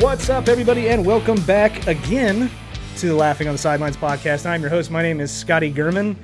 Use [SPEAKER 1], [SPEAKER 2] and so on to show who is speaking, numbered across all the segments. [SPEAKER 1] What's up, everybody, and welcome back again to the Laughing on the Sidelines podcast. I'm your host. My name is Scotty Gurman,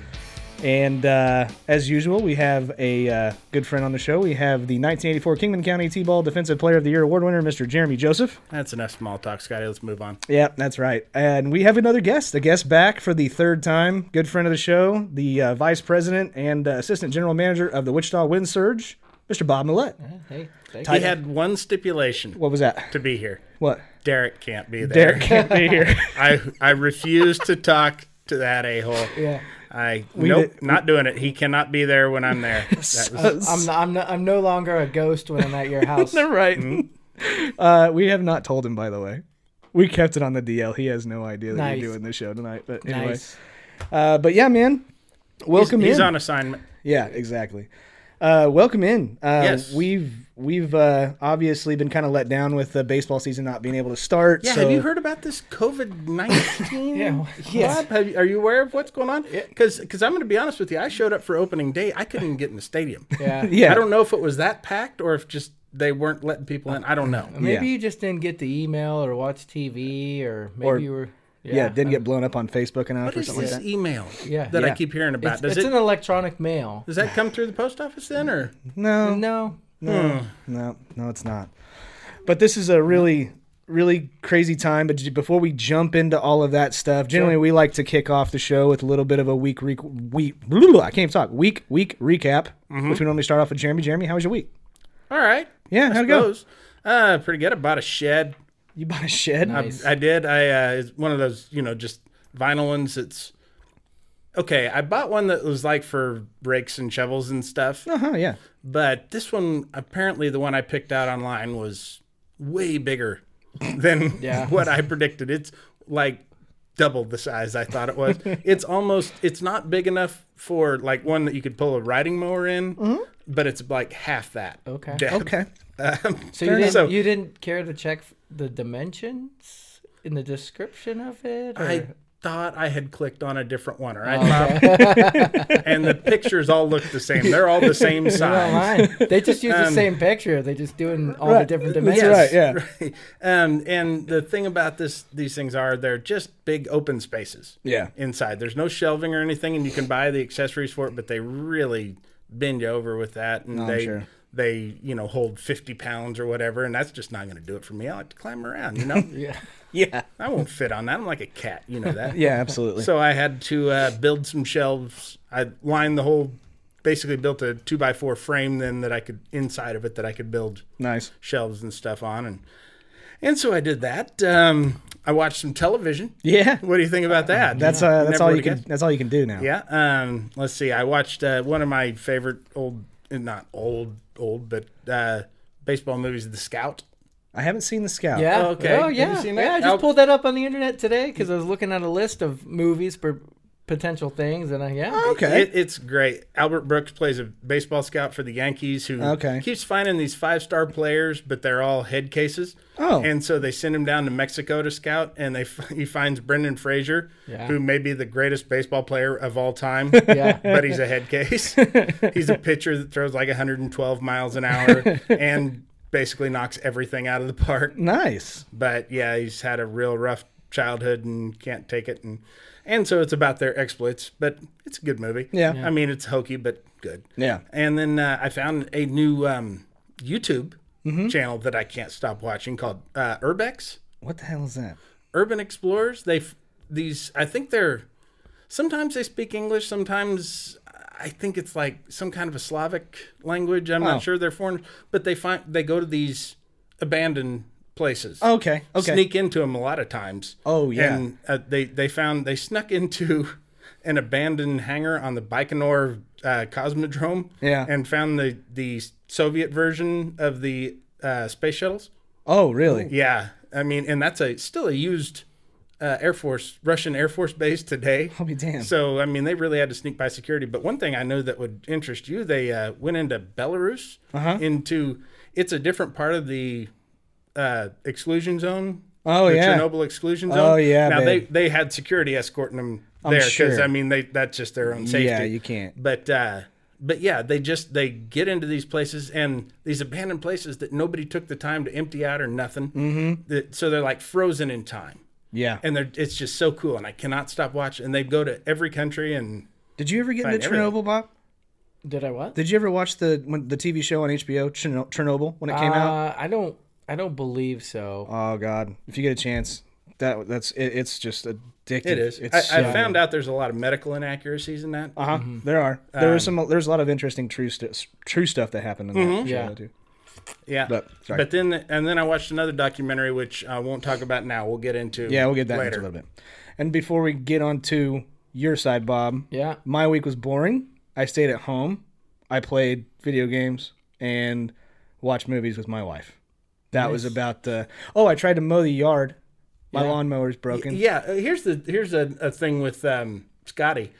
[SPEAKER 1] and uh, as usual, we have a uh, good friend on the show. We have the 1984 Kingman County T-ball Defensive Player of the Year award winner, Mr. Jeremy Joseph.
[SPEAKER 2] That's enough small talk, Scotty. Let's move on.
[SPEAKER 1] Yeah, that's right. And we have another guest, a guest back for the third time. Good friend of the show, the uh, vice president and uh, assistant general manager of the Wichita Wind Surge, Mr. Bob Millett.
[SPEAKER 3] Hey, thank
[SPEAKER 2] He had one stipulation
[SPEAKER 1] What was that?
[SPEAKER 2] to be here.
[SPEAKER 1] What?
[SPEAKER 2] Derek can't be there.
[SPEAKER 1] Derek can't be here.
[SPEAKER 2] I I refuse to talk to that a hole.
[SPEAKER 3] Yeah.
[SPEAKER 2] I
[SPEAKER 1] did-
[SPEAKER 2] nope,
[SPEAKER 1] Uh,
[SPEAKER 2] not doing it. He cannot be there when I'm there. That was,
[SPEAKER 3] you. I'm, I'm, no, I'm no longer a ghost when I'm at your house.
[SPEAKER 1] right. Hmm? Uh, we have not told him, by the way. We kept it on the DL. He has no idea that
[SPEAKER 3] Nice.
[SPEAKER 1] we're doing this show tonight. But anyway,
[SPEAKER 3] nice.
[SPEAKER 1] uh, but yeah, man, welcome
[SPEAKER 2] he's
[SPEAKER 1] in.
[SPEAKER 2] on assignment.
[SPEAKER 1] yeah, exactly. Uh, welcome in. Uh,
[SPEAKER 2] Yes.
[SPEAKER 1] we've we've uh, obviously been kind of let down with the baseball season not being able to start.
[SPEAKER 2] Yeah,
[SPEAKER 1] so
[SPEAKER 2] have you heard about this COVID nineteen?
[SPEAKER 3] Yeah,
[SPEAKER 1] yeah.
[SPEAKER 2] Have you, are you aware of what's going on? Because I'm going to be honest with you. I showed up for opening day. I couldn't even get in the stadium.
[SPEAKER 3] Yeah.
[SPEAKER 1] Yeah,
[SPEAKER 2] I don't know if it was that packed or if just they weren't letting people in. I don't know.
[SPEAKER 3] Maybe
[SPEAKER 1] Yeah.
[SPEAKER 3] you just didn't get the email or watch TV or maybe
[SPEAKER 1] Or-
[SPEAKER 3] you were.
[SPEAKER 1] Yeah, didn't get blown up on Facebook and out
[SPEAKER 2] What
[SPEAKER 1] or
[SPEAKER 2] is
[SPEAKER 1] something like
[SPEAKER 2] this
[SPEAKER 1] that.
[SPEAKER 2] email
[SPEAKER 3] Yeah.
[SPEAKER 2] that
[SPEAKER 1] Yeah.
[SPEAKER 2] I keep hearing about?
[SPEAKER 3] It's,
[SPEAKER 2] Does
[SPEAKER 3] it's
[SPEAKER 2] it
[SPEAKER 3] an electronic mail.
[SPEAKER 2] does that come through the post office then, or
[SPEAKER 1] No,
[SPEAKER 3] No.
[SPEAKER 1] No, no, it's not. But this is a really, really crazy time. But j- before we jump into all of that stuff, generally we like to kick off the show with a little bit of a week, week, week. Blah, I can't even talk. Week, week recap, which we normally start off with Jeremy. Jeremy, how was your week?
[SPEAKER 2] all right?
[SPEAKER 1] Yeah,
[SPEAKER 2] I
[SPEAKER 1] how'd it go?
[SPEAKER 2] suppose. Uh, pretty good. I bought a shed.
[SPEAKER 1] You bought a shed.
[SPEAKER 2] I- I, did. I uh, it's one of those, you know, just vinyl ones. It's okay. I bought one that was like for rakes and shovels and stuff.
[SPEAKER 1] Uh huh. Yeah.
[SPEAKER 2] But this one, apparently, the one I picked out online was way bigger than
[SPEAKER 3] Yeah.
[SPEAKER 2] what I predicted. It's like double the size I thought it was. it's almost, it's not big enough for like one that you could pull a riding mower in, but it's like half that.
[SPEAKER 3] Mm-hmm. Okay.
[SPEAKER 2] depth.
[SPEAKER 1] Okay.
[SPEAKER 2] Um,
[SPEAKER 3] So you didn't,
[SPEAKER 2] So-
[SPEAKER 3] you didn't care to check the dimensions in the description of it? Or?
[SPEAKER 2] I thought I had clicked on a different one. All right, Bob? and the pictures all look the same. They're all the same
[SPEAKER 3] Not
[SPEAKER 2] size.
[SPEAKER 3] mine. They just use
[SPEAKER 2] Um,
[SPEAKER 3] the same picture. They just doing all the different dimensions.
[SPEAKER 1] right, yeah.
[SPEAKER 2] right. Um, and the thing about this, these things are they're just big open spaces.
[SPEAKER 1] Yeah.
[SPEAKER 2] Inside, there's no shelving or anything, and you can buy the accessories for it, but they really bend you over with that, and
[SPEAKER 1] I'm
[SPEAKER 2] they.
[SPEAKER 1] sure.
[SPEAKER 2] They, you know, hold fifty pounds or whatever, and that's just not going to do it for me. I like to climb around, you know.
[SPEAKER 3] Yeah.
[SPEAKER 1] Yeah.
[SPEAKER 2] I won't fit on that. I'm like a cat, you know that.
[SPEAKER 1] Yeah. Absolutely.
[SPEAKER 2] So I had to uh, build some shelves. I lined the whole, basically built a two by four frame then that I could inside of it that I could build
[SPEAKER 1] nice.
[SPEAKER 2] shelves and stuff on, and and so I did that. Um, I watched some television.
[SPEAKER 1] Yeah.
[SPEAKER 2] What do you think about that?
[SPEAKER 1] That's
[SPEAKER 2] You
[SPEAKER 1] uh, that's
[SPEAKER 2] never
[SPEAKER 1] all you
[SPEAKER 2] would've
[SPEAKER 1] can.
[SPEAKER 2] guessed.
[SPEAKER 1] That's all you can do now.
[SPEAKER 2] Yeah. Um, let's see. I watched uh, one of my favorite old, not old, old, but uh, baseball movies, The Scout.
[SPEAKER 1] I haven't seen the scout.
[SPEAKER 3] Yeah.
[SPEAKER 2] Oh, okay.
[SPEAKER 3] Oh,
[SPEAKER 2] Have you
[SPEAKER 3] yeah.
[SPEAKER 2] seen that?
[SPEAKER 3] Yeah, I just
[SPEAKER 2] I'll-
[SPEAKER 3] pulled that up on the internet today because I was looking at a list of movies for potential things, and I yeah.
[SPEAKER 1] Okay.
[SPEAKER 2] It, it's great. Albert Brooks plays a baseball scout for the Yankees who
[SPEAKER 1] Okay.
[SPEAKER 2] keeps finding these five star players, but they're all head cases.
[SPEAKER 1] Oh.
[SPEAKER 2] And so they send him down to Mexico to scout, and they f- he finds Brendan Frazier,
[SPEAKER 3] Yeah.
[SPEAKER 2] who may be the greatest baseball player of all time.
[SPEAKER 3] Yeah.
[SPEAKER 2] But he's a head case. he's a pitcher that throws like 112 miles an hour and basically knocks everything out of the park
[SPEAKER 1] Nice.
[SPEAKER 2] but yeah, he's had a real rough childhood and can't take it, and and so it's about their exploits. But it's a good movie.
[SPEAKER 1] Yeah. Yeah.
[SPEAKER 2] I mean it's hokey but good.
[SPEAKER 1] Yeah.
[SPEAKER 2] And then uh, I found a new um, YouTube
[SPEAKER 1] Mm-hmm.
[SPEAKER 2] channel that I can't stop watching called uh, Urbex.
[SPEAKER 1] What the hell is that?
[SPEAKER 2] urban explorers they f- these i think they're sometimes they speak english sometimes i think it's like some kind of a slavic language i'm
[SPEAKER 1] Oh.
[SPEAKER 2] not sure they're foreign but they find they go to these abandoned places
[SPEAKER 1] Okay. Okay.
[SPEAKER 2] sneak into them a lot of times
[SPEAKER 1] Oh, yeah.
[SPEAKER 2] and uh, they they found they snuck into an abandoned hangar on the Baikonur uh, Cosmodrome,
[SPEAKER 1] Yeah.
[SPEAKER 2] and found the the Soviet version of the uh, space shuttles.
[SPEAKER 1] Oh, really?
[SPEAKER 2] Yeah, I mean, and that's a still a used uh, Air Force Russian Air Force base today.
[SPEAKER 1] I'll be damned.
[SPEAKER 2] So I mean, they really had to sneak by security. But one thing I know that would interest you, they uh, went into Belarus
[SPEAKER 1] Uh-huh.
[SPEAKER 2] into it's a different part of the uh, exclusion zone.
[SPEAKER 1] Oh,
[SPEAKER 2] the
[SPEAKER 1] yeah.
[SPEAKER 2] Chernobyl exclusion zone.
[SPEAKER 1] Oh, yeah,
[SPEAKER 2] Now
[SPEAKER 1] babe.
[SPEAKER 2] they they had security escorting them there because
[SPEAKER 1] sure.
[SPEAKER 2] I mean they that's just their own safety.
[SPEAKER 1] Yeah, you can't.
[SPEAKER 2] But uh, but yeah, they just they get into these places and these abandoned places that nobody took the time to empty out or nothing. Mm-hmm. That, so they're like frozen in time,
[SPEAKER 1] Yeah.
[SPEAKER 2] and they're it's just so cool, and I cannot stop watching. And they go to every country and
[SPEAKER 1] Did you ever get into
[SPEAKER 2] Fine, everything.
[SPEAKER 1] Chernobyl, Bob?
[SPEAKER 3] Did I what?
[SPEAKER 1] Did you ever watch the when, the TV show on HBO Cherno- Chernobyl when it came out?
[SPEAKER 3] Uh, I don't. I don't believe so.
[SPEAKER 1] Oh God! If you get a chance, that that's it, it's just addictive.
[SPEAKER 2] it is.
[SPEAKER 1] It's
[SPEAKER 2] I, mm-hmm. I
[SPEAKER 1] so-
[SPEAKER 2] found out there's a lot of medical inaccuracies in that.
[SPEAKER 1] Uh-huh. There are there was
[SPEAKER 2] Um,
[SPEAKER 1] some there's a lot of interesting true st- true stuff that happened in
[SPEAKER 2] Mm-hmm.
[SPEAKER 1] that show
[SPEAKER 3] Yeah.
[SPEAKER 1] too.
[SPEAKER 2] Yeah.
[SPEAKER 1] But-
[SPEAKER 2] But,
[SPEAKER 1] sorry.
[SPEAKER 2] then, and then I watched another documentary, which I won't talk about now. We'll get into.
[SPEAKER 1] Yeah, we'll get that into
[SPEAKER 2] later.
[SPEAKER 1] a little bit. And before we get on to your side, Bob.
[SPEAKER 3] Yeah.
[SPEAKER 1] My week was boring. I stayed at home. I played video games and watched movies with my wife. That was about the. Oh, I tried to mow the yard. My lawnmower's broken.
[SPEAKER 2] Yeah. uh, Here's the here's a, a thing with um, Scotty.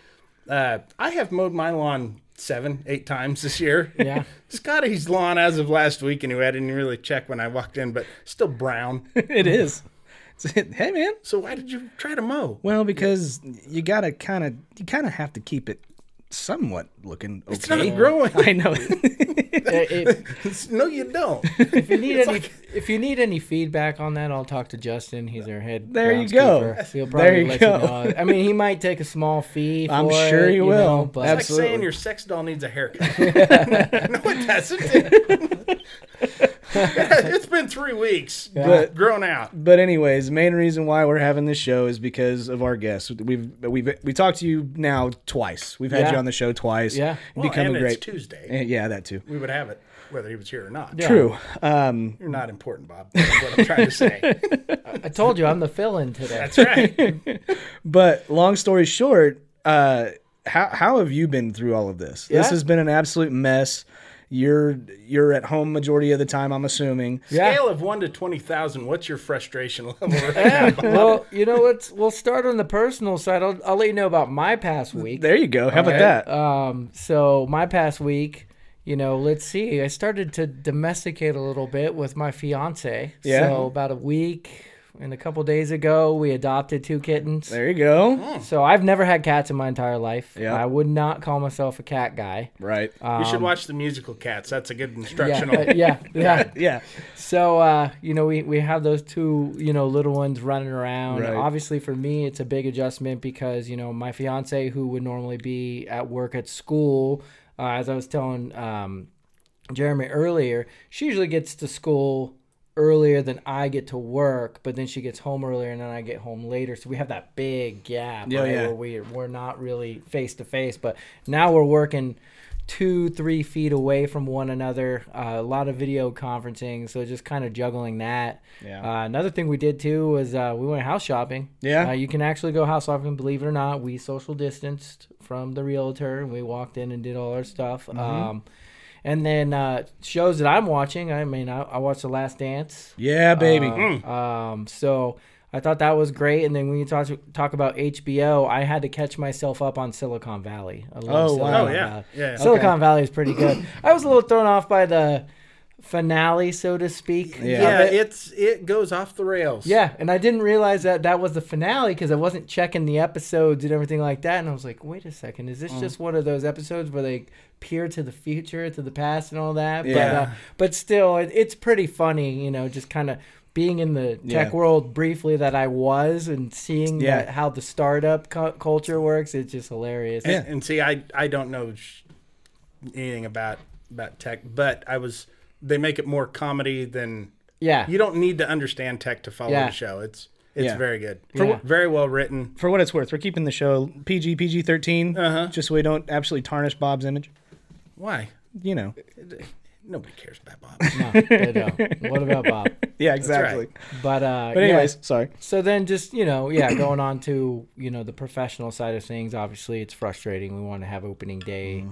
[SPEAKER 2] Uh, I have mowed my lawn seven, eight times this year.
[SPEAKER 3] Yeah.
[SPEAKER 2] Scotty's lawn, as of last week, anyway, I didn't really check when I walked in, but still brown.
[SPEAKER 1] it is. hey, man.
[SPEAKER 2] so why did you try to mow?
[SPEAKER 1] Well, because you gotta kind of you kind of have to keep it somewhat looking okay.
[SPEAKER 2] It's not growing.
[SPEAKER 1] I know.
[SPEAKER 3] I- Eh, if,
[SPEAKER 2] no, you don't.
[SPEAKER 3] if you need any, if you need any feedback on that, I'll talk to Justin. He's our head.
[SPEAKER 1] There you go.
[SPEAKER 3] groundskeeper. He'll
[SPEAKER 1] There
[SPEAKER 3] probably
[SPEAKER 1] you
[SPEAKER 3] let
[SPEAKER 1] go.
[SPEAKER 3] you know. I mean, he might take a small fee.
[SPEAKER 1] I'm
[SPEAKER 3] for
[SPEAKER 1] sure
[SPEAKER 3] it,
[SPEAKER 1] he
[SPEAKER 3] you
[SPEAKER 1] will.
[SPEAKER 3] know, but
[SPEAKER 2] It's like saying your sex doll needs a haircut. no, it doesn't. it's been three weeks.
[SPEAKER 1] But-
[SPEAKER 2] grown out.
[SPEAKER 1] but anyways, the main reason why we're having this show is because of our guests. We've we've we talked to you now twice. We've had
[SPEAKER 3] Yeah.
[SPEAKER 1] you on the show twice.
[SPEAKER 3] Yeah.
[SPEAKER 1] You've
[SPEAKER 2] Well,
[SPEAKER 1] become
[SPEAKER 2] and
[SPEAKER 1] a great.
[SPEAKER 2] it's Tuesday.
[SPEAKER 1] Eh, yeah, that too.
[SPEAKER 2] We would have it whether he was here or not.
[SPEAKER 1] True. Um,
[SPEAKER 2] You're not important, Bob. That's what I'm trying to say.
[SPEAKER 3] I told you I'm the fill-in today.
[SPEAKER 2] That's right.
[SPEAKER 1] but long story short, uh, how how have you been through all of this? This
[SPEAKER 3] Yeah.
[SPEAKER 1] has been an absolute mess. You're you're at home majority of the time, I'm assuming.
[SPEAKER 2] Scale of one to twenty thousand. What's your frustration level right now? Bob?
[SPEAKER 3] well, you know what? We'll start on the personal side. I'll, I'll let you know about my past week.
[SPEAKER 1] There you go. How about that?
[SPEAKER 3] Um, so my past week, you know, let's see. I started to domesticate a little bit with my fiance.
[SPEAKER 1] Yeah.
[SPEAKER 3] So about a week and a couple days ago, we adopted two kittens.
[SPEAKER 1] there you go.
[SPEAKER 3] So I've never had cats in my entire life.
[SPEAKER 1] Yeah.
[SPEAKER 3] I would not call myself a cat guy.
[SPEAKER 1] Right.
[SPEAKER 2] you should watch the musical Cats. That's a good
[SPEAKER 3] Um, Yeah,
[SPEAKER 2] instructional.
[SPEAKER 3] uh, yeah, yeah.
[SPEAKER 1] yeah.
[SPEAKER 3] So uh, you know, we we have those two you know little ones running around.
[SPEAKER 1] Right.
[SPEAKER 3] Obviously, for me, it's a big adjustment because you know my fiance, who would normally be at work at school, uh, as I was telling um, Jeremy earlier, she usually gets to school earlier than I get to work, but then she gets home earlier and then I get home later. So we have that big gap
[SPEAKER 1] Yeah,
[SPEAKER 3] right,
[SPEAKER 1] yeah.
[SPEAKER 3] where we we're not really face to face, but now we're working two, three feet away from one another. Uh, a lot of video conferencing, so just kind of juggling that.
[SPEAKER 1] Yeah.
[SPEAKER 3] Uh, another thing we did too was uh, we went house shopping.
[SPEAKER 1] Yeah.
[SPEAKER 3] Uh, you can actually go house shopping, believe it or not. We social distanced from the realtor and we walked in and did all our stuff.
[SPEAKER 1] Mm-hmm.
[SPEAKER 3] Um, and then uh, shows that I'm watching. I mean, I, I watched The Last Dance.
[SPEAKER 1] Yeah, baby.
[SPEAKER 3] Um, so I thought that was great. And then when you talk talk about HBO, I had to catch myself up on Silicon Valley. I love
[SPEAKER 1] Oh, wow.
[SPEAKER 3] Silicon
[SPEAKER 2] Oh, yeah.
[SPEAKER 3] Valley.
[SPEAKER 2] Yeah, yeah.
[SPEAKER 3] Silicon Valley is pretty good. I was a little thrown off by the finale, so to speak.
[SPEAKER 1] Yeah.
[SPEAKER 2] yeah,
[SPEAKER 3] of it.
[SPEAKER 2] it's it goes off the rails.
[SPEAKER 3] Yeah, and I didn't realize that that was the finale because I wasn't checking the episodes and everything like that. And I was like, wait a second, is this
[SPEAKER 1] Mm.
[SPEAKER 3] just one of those episodes where they peer to the future, to the past, and all that?
[SPEAKER 1] Yeah.
[SPEAKER 3] But, uh, but still, it, it's pretty funny, you know, just kind of being in the
[SPEAKER 1] Yeah.
[SPEAKER 3] tech world briefly that I was and seeing
[SPEAKER 1] Yeah.
[SPEAKER 3] that, how the startup cu- culture works. It's just hilarious.
[SPEAKER 2] And, and see, I I don't know sh- anything about about tech, but I was they make it more comedy than
[SPEAKER 3] Yeah.
[SPEAKER 2] you don't need to understand tech to follow
[SPEAKER 3] Yeah.
[SPEAKER 2] the show. It's it's
[SPEAKER 1] Yeah.
[SPEAKER 2] very good.
[SPEAKER 3] Yeah.
[SPEAKER 2] Very well written.
[SPEAKER 1] For what it's worth, we're keeping the show PG PG 13 just so we don't absolutely tarnish Bob's image.
[SPEAKER 2] Why?
[SPEAKER 1] You know.
[SPEAKER 2] Nobody cares about Bob.
[SPEAKER 3] No, they don't. what about Bob?
[SPEAKER 1] Yeah,
[SPEAKER 2] right.
[SPEAKER 1] exactly.
[SPEAKER 3] But uh,
[SPEAKER 1] But anyways, sorry.
[SPEAKER 3] So then just, you know, yeah, going on to, you know, the professional side of things, obviously it's frustrating. We want to have opening day,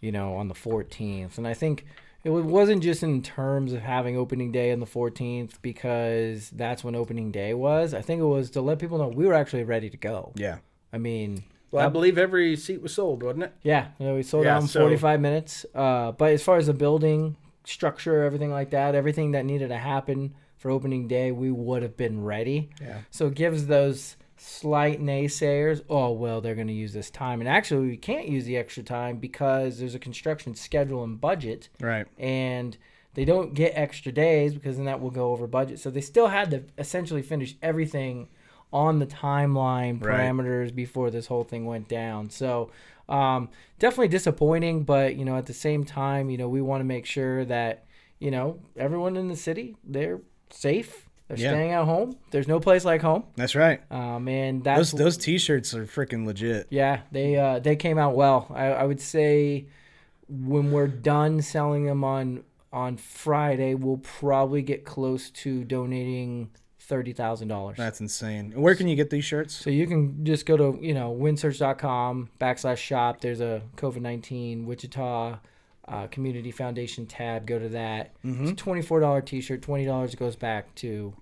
[SPEAKER 3] you know, on the 14th. And I think it wa- wasn't just in terms of having opening day on the 14th because that's when opening day was. I think it was to let people know we were actually ready to go.
[SPEAKER 1] Yeah.
[SPEAKER 3] I mean,
[SPEAKER 2] Well, I believe every seat was sold, wasn't it?
[SPEAKER 3] yeah, you know, we sold
[SPEAKER 2] Yeah,
[SPEAKER 3] out in
[SPEAKER 2] so-
[SPEAKER 3] 45 minutes. Uh, but as far as the building structure, everything like that, everything that needed to happen for opening day, we would have been ready. Yeah. So it gives those slight naysayers, oh, well, they're going to use this time. And actually, we can't use the extra time because there's a construction schedule and budget.
[SPEAKER 1] Right.
[SPEAKER 3] And they don't get extra days because then that will go over budget. So they still had to essentially finish everything on the timeline
[SPEAKER 1] Right.
[SPEAKER 3] parameters before this whole thing went down. So um, definitely disappointing, but you know at the same time, you know we want to make sure that you know everyone in the city they're safe. They're
[SPEAKER 1] Yeah.
[SPEAKER 3] staying at home. There's no place like home.
[SPEAKER 1] That's right.
[SPEAKER 3] Um, and that's
[SPEAKER 1] Those those t-shirts are freaking legit.
[SPEAKER 3] yeah, they uh, they came out well. I, I would say when we're done selling them on on Friday, we'll probably get close to donating thirty thousand dollars.
[SPEAKER 1] That's insane. Where can you get these shirts?
[SPEAKER 3] So you can just go to you know windsearch.com backslash shop. There's a COVID nineteen Wichita uh, Community Foundation tab. Go to that. It's a twenty four dollar t shirt. Twenty dollars goes back to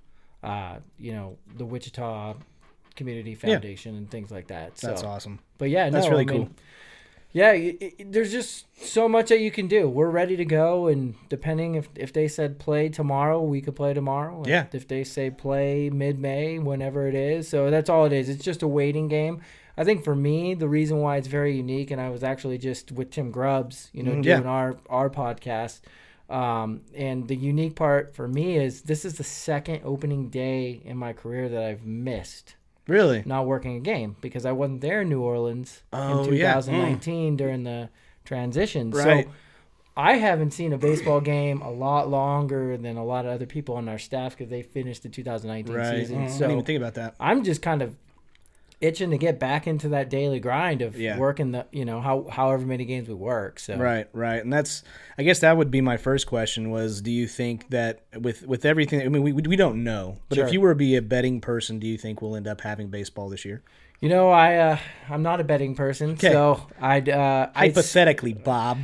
[SPEAKER 3] uh, you know the Wichita Community Foundation and things like that. So,
[SPEAKER 1] That's awesome.
[SPEAKER 3] But yeah,
[SPEAKER 1] That's
[SPEAKER 3] no,
[SPEAKER 1] really
[SPEAKER 3] I mean,
[SPEAKER 1] cool.
[SPEAKER 3] Yeah, y y- there's just so much that you can do. We're ready to go, and depending if if they said play tomorrow, we could play tomorrow. If-
[SPEAKER 1] Yeah.
[SPEAKER 3] If, they say play mid May, whenever it is, so that's all it is. It's just a waiting game. I think for me, the reason why it's very unique, and I was actually just with Tim Grubbs, you know, doing
[SPEAKER 1] Mm, yeah.
[SPEAKER 3] our our podcast. Um, and the unique part for me is this is the second opening day in my career that I've missed
[SPEAKER 1] Really?
[SPEAKER 3] not working a game because I wasn't there in New Orleans
[SPEAKER 1] Oh,
[SPEAKER 3] in
[SPEAKER 1] yeah.
[SPEAKER 3] 2019 during the transition.
[SPEAKER 1] Right.
[SPEAKER 3] So I haven't seen a baseball game a lot longer than a lot of other people on our staff because they finished the 2019
[SPEAKER 1] Right. Mm, Mm-hmm.
[SPEAKER 3] season.
[SPEAKER 1] I
[SPEAKER 3] So
[SPEAKER 1] didn't even think about that.
[SPEAKER 3] I'm just kind of itching to get back into that daily grind of
[SPEAKER 1] Yeah.
[SPEAKER 3] working the you know how however many games we work. So
[SPEAKER 1] Right, right, and that's. I guess that would be my first question: was Do you think that with with everything? I mean, we we don't know, but if
[SPEAKER 3] Sure.
[SPEAKER 1] you were to be a betting person, do you think we'll end up having baseball this year?
[SPEAKER 3] you know I uh, I'm not a betting person, so I'd uh, I'd
[SPEAKER 1] Hypothetically, Bob.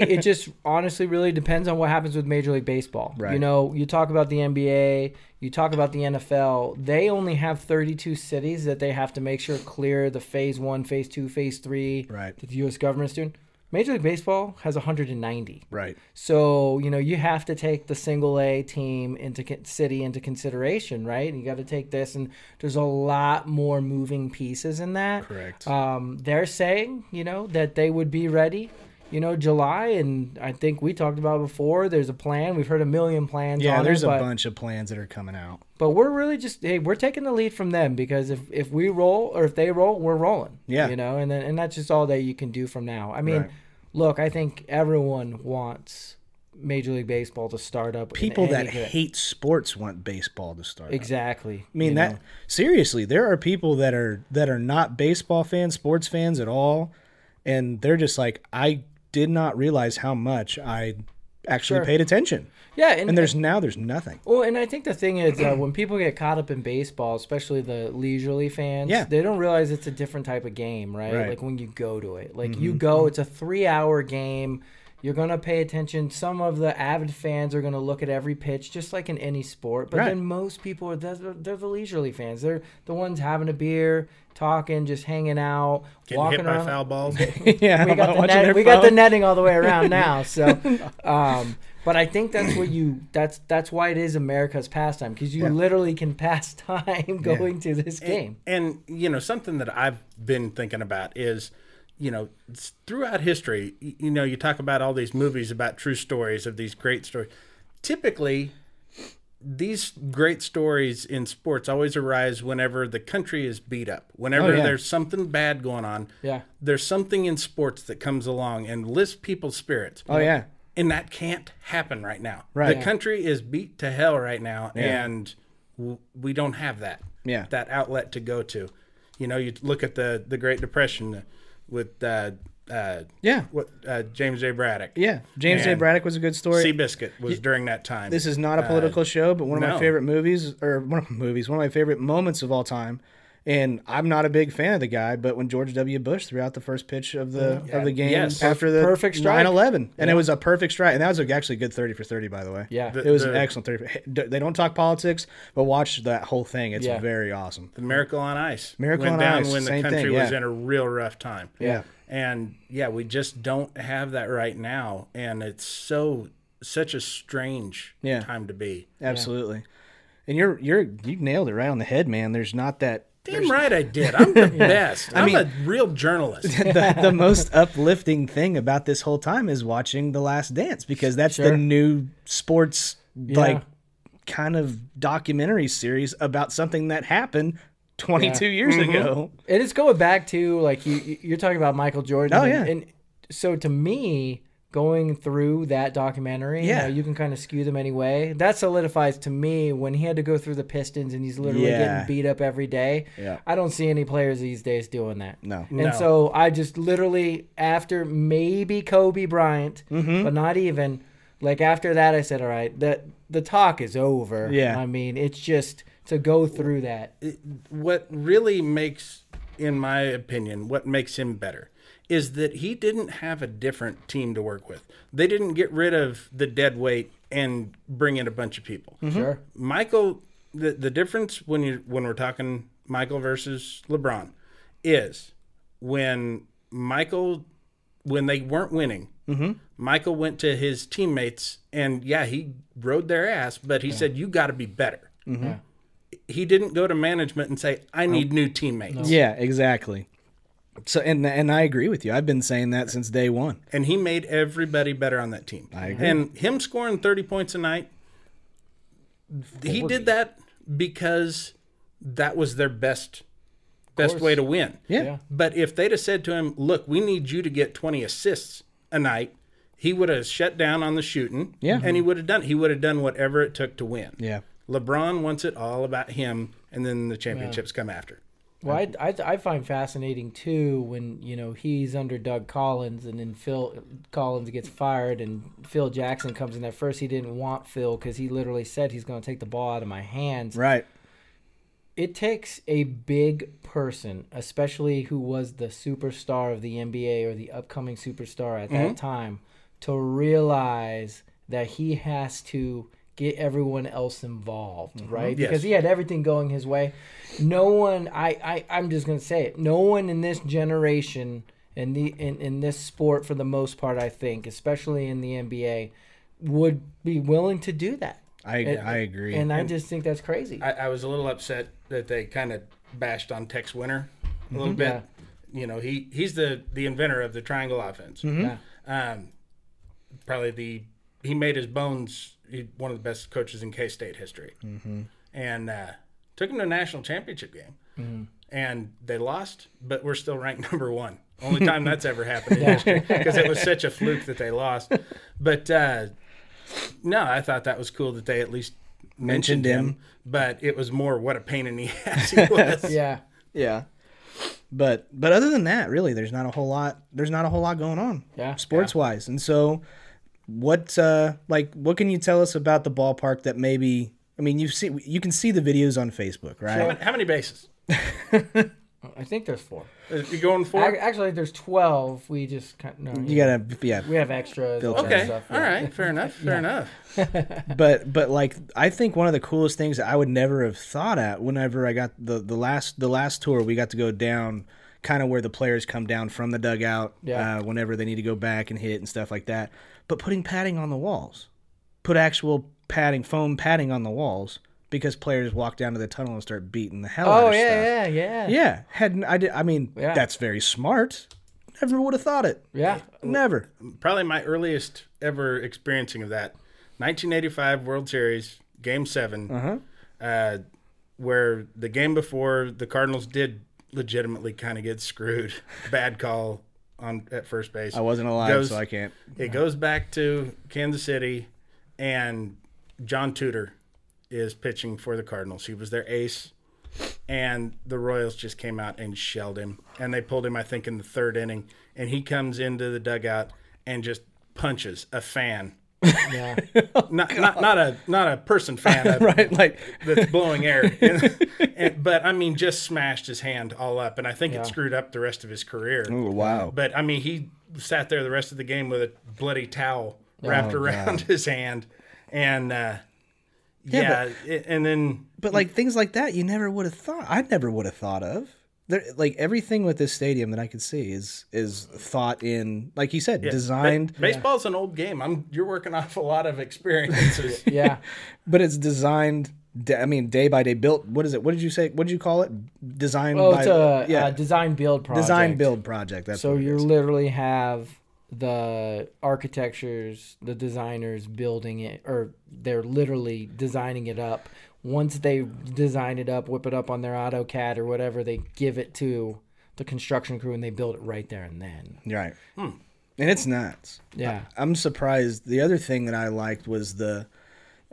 [SPEAKER 3] it just honestly really depends on what happens with major league baseball
[SPEAKER 1] Right.
[SPEAKER 3] you know you talk about the nba you talk about the nfl they only have 32 cities that they have to make sure clear the phase one phase two phase three
[SPEAKER 1] Right.
[SPEAKER 3] that the us government's doing major league baseball has 190
[SPEAKER 1] Right.
[SPEAKER 3] so you know you have to take the single A team into con- city into consideration, right? And you got to take this, and there's a lot more moving pieces in that.
[SPEAKER 1] Correct.
[SPEAKER 3] Um, they're saying you know that they would be ready, you know, July, and I think we talked about before. There's a plan. We've heard a million plans.
[SPEAKER 1] Yeah,
[SPEAKER 3] on it,
[SPEAKER 1] there's a
[SPEAKER 3] but-
[SPEAKER 1] bunch of plans that are coming out.
[SPEAKER 3] But we're really just hey, we're taking the lead from them because if if we roll or if they roll, we're rolling.
[SPEAKER 1] Yeah.
[SPEAKER 3] you know, and then and that's just all that you can do from now. I mean,
[SPEAKER 1] Right.
[SPEAKER 3] look, I think everyone wants Major League Baseball to start up. in
[SPEAKER 1] People that
[SPEAKER 3] any given-
[SPEAKER 1] hate sports want baseball to start. up.
[SPEAKER 3] exactly.
[SPEAKER 1] I mean that seriously, there are people that are that are not baseball fans, sports fans at all, and they're just like, I did not realize how much I actually paid attention.
[SPEAKER 3] yeah, and,
[SPEAKER 1] And there's now there's nothing.
[SPEAKER 3] Well, and I think the thing is uh, when people get caught up in baseball, especially the leisurely fans,
[SPEAKER 1] Yeah.
[SPEAKER 3] they don't realize it's a different type of game, right?
[SPEAKER 1] Right.
[SPEAKER 3] Like when you go to it, like you go, it's a three-hour game. You're gonna pay attention. Some of the avid fans are gonna look at every pitch, just like in any sport. But
[SPEAKER 1] Right.
[SPEAKER 3] then most people are they're, they're the leisurely fans. They're the ones having a beer, talking, just hanging out,
[SPEAKER 2] Getting
[SPEAKER 3] walking
[SPEAKER 2] hit by
[SPEAKER 3] around.
[SPEAKER 2] foul balls.
[SPEAKER 1] yeah,
[SPEAKER 3] we got the net, we got the netting all the way around now. So, um, but I think that's what you that's that's why it is America's pastime because you literally can pass time going to this game.
[SPEAKER 2] And you know, something that I've been thinking about is, you know, s- throughout history, y- you know, you talk about all these movies about true stories of these great stories. Typically, these great stories in sports always arise whenever the country is beat up, whenever
[SPEAKER 1] yeah.
[SPEAKER 2] there's something bad going on.
[SPEAKER 3] Oh, Yeah.
[SPEAKER 2] There's something in sports that comes along and lifts people's spirits.
[SPEAKER 1] Oh yeah.
[SPEAKER 2] and that can't happen right now.
[SPEAKER 1] Right.
[SPEAKER 2] The country is beat to hell right now, and w- we don't have that.
[SPEAKER 1] Yeah.
[SPEAKER 2] That outlet to go to. You know, you look at the the Great Depression with uh, uh,
[SPEAKER 1] Yeah.
[SPEAKER 2] what uh, James J. Braddock.
[SPEAKER 1] Yeah, James J.
[SPEAKER 2] And
[SPEAKER 1] Braddock was a good story.
[SPEAKER 2] Seabiscuit was during that time.
[SPEAKER 1] This is
[SPEAKER 3] Uh,
[SPEAKER 1] not a political show, but one of my
[SPEAKER 2] no.
[SPEAKER 1] favorite movies, or one of my movies, one of my favorite moments of all time. And I'm not a big fan of the guy, but when George W. Bush threw out the first pitch of the of the game
[SPEAKER 2] Yes.
[SPEAKER 1] after the
[SPEAKER 3] Mm, Perfect strike.
[SPEAKER 1] 9/11, and it was a perfect strike, and that was actually a good 30 for 30, by the way.
[SPEAKER 3] Yeah. The-
[SPEAKER 1] it was an
[SPEAKER 2] the-
[SPEAKER 1] excellent 30. for- They don't talk politics, but watch that whole thing. It's
[SPEAKER 3] Yeah.
[SPEAKER 1] very awesome.
[SPEAKER 2] the Miracle on Ice.
[SPEAKER 1] Miracle
[SPEAKER 2] went
[SPEAKER 1] on
[SPEAKER 2] down
[SPEAKER 1] Ice,
[SPEAKER 2] when the
[SPEAKER 1] same thing,
[SPEAKER 2] country was
[SPEAKER 1] yeah.
[SPEAKER 2] in a real rough time.
[SPEAKER 1] Yeah.
[SPEAKER 2] And yeah, we just don't have that right now, and it's so such a strange
[SPEAKER 1] Yeah.
[SPEAKER 2] time to be.
[SPEAKER 1] Absolutely. And you're you're you nailed it right on the head, man. There's not that
[SPEAKER 2] Damn right I did. I'm the best. I'm
[SPEAKER 1] mean-
[SPEAKER 2] a real journalist.
[SPEAKER 1] the, the most uplifting thing about this whole time is watching The Last Dance because that's the
[SPEAKER 3] Sure.
[SPEAKER 1] new sports like
[SPEAKER 3] Yeah.
[SPEAKER 1] kind of documentary series about something that happened 22 years ago.
[SPEAKER 3] And it's going back to like you you- you're talking about Michael Jordan.
[SPEAKER 1] Oh,
[SPEAKER 3] and-
[SPEAKER 1] yeah.
[SPEAKER 3] And so to me, going through that documentary,
[SPEAKER 1] Yeah.
[SPEAKER 3] you, know, you can kind of skew them anyway. That solidifies to me when he had to go through the Pistons and he's literally
[SPEAKER 1] Yeah.
[SPEAKER 3] getting beat up every day.
[SPEAKER 1] Yeah.
[SPEAKER 3] I don't see any players these days doing that.
[SPEAKER 1] No.
[SPEAKER 3] And so I just literally after maybe Kobe Bryant,
[SPEAKER 1] Mm-hmm.
[SPEAKER 3] but not even like after that I said, all right, that the talk is over.
[SPEAKER 1] Yeah.
[SPEAKER 3] I mean, it's just to go through that.
[SPEAKER 2] what really makes, in my opinion, what makes him better is that he didn't have a different team to work with. They didn't get rid of the dead weight and bring in a bunch of people.
[SPEAKER 3] Sure.
[SPEAKER 2] Michael, the, the difference when you when we're talking Michael versus LeBron is when Michael when they weren't winning, Michael went to his teammates and yeah, he rode their ass, but he said you got to be better.
[SPEAKER 3] Yeah.
[SPEAKER 2] He didn't go to management and say I need new teammates.
[SPEAKER 1] Yeah, exactly. So and and I agree with you. I've been saying that since day 1.
[SPEAKER 2] and he made everybody better on that team. I agree. And him scoring 30 points a night, he did that because that was their best best way to win.
[SPEAKER 1] yeah.
[SPEAKER 2] But if they'd have said to him, "Look, we need you to get 20 assists a night," he would have shut down on the shooting.
[SPEAKER 1] Yeah.
[SPEAKER 2] And he would have done he would have done whatever it took to win.
[SPEAKER 1] Yeah.
[SPEAKER 2] LeBron wants it all about him, and then the championships come after.
[SPEAKER 3] Well, I, I, I find fascinating too when you know he's under Doug Collins and then Phil Collins gets fired and Phil Jackson comes in. At first, he didn't want Phil because he literally said he's going to take the ball out of my hands.
[SPEAKER 1] Right.
[SPEAKER 3] It takes a big person, especially who was the superstar of the NBA or the upcoming superstar at that time, to realize that he has to get everyone else involved, right?
[SPEAKER 2] Yes.
[SPEAKER 3] Because he had everything going his way. No one, I, I, I'm just gonna say it. No one in this generation, in the in, in this sport, for the most part, I think, especially in the NBA, would be willing to do that.
[SPEAKER 1] I I agree.
[SPEAKER 3] And I just think that's crazy.
[SPEAKER 2] I, I was a little upset that they kind of bashed on Tex Winter a little bit. You know, he he's the the inventor of the triangle offense. Um, probably the he made his bones he, one of the best coaches in K State history, and uh, took him to a national championship game. And they lost, but we're still ranked number one. Only time that's ever happened in history because it was such a fluke that they lost. But uh, no, I thought that was cool that they at least mentioned,
[SPEAKER 1] Mentioned him.
[SPEAKER 2] him, But it was more what a pain in the ass he was.
[SPEAKER 3] yeah.
[SPEAKER 1] Yeah. But but other than that, really, there's not a whole lot. There's not a whole lot going on.
[SPEAKER 3] Yeah.
[SPEAKER 1] Sports wise, and so what? Uh, like, what can you tell us about the ballpark that maybe? I mean, you see, you can see the videos on Facebook,
[SPEAKER 2] How
[SPEAKER 1] right?
[SPEAKER 2] many, how many bases?
[SPEAKER 3] I think there's four.
[SPEAKER 2] Is you going
[SPEAKER 3] Ac-
[SPEAKER 2] for?
[SPEAKER 3] Actually, there's twelve. We just kind no,
[SPEAKER 1] You gotta, yeah.
[SPEAKER 3] we have extras. all that
[SPEAKER 2] Okay.
[SPEAKER 3] stuff,
[SPEAKER 2] All
[SPEAKER 3] yeah.
[SPEAKER 2] right. Fair enough. Fair enough.
[SPEAKER 1] But but like, I think one of the coolest things that I would never have thought at whenever I got the the last the last tour, we got to go down kind of where the players come down from the dugout
[SPEAKER 3] Yeah.
[SPEAKER 1] uh, whenever they need to go back and hit and stuff like that. But putting padding on the walls. put actual padding, foam padding on the walls because players walk down to the tunnel and start beating the hell out
[SPEAKER 3] Oh
[SPEAKER 1] of stuff.
[SPEAKER 3] yeah, yeah, yeah, yeah,
[SPEAKER 1] yeah. Had I did, I mean,
[SPEAKER 3] Yeah.
[SPEAKER 1] that's very smart. Never would have thought it. Never.
[SPEAKER 2] Probably my earliest ever experiencing of that. 1985 World Series Game 7
[SPEAKER 1] Uh-huh.
[SPEAKER 2] uh, where the game before the Cardinals did legitimately kind of get screwed. Bad call on at first base.
[SPEAKER 1] I wasn't alive,
[SPEAKER 2] Goes-
[SPEAKER 1] so I can't.
[SPEAKER 2] It goes back to Kansas City, and John Tudor is pitching for the Cardinals. He was their ace, and the Royals just came out and shelled him. And they pulled him, I think, in the third inning. And he comes into the dugout and just punches a fan.
[SPEAKER 3] Yeah.
[SPEAKER 2] Not, not, not a not a person fan, a
[SPEAKER 1] Right, like
[SPEAKER 2] that's blowing air. And- and- but I mean, just smashed his hand all up, and I think it screwed up the rest of his career.
[SPEAKER 1] oh, wow.
[SPEAKER 2] But I mean, he sat there the rest of the game with a bloody towel wrapped around his hand, and uh, yeah, it- and then
[SPEAKER 1] But like things like that, you never would have thought. I never would have thought of. There, like everything with this stadium that I could see is is thought in, like you said, designed. But,
[SPEAKER 2] baseball's an old game. I'm you're working off a lot of experiences.
[SPEAKER 3] Yeah.
[SPEAKER 1] it's designed. da- I mean, day by day, built. What is it? What did you say? What did you call it? Design.
[SPEAKER 3] Oh,
[SPEAKER 1] by,
[SPEAKER 3] it's a,
[SPEAKER 1] yeah,
[SPEAKER 3] uh design build project.
[SPEAKER 1] design build project. That's
[SPEAKER 3] So
[SPEAKER 1] what it
[SPEAKER 3] you
[SPEAKER 1] is.
[SPEAKER 3] literally have the architectures, the designers building it, or they're literally designing it up. Once they design it up, whip it up on their AutoCAD or whatever, they give it to the construction crew and they build it right there and then.
[SPEAKER 1] right,
[SPEAKER 3] hmm.
[SPEAKER 1] and it's nuts.
[SPEAKER 3] Yeah.
[SPEAKER 1] I'm surprised. The other thing that I liked was the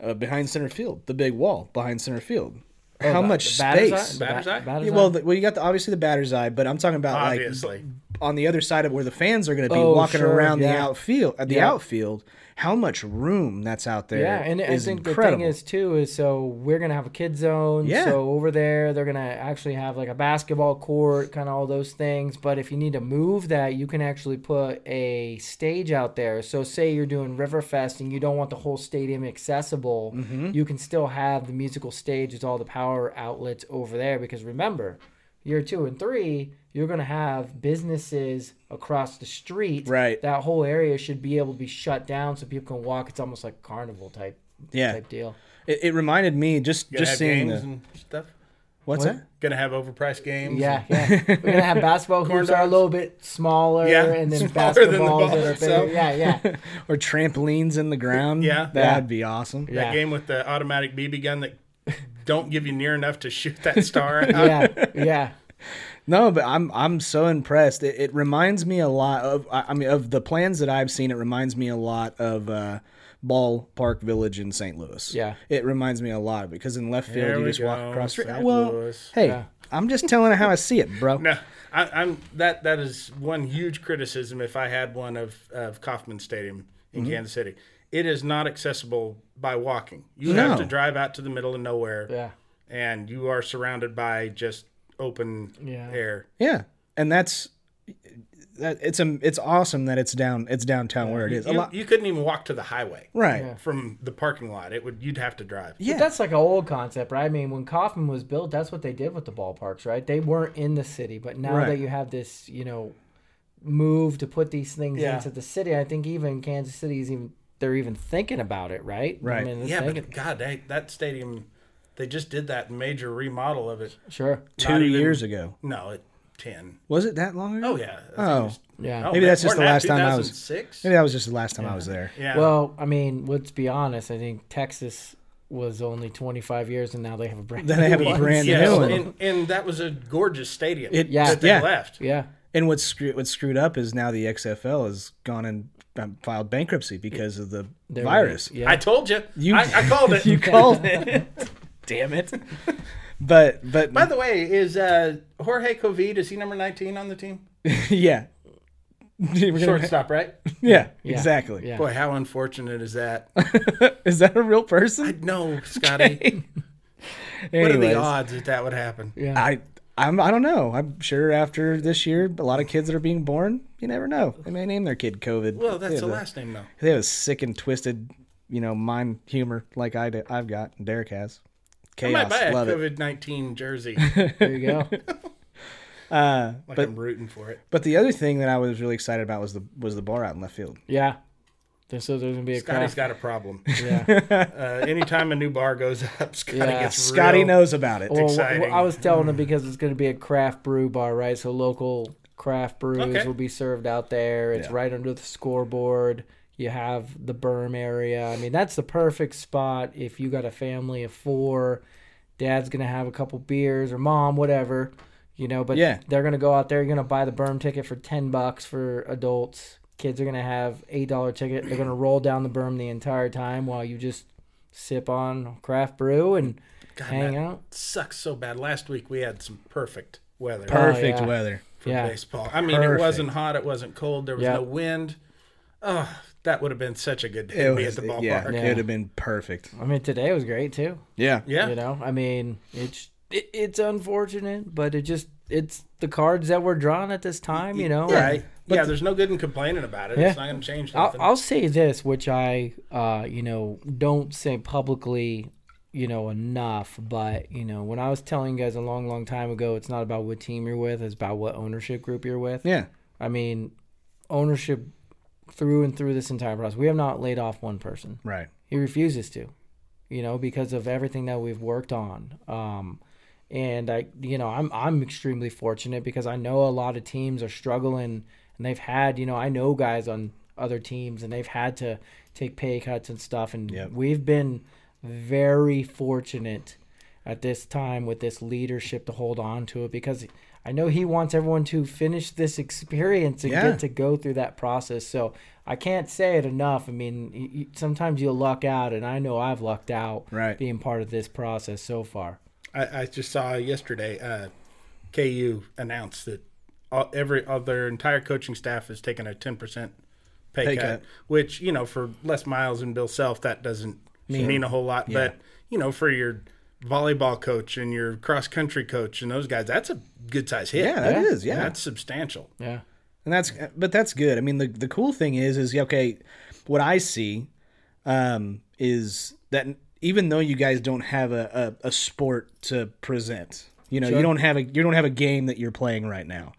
[SPEAKER 1] uh, behind center field, the big wall behind center field. How
[SPEAKER 3] Oh, The-
[SPEAKER 1] much
[SPEAKER 3] the batter's
[SPEAKER 1] space?
[SPEAKER 3] eye- the
[SPEAKER 2] Batter's
[SPEAKER 3] ba-
[SPEAKER 2] eye?
[SPEAKER 3] batter's
[SPEAKER 1] Yeah, well,
[SPEAKER 3] eye?
[SPEAKER 1] the, well, you got the, obviously the batter's eye, but I'm talking about like
[SPEAKER 2] Obviously,
[SPEAKER 1] on the other side of where the fans are going to be
[SPEAKER 3] Oh,
[SPEAKER 1] walking
[SPEAKER 3] sure,
[SPEAKER 1] around the
[SPEAKER 3] yeah.
[SPEAKER 1] outfield. At the
[SPEAKER 3] Yeah.
[SPEAKER 1] outfield, how much room that's out there?
[SPEAKER 3] yeah, and
[SPEAKER 1] is
[SPEAKER 3] I think
[SPEAKER 1] incredible.
[SPEAKER 3] the thing is too is so we're gonna have a kid zone.
[SPEAKER 1] Yeah.
[SPEAKER 3] So over there they're gonna actually have like a basketball court, kind of all those things. But if you need to move that, you can actually put a stage out there. So say you're doing Riverfest and you don't want the whole stadium accessible,
[SPEAKER 1] Mm-hmm.
[SPEAKER 3] you can still have the musical stage with all the power outlets over there. Because remember, year two and three. You're gonna have businesses across the street.
[SPEAKER 1] Right.
[SPEAKER 3] That whole area should be able to be shut down so people can walk. It's almost like carnival type
[SPEAKER 1] yeah,
[SPEAKER 3] type deal.
[SPEAKER 1] it, it reminded me just
[SPEAKER 2] gonna
[SPEAKER 1] just
[SPEAKER 2] have
[SPEAKER 1] seeing
[SPEAKER 2] games
[SPEAKER 1] the,
[SPEAKER 2] and stuff.
[SPEAKER 1] what's
[SPEAKER 3] What?
[SPEAKER 1] that?
[SPEAKER 2] Gonna have overpriced games.
[SPEAKER 3] Yeah, yeah. We're gonna have basketball hoops that are a little bit smaller,
[SPEAKER 2] Yeah,
[SPEAKER 3] and then
[SPEAKER 2] smaller than the
[SPEAKER 3] basketballs
[SPEAKER 2] ball
[SPEAKER 3] that are
[SPEAKER 2] itself.
[SPEAKER 3] bigger. Yeah, yeah,
[SPEAKER 1] Or trampolines in the ground?
[SPEAKER 2] Yeah.
[SPEAKER 1] that'd be awesome.
[SPEAKER 2] that
[SPEAKER 3] yeah,
[SPEAKER 2] game with the automatic BB gun that don't give you near enough to shoot that star. out.
[SPEAKER 3] yeah, yeah.
[SPEAKER 1] No, but I'm I'm so impressed. It, it reminds me a lot of I I mean of the plans that I've seen. It reminds me a lot of uh, Ballpark Village in St. Louis.
[SPEAKER 3] Yeah.
[SPEAKER 1] it reminds me a lot because in left field
[SPEAKER 2] There
[SPEAKER 1] you
[SPEAKER 2] we
[SPEAKER 1] just walk
[SPEAKER 2] go,
[SPEAKER 1] across. the street.
[SPEAKER 2] St.
[SPEAKER 1] Well,
[SPEAKER 2] Louis.
[SPEAKER 1] hey, I'm just telling it how I see it, bro.
[SPEAKER 2] No, I, I'm that. That is one huge criticism. If I had one of of Kauffman Stadium in
[SPEAKER 1] Mm-hmm.
[SPEAKER 2] Kansas City, it is not accessible by walking. You have to
[SPEAKER 1] No.
[SPEAKER 2] drive out to the middle of nowhere.
[SPEAKER 3] Yeah.
[SPEAKER 2] and you are surrounded by just open
[SPEAKER 3] Yeah.
[SPEAKER 2] air.
[SPEAKER 1] Yeah, and that's that. It's a it's awesome that it's down it's downtown where it is. A
[SPEAKER 2] You,
[SPEAKER 1] lot,
[SPEAKER 2] you couldn't even walk to the highway
[SPEAKER 1] right?
[SPEAKER 2] from the parking lot. It would you'd have to drive.
[SPEAKER 1] Yeah.
[SPEAKER 3] But that's like an old concept, right? I mean, when Kauffman was built, that's what they did with the ballparks, right? They weren't in the city, but now
[SPEAKER 1] Right.
[SPEAKER 3] that you have this, you know, move to put these things
[SPEAKER 2] Yeah.
[SPEAKER 3] into the city, I think even Kansas City is even they're even thinking about it, right? I
[SPEAKER 1] Right.
[SPEAKER 3] mean, they're
[SPEAKER 2] Yeah,
[SPEAKER 3] thinking,
[SPEAKER 2] but God, they, that stadium, they just did that major remodel of it.
[SPEAKER 3] sure.
[SPEAKER 1] Two years ago,
[SPEAKER 2] No, at ten.
[SPEAKER 1] was it that long ago?
[SPEAKER 2] Oh yeah.
[SPEAKER 1] Oh.
[SPEAKER 3] Yeah.
[SPEAKER 1] Maybe that's just the last time I was-
[SPEAKER 2] Six.
[SPEAKER 1] Maybe that was just the last time I was there.
[SPEAKER 2] Yeah.
[SPEAKER 3] Well, I mean, let's be honest. I think Texas was only 25 years, and now they have a brand.
[SPEAKER 1] Then they
[SPEAKER 3] new
[SPEAKER 1] have a
[SPEAKER 3] one.
[SPEAKER 1] brand
[SPEAKER 2] Yes,
[SPEAKER 1] new one.
[SPEAKER 2] and, and that was a gorgeous stadium
[SPEAKER 1] It-
[SPEAKER 3] Yeah.
[SPEAKER 2] that they
[SPEAKER 1] yeah.
[SPEAKER 2] left.
[SPEAKER 3] Yeah,
[SPEAKER 1] And what's screwed, what's screwed up is now the XFL has gone and um, filed bankruptcy because of the
[SPEAKER 3] They're-
[SPEAKER 1] virus.
[SPEAKER 3] Yeah,
[SPEAKER 2] I told you.
[SPEAKER 1] You-
[SPEAKER 2] I, I called it.
[SPEAKER 1] You called it. Damn it. But but
[SPEAKER 2] By the way, is uh, Jorge Covid, is he number 19 on the team?
[SPEAKER 1] yeah. We're gonna-
[SPEAKER 2] Shortstop, right?
[SPEAKER 1] yeah, exactly.
[SPEAKER 3] yeah.
[SPEAKER 2] Boy, how unfortunate is that?
[SPEAKER 1] Is that a real person?
[SPEAKER 2] No, Scotty. What are
[SPEAKER 1] Anyways,
[SPEAKER 2] the odds that that would happen?
[SPEAKER 3] yeah.
[SPEAKER 1] I I'm I don't know. I'm sure after this year, a lot of kids that are being born, you never know. They may name their kid COVID.
[SPEAKER 2] Well, that's
[SPEAKER 1] They
[SPEAKER 2] the
[SPEAKER 1] have a-
[SPEAKER 2] last name, though.
[SPEAKER 1] They have a sick and twisted, you know, mind humor like I do, I've got. and Derek has.
[SPEAKER 2] I might
[SPEAKER 1] Chaos,
[SPEAKER 2] buy a
[SPEAKER 1] love it.
[SPEAKER 2] COVID 19 jersey.
[SPEAKER 3] there you go.
[SPEAKER 2] Like I'm rooting for it.
[SPEAKER 1] But the other thing that I was really excited about was the was the bar out in left field.
[SPEAKER 3] Yeah. There's- So there's gonna be a
[SPEAKER 2] Scotty's
[SPEAKER 3] craft.
[SPEAKER 2] got a problem.
[SPEAKER 3] Yeah.
[SPEAKER 2] Uh, anytime a new bar goes up, Scotty
[SPEAKER 3] Yeah.
[SPEAKER 2] gets real- Oh,
[SPEAKER 1] Scotty knows about it.
[SPEAKER 3] Well, wh-
[SPEAKER 2] exciting.
[SPEAKER 3] I was telling him because it's gonna be a craft brew bar, right? So local craft brews
[SPEAKER 2] Okay.
[SPEAKER 3] will be served out there. It's right under the scoreboard. You have the berm area. I mean, that's the perfect spot if you got a family of four. Dad's gonna have a couple beers or mom, whatever. you know. But
[SPEAKER 1] Yeah.
[SPEAKER 3] they're gonna go out there. You're gonna buy the berm ticket for ten bucks for adults. Kids are gonna have eight dollar ticket. They're gonna roll down the berm the entire time while you just sip on craft brew and hang
[SPEAKER 2] that
[SPEAKER 3] out.
[SPEAKER 2] Sucks so bad. Last week we had some perfect weather
[SPEAKER 1] Perfect
[SPEAKER 3] yeah.
[SPEAKER 1] weather.
[SPEAKER 2] for
[SPEAKER 3] yeah.
[SPEAKER 2] baseball. I mean,
[SPEAKER 1] Perfect.
[SPEAKER 2] it wasn't hot, it wasn't cold, there was
[SPEAKER 3] Yeah.
[SPEAKER 2] no wind. Oh, that would have been such a good day
[SPEAKER 1] It
[SPEAKER 2] to be at
[SPEAKER 1] was,
[SPEAKER 2] the ballpark.
[SPEAKER 1] yeah,
[SPEAKER 3] Yeah.
[SPEAKER 1] it would have been perfect.
[SPEAKER 3] I mean, today was great too.
[SPEAKER 1] Yeah.
[SPEAKER 2] Yeah.
[SPEAKER 3] You know, I mean, it's it, it's unfortunate, but it just it's the cards that were drawn at this time. You know,
[SPEAKER 2] Right. yeah, there's no good in complaining about it.
[SPEAKER 3] Yeah.
[SPEAKER 2] It's not going to change
[SPEAKER 3] I'll,
[SPEAKER 2] nothing.
[SPEAKER 3] I'll say this, which I, uh, you know, don't say publicly, you know, enough. But you know, when I was telling you guys a long, long time ago, it's not about what team you're with; it's about what ownership group you're with.
[SPEAKER 1] Yeah.
[SPEAKER 3] I mean, ownership through and through this entire process, we have not laid off one person.
[SPEAKER 1] Right.
[SPEAKER 3] He refuses to, you know, because of everything that we've worked on. Um, and I, you know, I'm I'm extremely fortunate because I know a lot of teams are struggling, and they've had, you know, I know guys on other teams, and they've had to take pay cuts and stuff, and
[SPEAKER 1] Yep.
[SPEAKER 3] we've been very fortunate at this time with this leadership to hold on to it because I know he wants everyone to finish this experience and
[SPEAKER 1] Yeah.
[SPEAKER 3] get to go through that process. So I can't say it enough. I mean, y y sometimes you'll luck out, and I know I've lucked out
[SPEAKER 1] Right.
[SPEAKER 3] being part of this process so far.
[SPEAKER 2] I, I just saw yesterday uh, KU announced that all, every all their entire coaching staff is taking a ten percent pay,
[SPEAKER 1] Pay
[SPEAKER 2] cut,
[SPEAKER 1] cut.
[SPEAKER 2] which you know for Les Miles and Bill Self that doesn't mean, a whole lot, but you know for your volleyball coach and your cross country coach and those guys, that's a good size hit.
[SPEAKER 1] Yeah, that is.
[SPEAKER 3] Yeah.
[SPEAKER 1] Yeah.
[SPEAKER 2] that's substantial.
[SPEAKER 3] Yeah.
[SPEAKER 1] And that's but that's good. I mean, the the cool thing is is okay, what I see um is that even though you guys don't have a, a, a sport to present, you know, you don't have a you don't have a game that you're playing right now.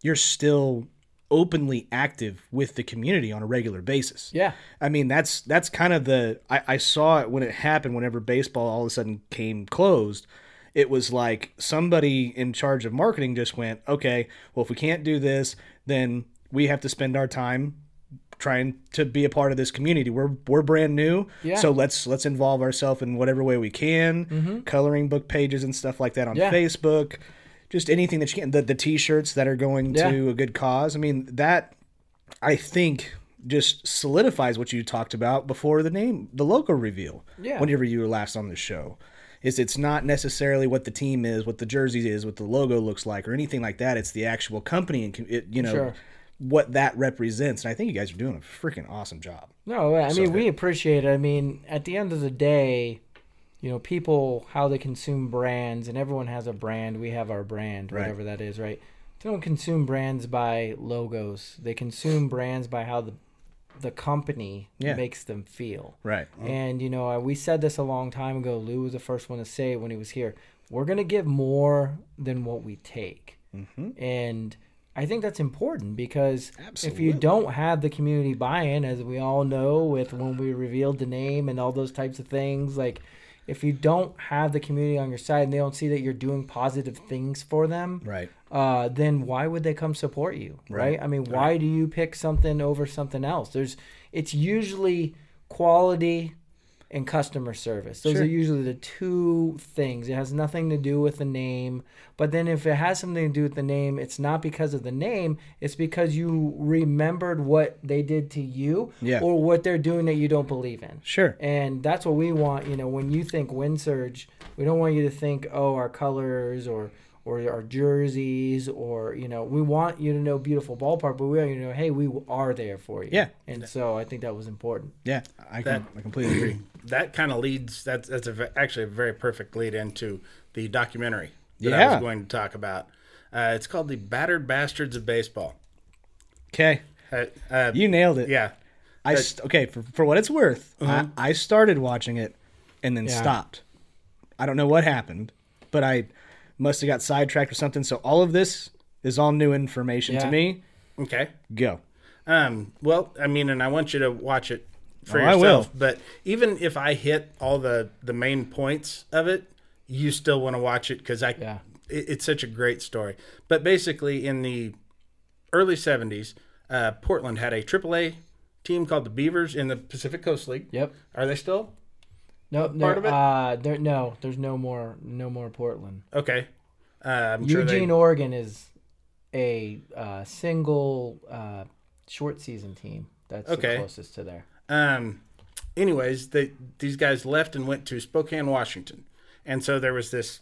[SPEAKER 1] You're still openly active with the community on a regular basis.
[SPEAKER 3] Yeah.
[SPEAKER 1] I mean, that's that's kind of the I, I saw it when it happened. Whenever baseball all of a sudden came closed, it was like somebody in charge of marketing just went, okay, well if we can't do this, then we have to spend our time trying to be a part of this community. We're we're brand new,
[SPEAKER 3] Yeah.
[SPEAKER 1] so let's let's involve ourselves in whatever way we can, coloring book pages and stuff like that on
[SPEAKER 3] Mm-hmm. Yeah.
[SPEAKER 1] Facebook. Just anything that you can, the, the t-shirts that are going to
[SPEAKER 3] Yeah.
[SPEAKER 1] a good cause. I mean, that I think just solidifies what you talked about before the name, the logo reveal.
[SPEAKER 3] Yeah.
[SPEAKER 1] Whenever you were last on the show, is it's not necessarily what the team is, what the jersey is, what the logo looks like, or anything like that. It's the actual company and it, you know
[SPEAKER 3] Sure.
[SPEAKER 1] what that represents. And I think you guys are doing a freaking awesome job.
[SPEAKER 3] No, I mean we appreciate it. I mean, at the end of the day, you know, people how they consume brands, and everyone has a brand. We have our brand, whatever that is, right? They don't consume brands by logos. They consume brands by how the the company
[SPEAKER 1] Yeah.
[SPEAKER 3] makes them feel.
[SPEAKER 1] Right.
[SPEAKER 3] And you know, I- we said this a long time ago. Lou was the first one to say it when he was here. We're gonna give more than what we take, and I think that's important because if you don't have the community buy-in, as we all know, with when we revealed the name and all those types of things, like if you don't have the community on your side and they don't see that you're doing positive things for them,
[SPEAKER 1] Right.
[SPEAKER 3] uh, then why would they come support you, right? I mean, why do you pick something over something else? There's, it's usually quality and customer service. Those are usually the two things. It has nothing to do with the name, but then if it has something to do with the name, it's not because of the name. It's because you remembered what they did to you,
[SPEAKER 1] Yeah.
[SPEAKER 3] or what they're doing that you don't believe in.
[SPEAKER 1] Sure.
[SPEAKER 3] And that's what we want, you know, when you think windsurge, we don't want you to think, oh, our colors or or our jerseys or you know, we want you to know beautiful ballpark, but we want you to know, hey, we are there for you.
[SPEAKER 1] Yeah.
[SPEAKER 3] And so I think that was important.
[SPEAKER 1] Yeah, I can, I completely agree.
[SPEAKER 2] that kind of leads that's that's a, ve- actually a very perfect lead into the documentary that I
[SPEAKER 1] Yeah.
[SPEAKER 2] was going to talk about. Uh, it's called the Battered Bastards of Baseball.
[SPEAKER 1] Okay,
[SPEAKER 2] Uh, uh,
[SPEAKER 1] you nailed it.
[SPEAKER 2] yeah,
[SPEAKER 1] I st- okay for, for what it's worth,
[SPEAKER 2] Uh-huh.
[SPEAKER 1] I, I started watching it and then stopped. I don't know what happened, but I must have got sidetracked or something. So all of this is all new information to
[SPEAKER 3] Yeah.
[SPEAKER 1] me.
[SPEAKER 2] okay.
[SPEAKER 1] Go.
[SPEAKER 2] Um, well, I mean, and I want you to watch it for
[SPEAKER 1] Oh, I
[SPEAKER 2] yourself.
[SPEAKER 1] will.
[SPEAKER 2] But even if I hit all the the main points of it, you still want to watch it because I
[SPEAKER 3] Yeah.
[SPEAKER 2] it, it's such a great story. But basically, in the early '70s, uh, Portland had a AAA team called the Beavers in the Pacific Coast League.
[SPEAKER 3] Yep.
[SPEAKER 2] Are they still
[SPEAKER 3] No,
[SPEAKER 2] Part of it?
[SPEAKER 3] Uh, there, no, there's no more, no more Portland.
[SPEAKER 2] okay? Uh, I'm sure they-
[SPEAKER 3] Eugene, Oregon is a uh, single uh, short season team. That's
[SPEAKER 2] Okay.
[SPEAKER 3] the closest to there.
[SPEAKER 2] um, anyways, they, these guys left and went to Spokane, Washington, and so there was this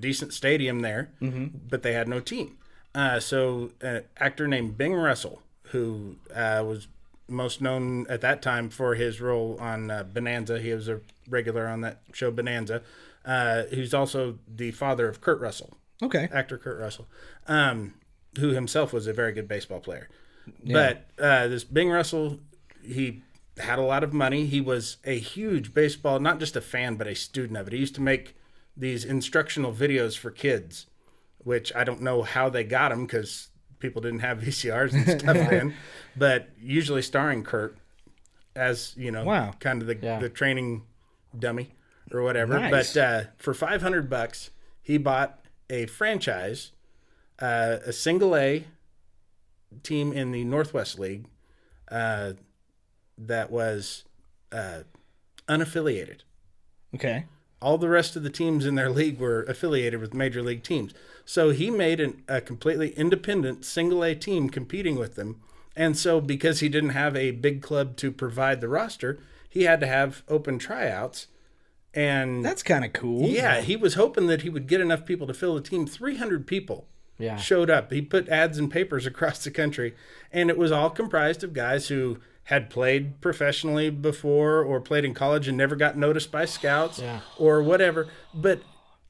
[SPEAKER 2] decent stadium there, but they had no team. Uh, so, an actor named Bing Russell, who uh, was most known at that time for his role on uh, Bonanza, he was a regular on that show Bonanza, uh, who's also the father of Kurt Russell,
[SPEAKER 1] Okay.
[SPEAKER 2] actor Kurt Russell, um, who himself was a very good baseball player. But uh, this Bing Russell, he had a lot of money. He was a huge baseball, not just a fan, but a student of it. He used to make these instructional videos for kids, which I don't know how they got them because people didn't have VCRs and stuff then. But usually starring Kurt as you know,
[SPEAKER 1] Wow.
[SPEAKER 2] kind of the,
[SPEAKER 3] Yeah.
[SPEAKER 2] the training dummy or whatever.
[SPEAKER 1] Nice.
[SPEAKER 2] But uh, for 500 bucks, he bought a franchise, uh, a single A team in the Northwest League uh, that was uh, unaffiliated.
[SPEAKER 1] Okay.
[SPEAKER 2] All the rest of the teams in their league were affiliated with major league teams. So he made an, a completely independent single A team competing with them. And so, because he didn't have a big club to provide the roster, he had to have open tryouts. And
[SPEAKER 1] That's kind of cool.
[SPEAKER 2] yeah, he was hoping that he would get enough people to fill the team. 300 people
[SPEAKER 3] Yeah.
[SPEAKER 2] showed up. He put ads in papers across the country, and it was all comprised of guys who had played professionally before or played in college and never got noticed by scouts
[SPEAKER 3] Yeah.
[SPEAKER 2] or whatever. But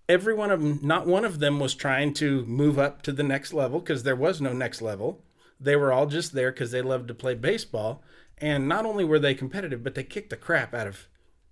[SPEAKER 2] every one of them, not one of them was trying to move up to the next level because there was no next level. They were all just there because they loved to play baseball. And not only were they competitive, but they kicked the crap out of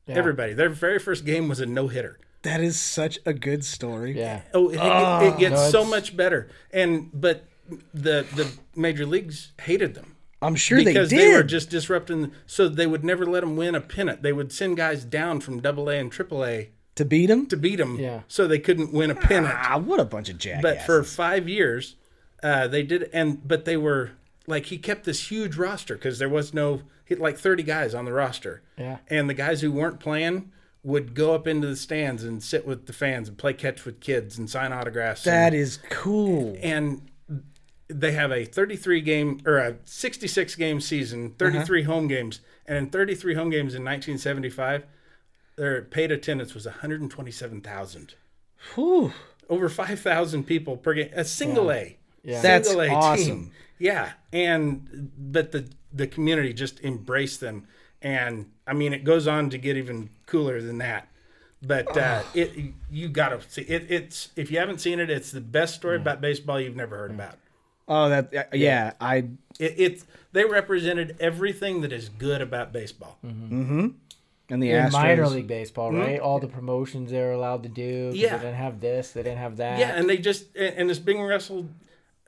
[SPEAKER 2] everybody. Their very first game was a no hitter.
[SPEAKER 1] That is such a good story.
[SPEAKER 3] Yeah.
[SPEAKER 2] Oh, it, it, it gets
[SPEAKER 3] No,
[SPEAKER 2] so
[SPEAKER 3] it's-
[SPEAKER 2] much better. And but the the major leagues hated them
[SPEAKER 1] I'm sure
[SPEAKER 2] because
[SPEAKER 1] they
[SPEAKER 2] they,
[SPEAKER 1] did.
[SPEAKER 2] were just disrupting. So they would never let them win a pennant. They would send guys down from Double A and Triple A
[SPEAKER 1] to beat him.
[SPEAKER 2] to beat them.
[SPEAKER 3] Yeah.
[SPEAKER 2] So they couldn't win a pennant.
[SPEAKER 1] ah, what a bunch of jackasses.
[SPEAKER 2] But for five years, uh, they did. And but they were like he kept this huge roster because there was no he had like thirty guys on the roster.
[SPEAKER 3] Yeah.
[SPEAKER 2] And the guys who weren't playing would go up into the stands and sit with the fans and play catch with kids and sign autographs. and-
[SPEAKER 1] that is cool.
[SPEAKER 2] and they have a 33 game or a 66 game season, 33 home games, and in 33 home games in 1975, their paid attendance was 127,000.
[SPEAKER 1] Whew.
[SPEAKER 2] Over 5,000 people per game, a single A. Yeah.
[SPEAKER 1] That's awesome.
[SPEAKER 2] Yeah, and but the the community just embraced them, and I mean it goes on to get even cooler than that. But uh, it you gotta see it. It's if you haven't seen it, it's the best story about baseball you've never heard about.
[SPEAKER 1] Oh, that uh, yeah. I
[SPEAKER 2] It, it's they represented everything that is good about baseball.
[SPEAKER 3] Mm-hmm.
[SPEAKER 1] and the
[SPEAKER 3] In
[SPEAKER 1] Astros.
[SPEAKER 3] minor league baseball, right? All the promotions they were allowed to do. 'cause
[SPEAKER 2] Yeah.
[SPEAKER 3] They didn't have this. They didn't have that.
[SPEAKER 2] Yeah, and they just and, and this Bing Russell,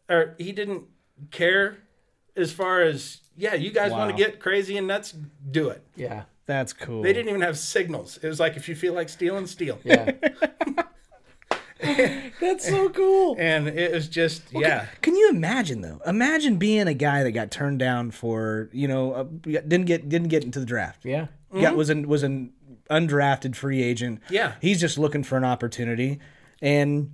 [SPEAKER 2] or he didn't care as far as yeah, you guys want to get crazy and nuts, do it.
[SPEAKER 3] Yeah.
[SPEAKER 1] That's cool.
[SPEAKER 2] They didn't even have signals. It was like if you feel like stealing, steal.
[SPEAKER 3] Yeah.
[SPEAKER 1] That's so cool.
[SPEAKER 2] and it was just yeah
[SPEAKER 1] Can you imagine though? Imagine being a guy that got turned down for you know uh, didn't get didn't get into the draft.
[SPEAKER 3] yeah.
[SPEAKER 1] Got, was an was an undrafted free agent.
[SPEAKER 2] Yeah.
[SPEAKER 1] he's just looking for an opportunity, and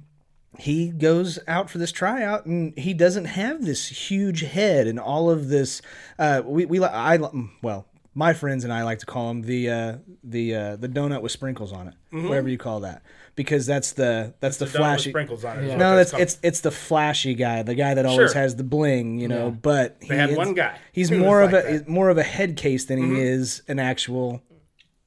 [SPEAKER 1] he goes out for this tryout, and he doesn't have this huge head and all of this. Uh, we we li- I li- well, my friends and I like to call him the uh, the uh, the donut with sprinkles on it, whatever you call that, because that's the that's, the,
[SPEAKER 2] Don't put
[SPEAKER 1] flashy.
[SPEAKER 2] sprinkles on it. is what
[SPEAKER 1] No, that's
[SPEAKER 2] called.
[SPEAKER 1] it's it's the flashy guy, the guy that always
[SPEAKER 2] Sure.
[SPEAKER 1] has the bling, you know. But he
[SPEAKER 2] had
[SPEAKER 1] is-
[SPEAKER 2] one guy
[SPEAKER 1] He's
[SPEAKER 2] who was
[SPEAKER 1] more of
[SPEAKER 2] like
[SPEAKER 1] a
[SPEAKER 2] that. Mm-hmm.
[SPEAKER 1] he's more of a head case than he is an actual,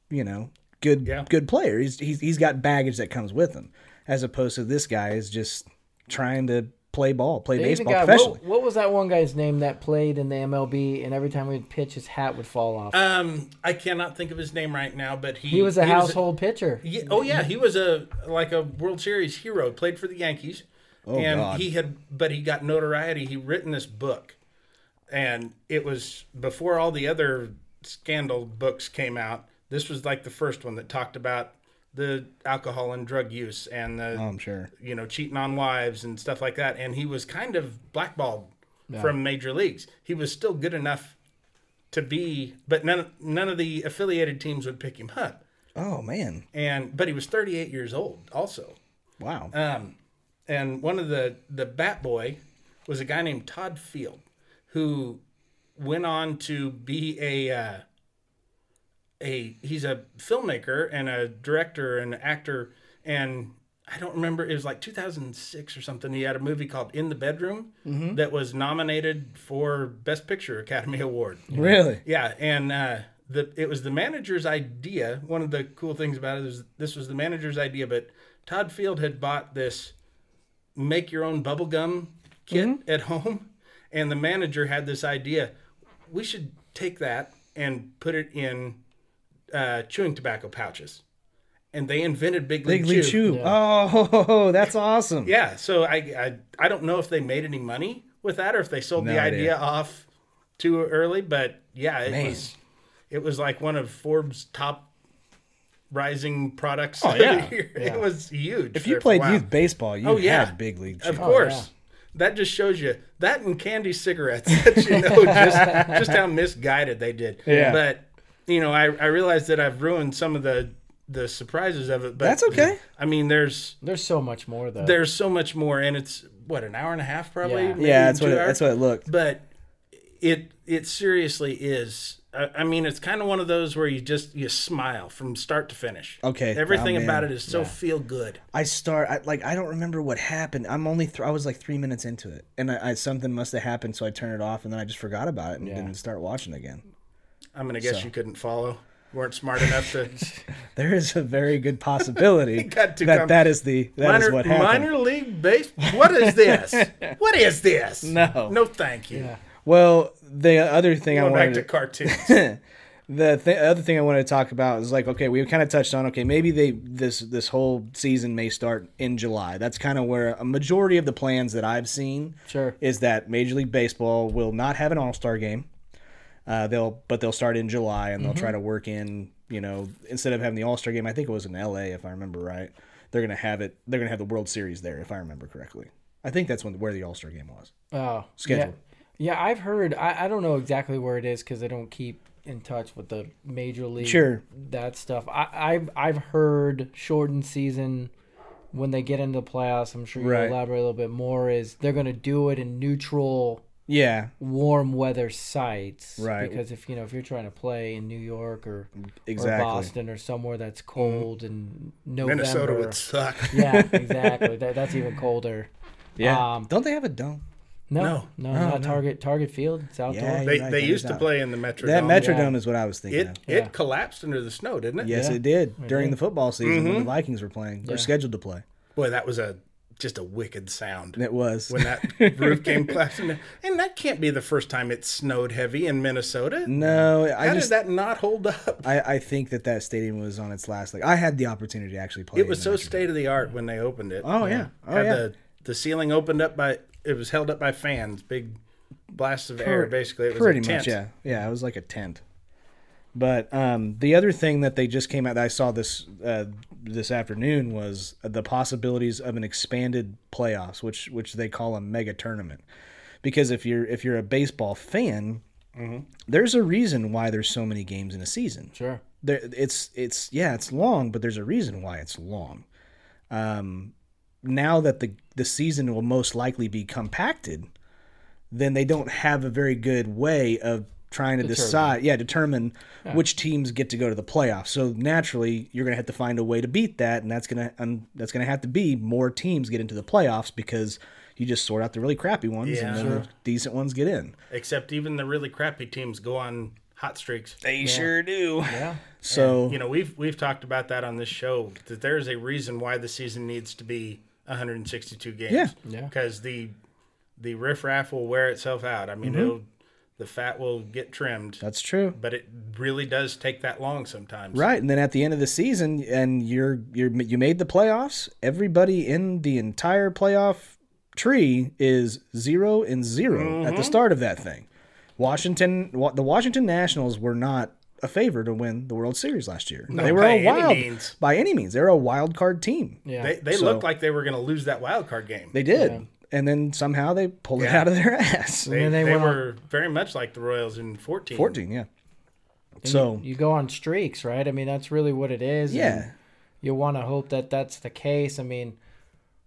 [SPEAKER 1] you know, good good player. He's, he's he's got baggage that comes with him, as opposed to this guy is just trying to play ball, play
[SPEAKER 3] They even
[SPEAKER 1] baseball
[SPEAKER 3] got-
[SPEAKER 1] professionally.
[SPEAKER 3] What, what was that one guy's name that played in the MLB and every time we'd pitch, his hat would fall off?
[SPEAKER 2] um i cannot think of his name right now but he
[SPEAKER 3] he was a household pitcher.
[SPEAKER 2] yeah, oh yeah he was a like a world series hero played for the yankees and
[SPEAKER 1] God.
[SPEAKER 2] he had but he got notoriety he written this book and it was before all the other scandal books came out this was like the first one that talked about the alcohol and drug use and the
[SPEAKER 1] I'm sure.
[SPEAKER 2] you know, cheating on wives and stuff like that. And he was kind of blackballed from major leagues. He was still good enough to be, but none none of the affiliated teams would pick him up.
[SPEAKER 1] Oh man,
[SPEAKER 2] And but he was 38 years old also.
[SPEAKER 1] wow.
[SPEAKER 2] Um, and one of the the Bat Boy was a guy named Todd Field, who went on to be a uh, a he's a filmmaker and a director and actor and I don't remember it was like 2006 or something. He had a movie called In the Bedroom that was nominated for Best Picture Academy Award.
[SPEAKER 1] Really?
[SPEAKER 2] Yeah, and uh, the it was the manager's idea. One of the cool things about it is this was the manager's idea, but Todd Field had bought this make your own bubblegum kit
[SPEAKER 1] Mm-hmm.
[SPEAKER 2] at home, and the manager had this idea: we should take that and put it in uh, chewing tobacco pouches. And they invented Big League,
[SPEAKER 1] Big League
[SPEAKER 2] Chew.
[SPEAKER 1] Chew. Oh, that's awesome.
[SPEAKER 2] Yeah, so I, I I don't know if they made any money with that or if they sold
[SPEAKER 1] No
[SPEAKER 2] the
[SPEAKER 1] idea.
[SPEAKER 2] idea off too early, but yeah, it was it was like one of Forbes' top rising products oh,
[SPEAKER 1] yeah.
[SPEAKER 2] It was huge.
[SPEAKER 1] If you
[SPEAKER 2] for-
[SPEAKER 1] played
[SPEAKER 2] wow.
[SPEAKER 1] youth baseball, you
[SPEAKER 2] Oh, yeah.
[SPEAKER 1] had Big League Chew.
[SPEAKER 2] Of course. That just shows you that and candy cigarettes. That you know just just how misguided they did.
[SPEAKER 1] Yeah.
[SPEAKER 2] But you know, I, I realize that I've ruined some of the the surprises of it. But
[SPEAKER 1] That's okay.
[SPEAKER 2] I mean there's
[SPEAKER 3] There's so much more though.
[SPEAKER 2] there's so much more and it's what an hour and a half probably
[SPEAKER 3] Yeah.
[SPEAKER 2] maybe
[SPEAKER 1] Yeah, that's what
[SPEAKER 2] two
[SPEAKER 1] it, that's
[SPEAKER 2] hours?
[SPEAKER 1] what it looked.
[SPEAKER 2] but it it seriously is I, I mean it's kind of one of those where you just you smile from start to finish
[SPEAKER 1] Okay.
[SPEAKER 2] everything
[SPEAKER 1] Oh, man.
[SPEAKER 2] about it is so feel good
[SPEAKER 1] I start I, like I don't remember what happened. I'm only th- I was like three minutes into it, and I, I something must have happened, so I turned it off, and then I just forgot about it and didn't start watching again.
[SPEAKER 2] i'm gonna guess you couldn't follow weren't smart enough to
[SPEAKER 1] There is a very good possibility
[SPEAKER 2] got too
[SPEAKER 1] that
[SPEAKER 2] com-
[SPEAKER 1] that is the that is
[SPEAKER 2] minor,
[SPEAKER 1] what happened.
[SPEAKER 2] minor league baseball what is this what is this
[SPEAKER 1] No.
[SPEAKER 2] no thank you
[SPEAKER 1] Well, the other thing I
[SPEAKER 2] going back
[SPEAKER 1] wanted
[SPEAKER 2] to
[SPEAKER 1] to
[SPEAKER 2] cartoons
[SPEAKER 1] the th- other thing I wanted to talk about is like okay, we kind of touched on okay, maybe they this this whole season may start in July. That's kind of where a majority of the plans that I've seen
[SPEAKER 3] Sure.
[SPEAKER 1] is that Major League Baseball will not have an All Star game. Uh, they'll but they'll start in July and they'll
[SPEAKER 3] Mm-hmm.
[SPEAKER 1] try to work in you know instead of having the All Star game, I think it was in L.A. if I remember right. They're gonna have it. They're gonna have the World Series there if I remember correctly. I think that's when where the All Star game was.
[SPEAKER 3] Oh,
[SPEAKER 1] Scheduled.
[SPEAKER 3] Yeah, yeah I've heard. I, I don't know exactly where it is because I don't keep in touch with the major league.
[SPEAKER 1] Sure.
[SPEAKER 3] that stuff. I, I've I've heard shortened season when they get into the playoffs. I'm sure you will
[SPEAKER 1] Right.
[SPEAKER 3] elaborate a little bit more. Is they're going to do it in neutral,
[SPEAKER 1] Yeah,
[SPEAKER 3] warm weather sites,
[SPEAKER 1] Right.
[SPEAKER 3] Because if you know if you're trying to play in New York or
[SPEAKER 1] Exactly.
[SPEAKER 3] or Boston or somewhere that's cold and November,
[SPEAKER 2] minnesota would suck
[SPEAKER 3] yeah, exactly. that, that's even colder.
[SPEAKER 1] yeah.
[SPEAKER 3] Um,
[SPEAKER 1] Don't they have a dome?
[SPEAKER 3] No,
[SPEAKER 2] No.
[SPEAKER 3] no, not Target Target Field. It's outdoor.
[SPEAKER 1] Yeah,
[SPEAKER 2] they,
[SPEAKER 1] Right,
[SPEAKER 2] they
[SPEAKER 1] that
[SPEAKER 2] used
[SPEAKER 1] is
[SPEAKER 2] to
[SPEAKER 1] out.
[SPEAKER 2] play in the metro
[SPEAKER 1] That
[SPEAKER 3] yeah.
[SPEAKER 1] Metrodome is what I was thinking. of.
[SPEAKER 2] it it collapsed under the snow didn't it
[SPEAKER 1] Yes,
[SPEAKER 3] Yeah.
[SPEAKER 1] it did during the football season when
[SPEAKER 2] Mm-hmm.
[SPEAKER 1] the Vikings were playing or scheduled to play.
[SPEAKER 2] Boy, that was a just a wicked sound
[SPEAKER 1] It was.
[SPEAKER 2] when that roof came collapsing. down. And that can't be the first time it snowed heavy in Minnesota.
[SPEAKER 1] no, I
[SPEAKER 2] How
[SPEAKER 1] just
[SPEAKER 2] did that not hold up?
[SPEAKER 1] I, I think that that stadium was on its last leg. I had the opportunity to actually play.
[SPEAKER 2] It was
[SPEAKER 1] in
[SPEAKER 2] so
[SPEAKER 1] there.
[SPEAKER 2] state of the art when they opened it.
[SPEAKER 1] Oh, yeah. Oh,
[SPEAKER 2] Had
[SPEAKER 1] yeah.
[SPEAKER 2] The, the ceiling opened up by it was held up by fans, big blasts of air. Basically, it was
[SPEAKER 1] pretty
[SPEAKER 2] a
[SPEAKER 1] much
[SPEAKER 2] tent.
[SPEAKER 1] yeah, yeah. It was like a tent. But um, the other thing that they just came out that I saw this uh, this afternoon was the possibilities of an expanded playoffs, which which they call a mega tournament. Because if you're if you're a baseball fan,
[SPEAKER 2] Mm-hmm.
[SPEAKER 1] there's a reason why there's so many games in a season.
[SPEAKER 3] Sure.
[SPEAKER 1] there it's it's yeah it's long but there's a reason why it's long um now that the the season will most likely be compacted then they don't have a very good way of trying to decide yeah determine which teams get to go to the playoffs so naturally you're going to have to find a way to beat that and that's going to um, that's going to have to be more teams get into the playoffs because you just sort out the really crappy ones
[SPEAKER 2] Yeah.
[SPEAKER 1] and then the decent ones get in
[SPEAKER 2] Except even the really crappy teams go on hot streaks.
[SPEAKER 1] they sure do
[SPEAKER 3] Yeah.
[SPEAKER 1] so
[SPEAKER 2] You know, we've we've talked about that on this show that there is a reason why the season needs to be 162 games.
[SPEAKER 1] Yeah.
[SPEAKER 3] Yeah.
[SPEAKER 2] Because the the riffraff will wear itself out. I mean, it'll the fat will get trimmed,
[SPEAKER 1] that's true
[SPEAKER 2] but it really does take that long sometimes.
[SPEAKER 1] Right, and then at the end of the season, and you're you're you made the playoffs. Everybody in the entire playoff tree is zero and 0
[SPEAKER 2] Mm-hmm.
[SPEAKER 1] at the start of that thing. Washington, wa- the Washington Nationals were not a favor to win the World Series last year. they were
[SPEAKER 2] by
[SPEAKER 1] a
[SPEAKER 2] any
[SPEAKER 1] wild
[SPEAKER 2] means.
[SPEAKER 1] by any means. They were a wild card team.
[SPEAKER 3] Yeah.
[SPEAKER 2] They they looked like they were going to lose that wild card game.
[SPEAKER 1] They did, and then somehow they pulled it out of their ass.
[SPEAKER 2] They,
[SPEAKER 3] And then they
[SPEAKER 2] they
[SPEAKER 3] went on-
[SPEAKER 2] were very much like the Royals in 14.
[SPEAKER 1] Fourteen, yeah. So
[SPEAKER 3] you go on streaks, right? I mean, that's really what it is.
[SPEAKER 1] Yeah.
[SPEAKER 3] and You want to hope that that's the case. I mean,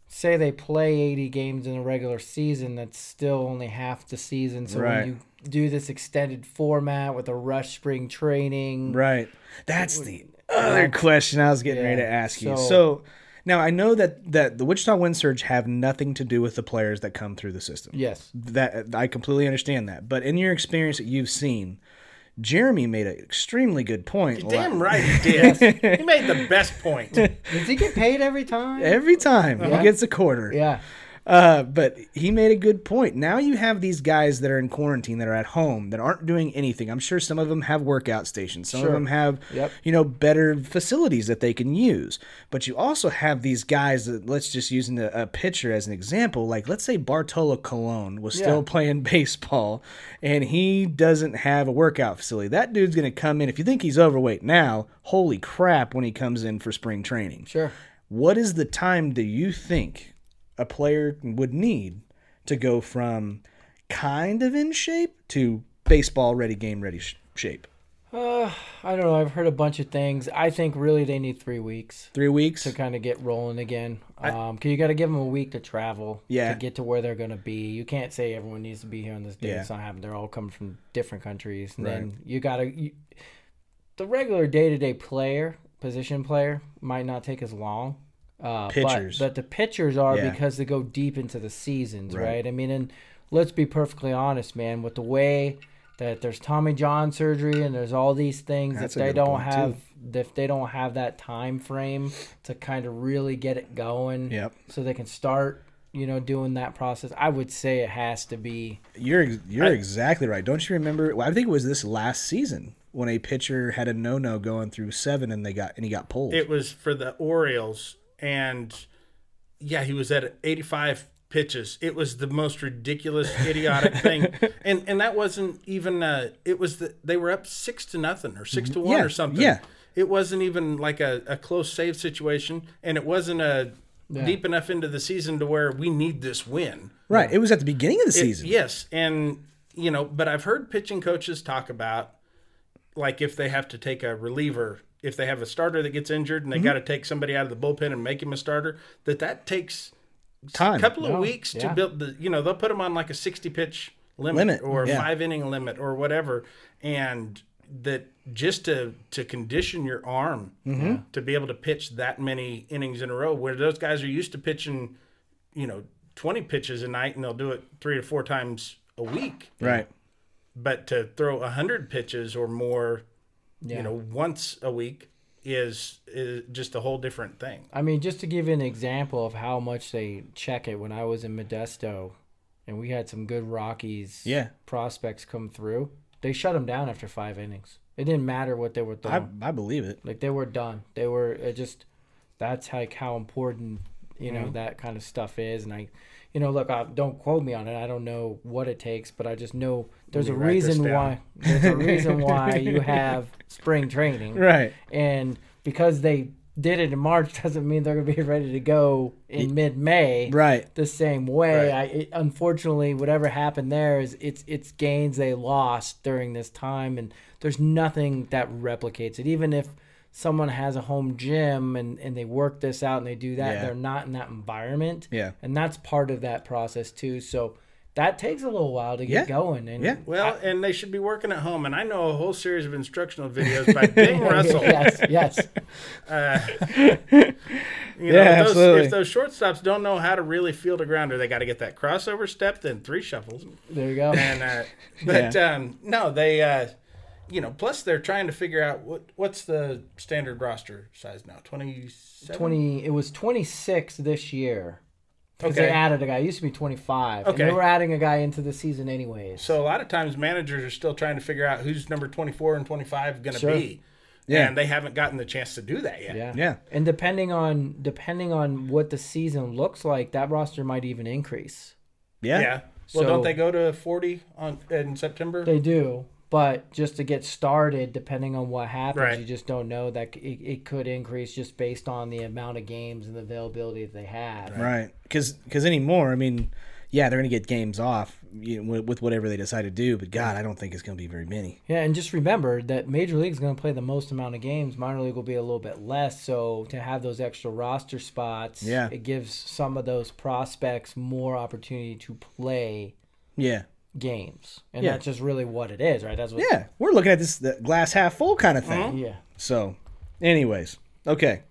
[SPEAKER 3] say they play 80 games in a regular season, that's still only half the season. So
[SPEAKER 1] Right.
[SPEAKER 3] when you do this extended format with a rush spring training,
[SPEAKER 1] Right. That's the other question I was getting ready to
[SPEAKER 3] Yeah,
[SPEAKER 1] ask you. So,
[SPEAKER 3] so-
[SPEAKER 1] now I know that that the Wichita Wind Surge have nothing to do with the players that come through the system.
[SPEAKER 3] yes,
[SPEAKER 1] That I completely understand that. But in your experience that you've seen, Jeremy made an extremely good point. la-
[SPEAKER 2] Damn right he did. he made the best point.
[SPEAKER 3] does he get paid every time?
[SPEAKER 1] Every time he gets a quarter.
[SPEAKER 3] Uh-huh. yeah,
[SPEAKER 1] Uh, but he made a good point. Now you have these guys that are in quarantine, that are at home, that aren't doing anything. I'm sure some of them have workout stations. Some of
[SPEAKER 3] Sure.
[SPEAKER 1] them have,
[SPEAKER 3] Yep.
[SPEAKER 1] you know, better facilities that they can use. But you also have these guys that, let's just use an, a pitcher as an example. Like, let's say Bartolo Colon was still
[SPEAKER 3] Yeah.
[SPEAKER 1] playing baseball and he doesn't have a workout facility. That dude's going to come in. If you think he's overweight now, holy crap when he comes in for spring training.
[SPEAKER 3] sure.
[SPEAKER 1] What is the time do you think a player would need to go from kind of in shape to baseball ready, game ready sh- shape?
[SPEAKER 3] I don't know. I've heard a bunch of things. I think really they need three weeks
[SPEAKER 1] Three weeks?
[SPEAKER 3] to kind of get rolling again. Um 'cause you got to give them a week to travel.
[SPEAKER 1] Yeah.
[SPEAKER 3] To get to where they're going to be. You can't say everyone needs to be here on this day.
[SPEAKER 1] Yeah.
[SPEAKER 3] It's not happening. They're all coming from different countries. And then you got to. The regular day to day player, position player, might not take as long. Uh,
[SPEAKER 1] Pitchers.
[SPEAKER 3] But, but the pitchers are
[SPEAKER 1] Yeah.
[SPEAKER 3] because they go deep into the seasons, right. I mean, and let's be perfectly honest, man, with the way. That there's Tommy John surgery and there's all these things
[SPEAKER 1] That's a
[SPEAKER 3] if they
[SPEAKER 1] good
[SPEAKER 3] don't
[SPEAKER 1] point, too.
[SPEAKER 3] have if they don't have that time frame to kind of really get it going
[SPEAKER 1] Yep.
[SPEAKER 3] so they can start you know doing that process i would say it has to be
[SPEAKER 1] You're ex- you're exactly right. Don't you remember? Well, I think it was this last season when a pitcher had a no no going through seven and they got and he got pulled.
[SPEAKER 2] It was for the Orioles, and yeah, he was at 85 pitches. It was the most ridiculous, idiotic thing, and and that wasn't even. Uh, it was the, they were up six to nothing or six to one
[SPEAKER 1] Mm-hmm. Yeah,
[SPEAKER 2] or something.
[SPEAKER 1] yeah.
[SPEAKER 2] it wasn't even like a, a close save situation, and it wasn't a deep enough into the season to where we need this win.
[SPEAKER 1] right. It was at the beginning of the
[SPEAKER 2] It-
[SPEAKER 1] season.
[SPEAKER 2] Yes, and you know, but I've heard pitching coaches talk about like if they have to take a reliever, if they have a starter that gets injured and they got to take somebody out of the bullpen and make him a starter, that that takes
[SPEAKER 1] Time.
[SPEAKER 2] a couple of
[SPEAKER 3] No,
[SPEAKER 2] weeks to
[SPEAKER 3] yeah.
[SPEAKER 2] build the you know, they'll put them on like a 60 pitch limit,
[SPEAKER 1] Limit,
[SPEAKER 2] or a
[SPEAKER 1] yeah.
[SPEAKER 2] 5 inning limit or whatever and that just to to condition your arm to be able to pitch that many innings in a row where those guys are used to pitching you know 20 pitches a night and they'll do it three or four times a week
[SPEAKER 1] Right.
[SPEAKER 2] but to throw 100 pitches or more
[SPEAKER 3] Yeah.
[SPEAKER 2] you know once a week is is just a whole different thing
[SPEAKER 3] i mean just to give you an example of how much they check it when i was in modesto and we had some good rockies
[SPEAKER 1] Yeah.
[SPEAKER 3] prospects come through they shut them down after five innings it didn't matter what they
[SPEAKER 1] I,
[SPEAKER 3] were throwing
[SPEAKER 1] I believe it.
[SPEAKER 3] like they were done they were it just that's like how important you
[SPEAKER 2] Mm-hmm.
[SPEAKER 3] know that kind of stuff is and i you know look I, don't quote me on it i don't know what it takes but i just know there's a
[SPEAKER 2] me write this
[SPEAKER 3] reason
[SPEAKER 2] down.
[SPEAKER 3] why there's a reason why you have spring training
[SPEAKER 1] Right.
[SPEAKER 3] and because they did it in march doesn't mean they're going to be ready to go in mid-may
[SPEAKER 1] Right.
[SPEAKER 3] the same way i it, unfortunately whatever happened there is it's it's gains they lost during this time and there's nothing that replicates it even if someone has a home gym and and they work this out and they do that
[SPEAKER 1] Yeah.
[SPEAKER 3] they're not in that environment
[SPEAKER 1] Yeah.
[SPEAKER 3] and that's part of that process too so that takes a little while to get
[SPEAKER 1] Yeah.
[SPEAKER 3] going and
[SPEAKER 1] Yeah.
[SPEAKER 2] well and they should be working at home and i know a whole series of instructional videos by bing russell
[SPEAKER 3] yes yes
[SPEAKER 2] You know,
[SPEAKER 1] Yeah,
[SPEAKER 2] if those,
[SPEAKER 1] absolutely.
[SPEAKER 2] if those shortstops don't know how to really field a grounder, they got to get that crossover step, then three shuffles.
[SPEAKER 3] there you go
[SPEAKER 2] And uh, but um, no, they, uh, you know, plus they're trying to figure out what what's the standard roster size now? Twenty seven.
[SPEAKER 3] 20 it was 26 this year because they
[SPEAKER 2] Okay.
[SPEAKER 3] added a guy it used to be 25 and
[SPEAKER 2] Okay.
[SPEAKER 3] they were adding a guy into the season anyways
[SPEAKER 2] So a lot of times managers are still trying to figure out who's number twenty four and twenty five going to
[SPEAKER 3] Sure.
[SPEAKER 2] be.
[SPEAKER 1] Yeah.
[SPEAKER 2] And they haven't gotten the chance to do that yet.
[SPEAKER 3] yeah
[SPEAKER 1] Yeah.
[SPEAKER 3] and depending on depending on what the season looks like that roster might even increase
[SPEAKER 1] Yeah.
[SPEAKER 2] Yeah. Well,
[SPEAKER 3] So-
[SPEAKER 2] don't they go to forty on in September?
[SPEAKER 3] they do but just to get started depending on what happens
[SPEAKER 2] Right.
[SPEAKER 3] you just don't know that c- it, it could increase just based on the amount of games and the availability that they have
[SPEAKER 1] Right. Because anymore, I mean, yeah, they're going to get games off you know, with with whatever they decide to do. But God, I don't think it's going to be very many.
[SPEAKER 3] Yeah, and just remember that Major League's going to play the most amount of games. Minor League will be a little bit less. So to have those extra roster spots,
[SPEAKER 1] Yeah.
[SPEAKER 3] it gives some of those prospects more opportunity to play
[SPEAKER 1] Yeah,
[SPEAKER 3] games, and
[SPEAKER 1] Yeah.
[SPEAKER 3] that's just really what it is, right? That's what.
[SPEAKER 1] yeah, we're looking at this the glass half full kind of thing.
[SPEAKER 3] Yeah.
[SPEAKER 1] So, anyways, okay.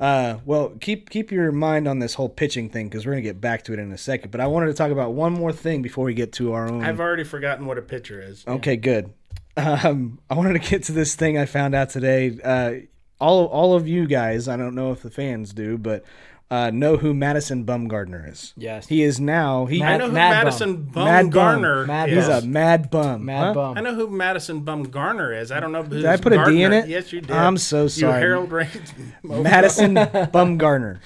[SPEAKER 1] Uh, well, keep keep your mind on this whole pitching thing because we're gonna get back to it in a second. But I wanted to talk about one more thing before we get to our own.
[SPEAKER 2] I've already forgotten what a pitcher is.
[SPEAKER 1] Okay, good. Um, I wanted to get to this thing I found out today. Uh, all all of you guys, I don't know if the fans do, but uh, know who Madison Bumgardner is.
[SPEAKER 3] Yes.
[SPEAKER 1] he is now. He
[SPEAKER 2] I
[SPEAKER 3] Mad-
[SPEAKER 2] know who
[SPEAKER 3] Mad Bum.
[SPEAKER 2] Madison
[SPEAKER 1] Mad
[SPEAKER 2] Bum
[SPEAKER 1] Bum.
[SPEAKER 2] Garner
[SPEAKER 3] Mad
[SPEAKER 2] is.
[SPEAKER 1] he's a mad bum.
[SPEAKER 3] Mad
[SPEAKER 1] huh?
[SPEAKER 3] bum.
[SPEAKER 2] I know who Madison Bum Garner is. I don't know who.
[SPEAKER 1] Did I put a D in it?
[SPEAKER 2] Yes, you did.
[SPEAKER 1] I'm so sorry.
[SPEAKER 2] You Harold Rain.
[SPEAKER 1] Madison Bumgarner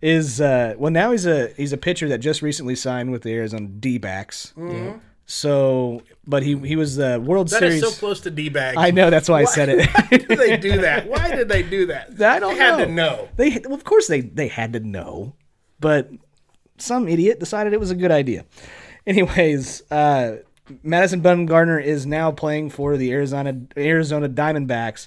[SPEAKER 1] is uh, well now he's a he's a pitcher that just recently signed with the Arizona D-backs. So, but he he was the World
[SPEAKER 2] Mm-hmm. That is
[SPEAKER 1] Series.
[SPEAKER 2] so close to D bag.
[SPEAKER 1] I know that's why I said it.
[SPEAKER 2] Why did they do that? Why did they do that?
[SPEAKER 1] I don't
[SPEAKER 2] they had
[SPEAKER 1] know.
[SPEAKER 2] to know.
[SPEAKER 1] They well, of course they they had to know, but some idiot decided it was a good idea. Anyways, uh, Madison Bumgarner is now playing for the Arizona Arizona Diamondbacks.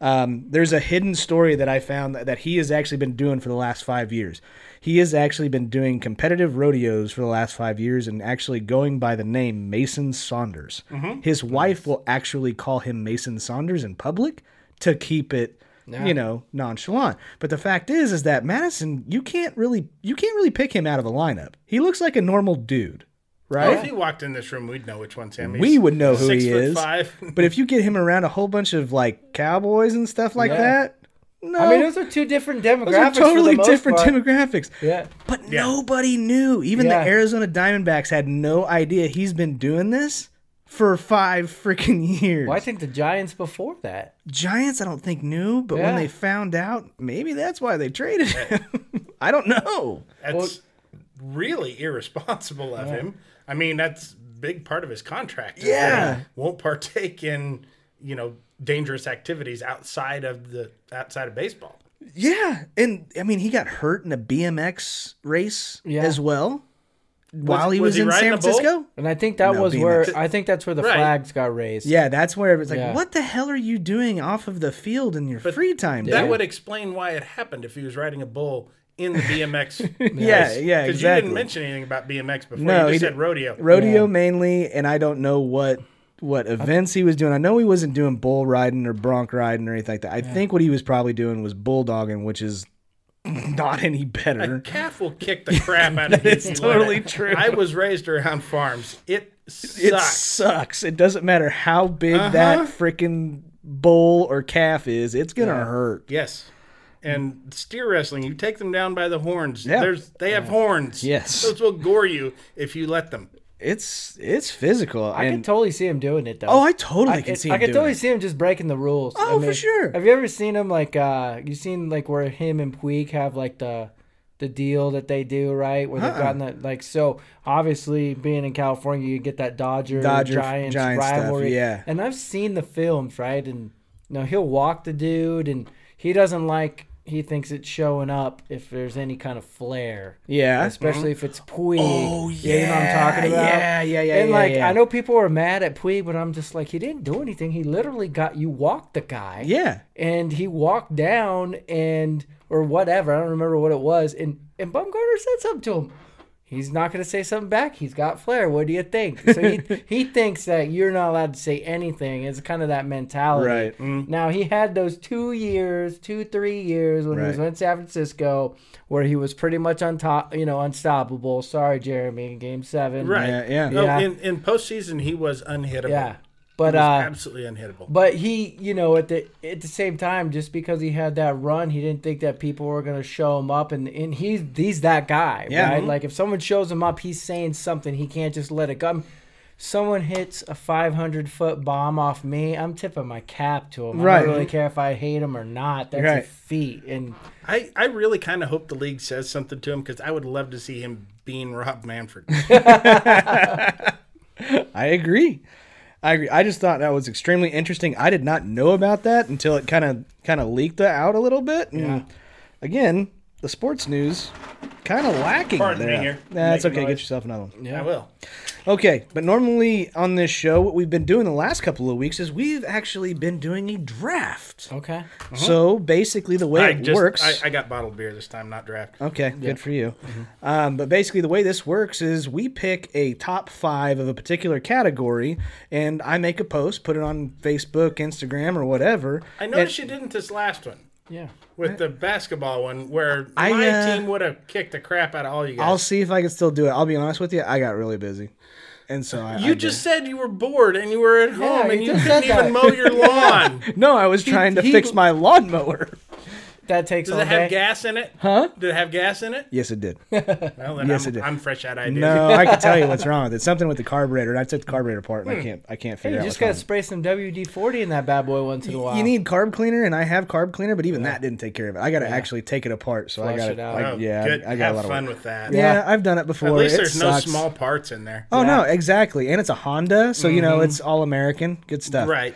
[SPEAKER 1] Um, there's a hidden story that I found that, that he has actually been doing for the last five years. He has actually been doing competitive rodeos for the last five years and actually going by the name Mason Saunders. His wife will actually call him Mason Saunders in public to keep it you know nonchalant but the fact is is that madison you can't really you can't really pick him out of a lineup he looks like a normal dude
[SPEAKER 2] If
[SPEAKER 1] right
[SPEAKER 2] he walked in this room, we'd know which one's him.
[SPEAKER 1] we
[SPEAKER 2] He's
[SPEAKER 1] would know who
[SPEAKER 2] six
[SPEAKER 1] he
[SPEAKER 2] foot
[SPEAKER 1] is
[SPEAKER 2] Five.
[SPEAKER 1] but if you get him around a whole bunch of like cowboys and stuff like that no
[SPEAKER 3] I mean, those are two different demographics.
[SPEAKER 1] those are
[SPEAKER 3] for the
[SPEAKER 1] totally
[SPEAKER 3] most
[SPEAKER 1] different
[SPEAKER 3] part.
[SPEAKER 1] demographics
[SPEAKER 3] Yeah.
[SPEAKER 1] but nobody knew even
[SPEAKER 3] Yeah.
[SPEAKER 1] the arizona diamondbacks had no idea he's been doing this for five freaking years
[SPEAKER 3] Well, I think the Giants before that.
[SPEAKER 1] Giants, I don't think knew, but when
[SPEAKER 3] Yeah.
[SPEAKER 1] they found out, maybe that's why they traded him. I don't know.
[SPEAKER 2] That's really irresponsible of him. I mean, that's a big part of his contract. is that
[SPEAKER 1] Yeah.
[SPEAKER 2] he Won't partake in, you know, dangerous activities outside of the outside of baseball.
[SPEAKER 1] Yeah, and I mean, he got hurt in a BMX race
[SPEAKER 3] Yeah.
[SPEAKER 1] as well while he
[SPEAKER 2] was
[SPEAKER 1] was,
[SPEAKER 2] he
[SPEAKER 1] in
[SPEAKER 2] riding
[SPEAKER 1] San
[SPEAKER 2] a bull?
[SPEAKER 1] Francisco.
[SPEAKER 3] And I think that
[SPEAKER 1] No,
[SPEAKER 3] was
[SPEAKER 1] BMX.
[SPEAKER 3] where I think that's where the
[SPEAKER 2] Right.
[SPEAKER 3] flags got raised.
[SPEAKER 1] Yeah, that's where it was like,
[SPEAKER 3] Yeah.
[SPEAKER 1] what the hell are you doing off of the field in your free time?
[SPEAKER 2] That
[SPEAKER 1] dude?"
[SPEAKER 2] would explain why it happened if he was riding a bull in the BMX.
[SPEAKER 1] yeah, yeah,
[SPEAKER 2] Because
[SPEAKER 1] exactly.
[SPEAKER 2] you didn't mention anything about BMX before.
[SPEAKER 1] No,
[SPEAKER 2] you
[SPEAKER 1] he
[SPEAKER 2] just said
[SPEAKER 1] didn't.
[SPEAKER 2] rodeo.
[SPEAKER 1] rodeo mainly, and I don't know what what events he was doing. I know he wasn't doing bull riding or bronc riding or anything like that. I think what he was probably doing was bulldogging, which is not any better.
[SPEAKER 2] Calf will kick the crap out of you.
[SPEAKER 1] is
[SPEAKER 2] if you let
[SPEAKER 1] totally
[SPEAKER 2] it.
[SPEAKER 1] true.
[SPEAKER 2] I was raised around farms. It
[SPEAKER 1] It
[SPEAKER 2] sucks. Uh-huh.
[SPEAKER 1] sucks. It doesn't matter how big that freaking bull or calf is. It's gonna hurt.
[SPEAKER 2] Yes. And steer wrestling, you take them down by the horns.
[SPEAKER 1] Yeah.
[SPEAKER 2] There's they have horns.
[SPEAKER 1] Yes.
[SPEAKER 2] Those will gore you if you let them.
[SPEAKER 1] It's it's physical.
[SPEAKER 3] I
[SPEAKER 1] and,
[SPEAKER 3] can totally see him doing it though.
[SPEAKER 1] oh, I totally can see.
[SPEAKER 3] I
[SPEAKER 1] him
[SPEAKER 3] can
[SPEAKER 1] doing
[SPEAKER 3] totally
[SPEAKER 1] it.
[SPEAKER 3] see him just breaking the rules. I
[SPEAKER 1] Oh, for sure.
[SPEAKER 3] Have you ever seen him like uh you seen like where him and Puig have like the the deal that they do, right? Where they've gotten that like so obviously being in California you get that Dodger,
[SPEAKER 1] Dodger,
[SPEAKER 3] Giants
[SPEAKER 1] Giant stuff,
[SPEAKER 3] rivalry.
[SPEAKER 1] yeah.
[SPEAKER 3] And I've seen the films, right? And you know, he'll walk the dude and he doesn't like he thinks it's showing up if there's any kind of flair.
[SPEAKER 1] Yeah.
[SPEAKER 3] Especially if it's Puig.
[SPEAKER 1] Oh,
[SPEAKER 3] You know what I'm talking
[SPEAKER 1] yeah,
[SPEAKER 3] about?
[SPEAKER 1] yeah, yeah, yeah,
[SPEAKER 3] And
[SPEAKER 1] yeah,
[SPEAKER 3] like
[SPEAKER 1] yeah.
[SPEAKER 3] I know know people are mad at Puig, but I'm just like, he didn't do anything. He literally got you walked the guy.
[SPEAKER 1] Yeah.
[SPEAKER 3] And he walked down and or whatever. I don't remember what it was. And and Bumgarner said something to him. He's not gonna say something back. He's got flair. What do you think? So he he thinks that you're not allowed to say anything. It's kind of that mentality.
[SPEAKER 1] Right. mm-hmm.
[SPEAKER 3] Now he had those two years, two three years when he was
[SPEAKER 1] Right.
[SPEAKER 3] in San Francisco, where he was pretty much on top, you know, unstoppable. Sorry, Jeremy, in Game Seven.
[SPEAKER 2] Right.
[SPEAKER 1] Yeah, yeah.
[SPEAKER 2] No,
[SPEAKER 3] Yeah.
[SPEAKER 2] In in postseason he was unhittable.
[SPEAKER 3] Yeah. But uh,
[SPEAKER 2] Absolutely unhittable.
[SPEAKER 3] But he, you know, at the at the same time, just because he had that run, he didn't think that people were gonna show him up, and and he's he's that guy,
[SPEAKER 1] Yeah.
[SPEAKER 3] right? Like if someone shows him up, he's saying something. He can't just let it go. I mean, someone hits a 500 foot bomb off me, I'm tipping my cap to him. I
[SPEAKER 1] Right.
[SPEAKER 3] don't really care if I hate him or not. That's a
[SPEAKER 1] Right.
[SPEAKER 3] feat, and
[SPEAKER 2] I, I really kind of hope the league says something to him because I would love to see him being Rob Manfred.
[SPEAKER 1] I agree. I agree. I just thought that was extremely interesting. I did not know about that until it kind of kind of leaked out a little bit. And Again, the sports news kind of lacking
[SPEAKER 2] Pardon me
[SPEAKER 1] there.
[SPEAKER 2] here.
[SPEAKER 1] Nah, it's okay.
[SPEAKER 2] Making
[SPEAKER 1] Get
[SPEAKER 2] noise.
[SPEAKER 1] yourself another one.
[SPEAKER 2] I will.
[SPEAKER 1] Okay, but normally on this show, what we've been doing the last couple of weeks is we've actually been doing a draft.
[SPEAKER 3] Okay.
[SPEAKER 1] So basically, the way
[SPEAKER 2] I
[SPEAKER 1] it
[SPEAKER 2] just
[SPEAKER 1] works. Uh,
[SPEAKER 2] I, I got bottled beer this time, not draft.
[SPEAKER 1] Okay, good for you.
[SPEAKER 3] Mm-hmm.
[SPEAKER 1] Um, but basically, the way this works is we pick a top five of a particular category, and I make a post, put it on Facebook, Instagram, or whatever.
[SPEAKER 2] I noticed you didn't this last one
[SPEAKER 3] Yeah.
[SPEAKER 2] with the basketball one, where
[SPEAKER 1] I,
[SPEAKER 2] my
[SPEAKER 1] uh,
[SPEAKER 2] team would have kicked the crap out of all you guys.
[SPEAKER 1] I'll see if I can still do it. I'll be honest with you, I got really busy, and so I, I
[SPEAKER 2] you
[SPEAKER 1] did-
[SPEAKER 2] just said you were bored and you were at home and
[SPEAKER 3] he
[SPEAKER 2] you
[SPEAKER 3] just said
[SPEAKER 2] couldn't even
[SPEAKER 3] that.
[SPEAKER 2] mow your lawn.
[SPEAKER 1] no, I was trying to
[SPEAKER 3] he-
[SPEAKER 1] fix my lawnmower.
[SPEAKER 3] That takes
[SPEAKER 2] Does
[SPEAKER 3] all
[SPEAKER 2] it have
[SPEAKER 3] day.
[SPEAKER 2] gas in it? Huh? Did it have gas in it?
[SPEAKER 1] Yes, it did.
[SPEAKER 2] Well, then
[SPEAKER 1] Yes,
[SPEAKER 2] I'm,
[SPEAKER 1] it did.
[SPEAKER 2] I'm fresh out idea.
[SPEAKER 1] No, I can tell you what's wrong with it. Something with the carburetor. and I took the carburetor apart, and I can't. I can't figure
[SPEAKER 3] Hmm. You
[SPEAKER 1] out.
[SPEAKER 3] just
[SPEAKER 1] what's
[SPEAKER 3] gotta spray some WD forty in that bad boy once in a
[SPEAKER 1] wrong.
[SPEAKER 3] while.
[SPEAKER 1] You need carb cleaner, and I have carb cleaner, but even that didn't take care of it. I got to actually take it apart, so I
[SPEAKER 3] Flush
[SPEAKER 1] got
[SPEAKER 3] it out.
[SPEAKER 2] Oh,
[SPEAKER 1] yeah,
[SPEAKER 2] good.
[SPEAKER 1] I, I got
[SPEAKER 2] have
[SPEAKER 1] a lot
[SPEAKER 2] fun
[SPEAKER 1] of. Work.
[SPEAKER 2] with that.
[SPEAKER 1] Yeah, I've done it
[SPEAKER 2] At
[SPEAKER 1] before. It
[SPEAKER 2] least there's
[SPEAKER 1] sucks.
[SPEAKER 2] no small parts in there.
[SPEAKER 1] Oh no, exactly, and it's a Honda, so you know it's all American, good stuff.
[SPEAKER 2] Mm-hmm. Right.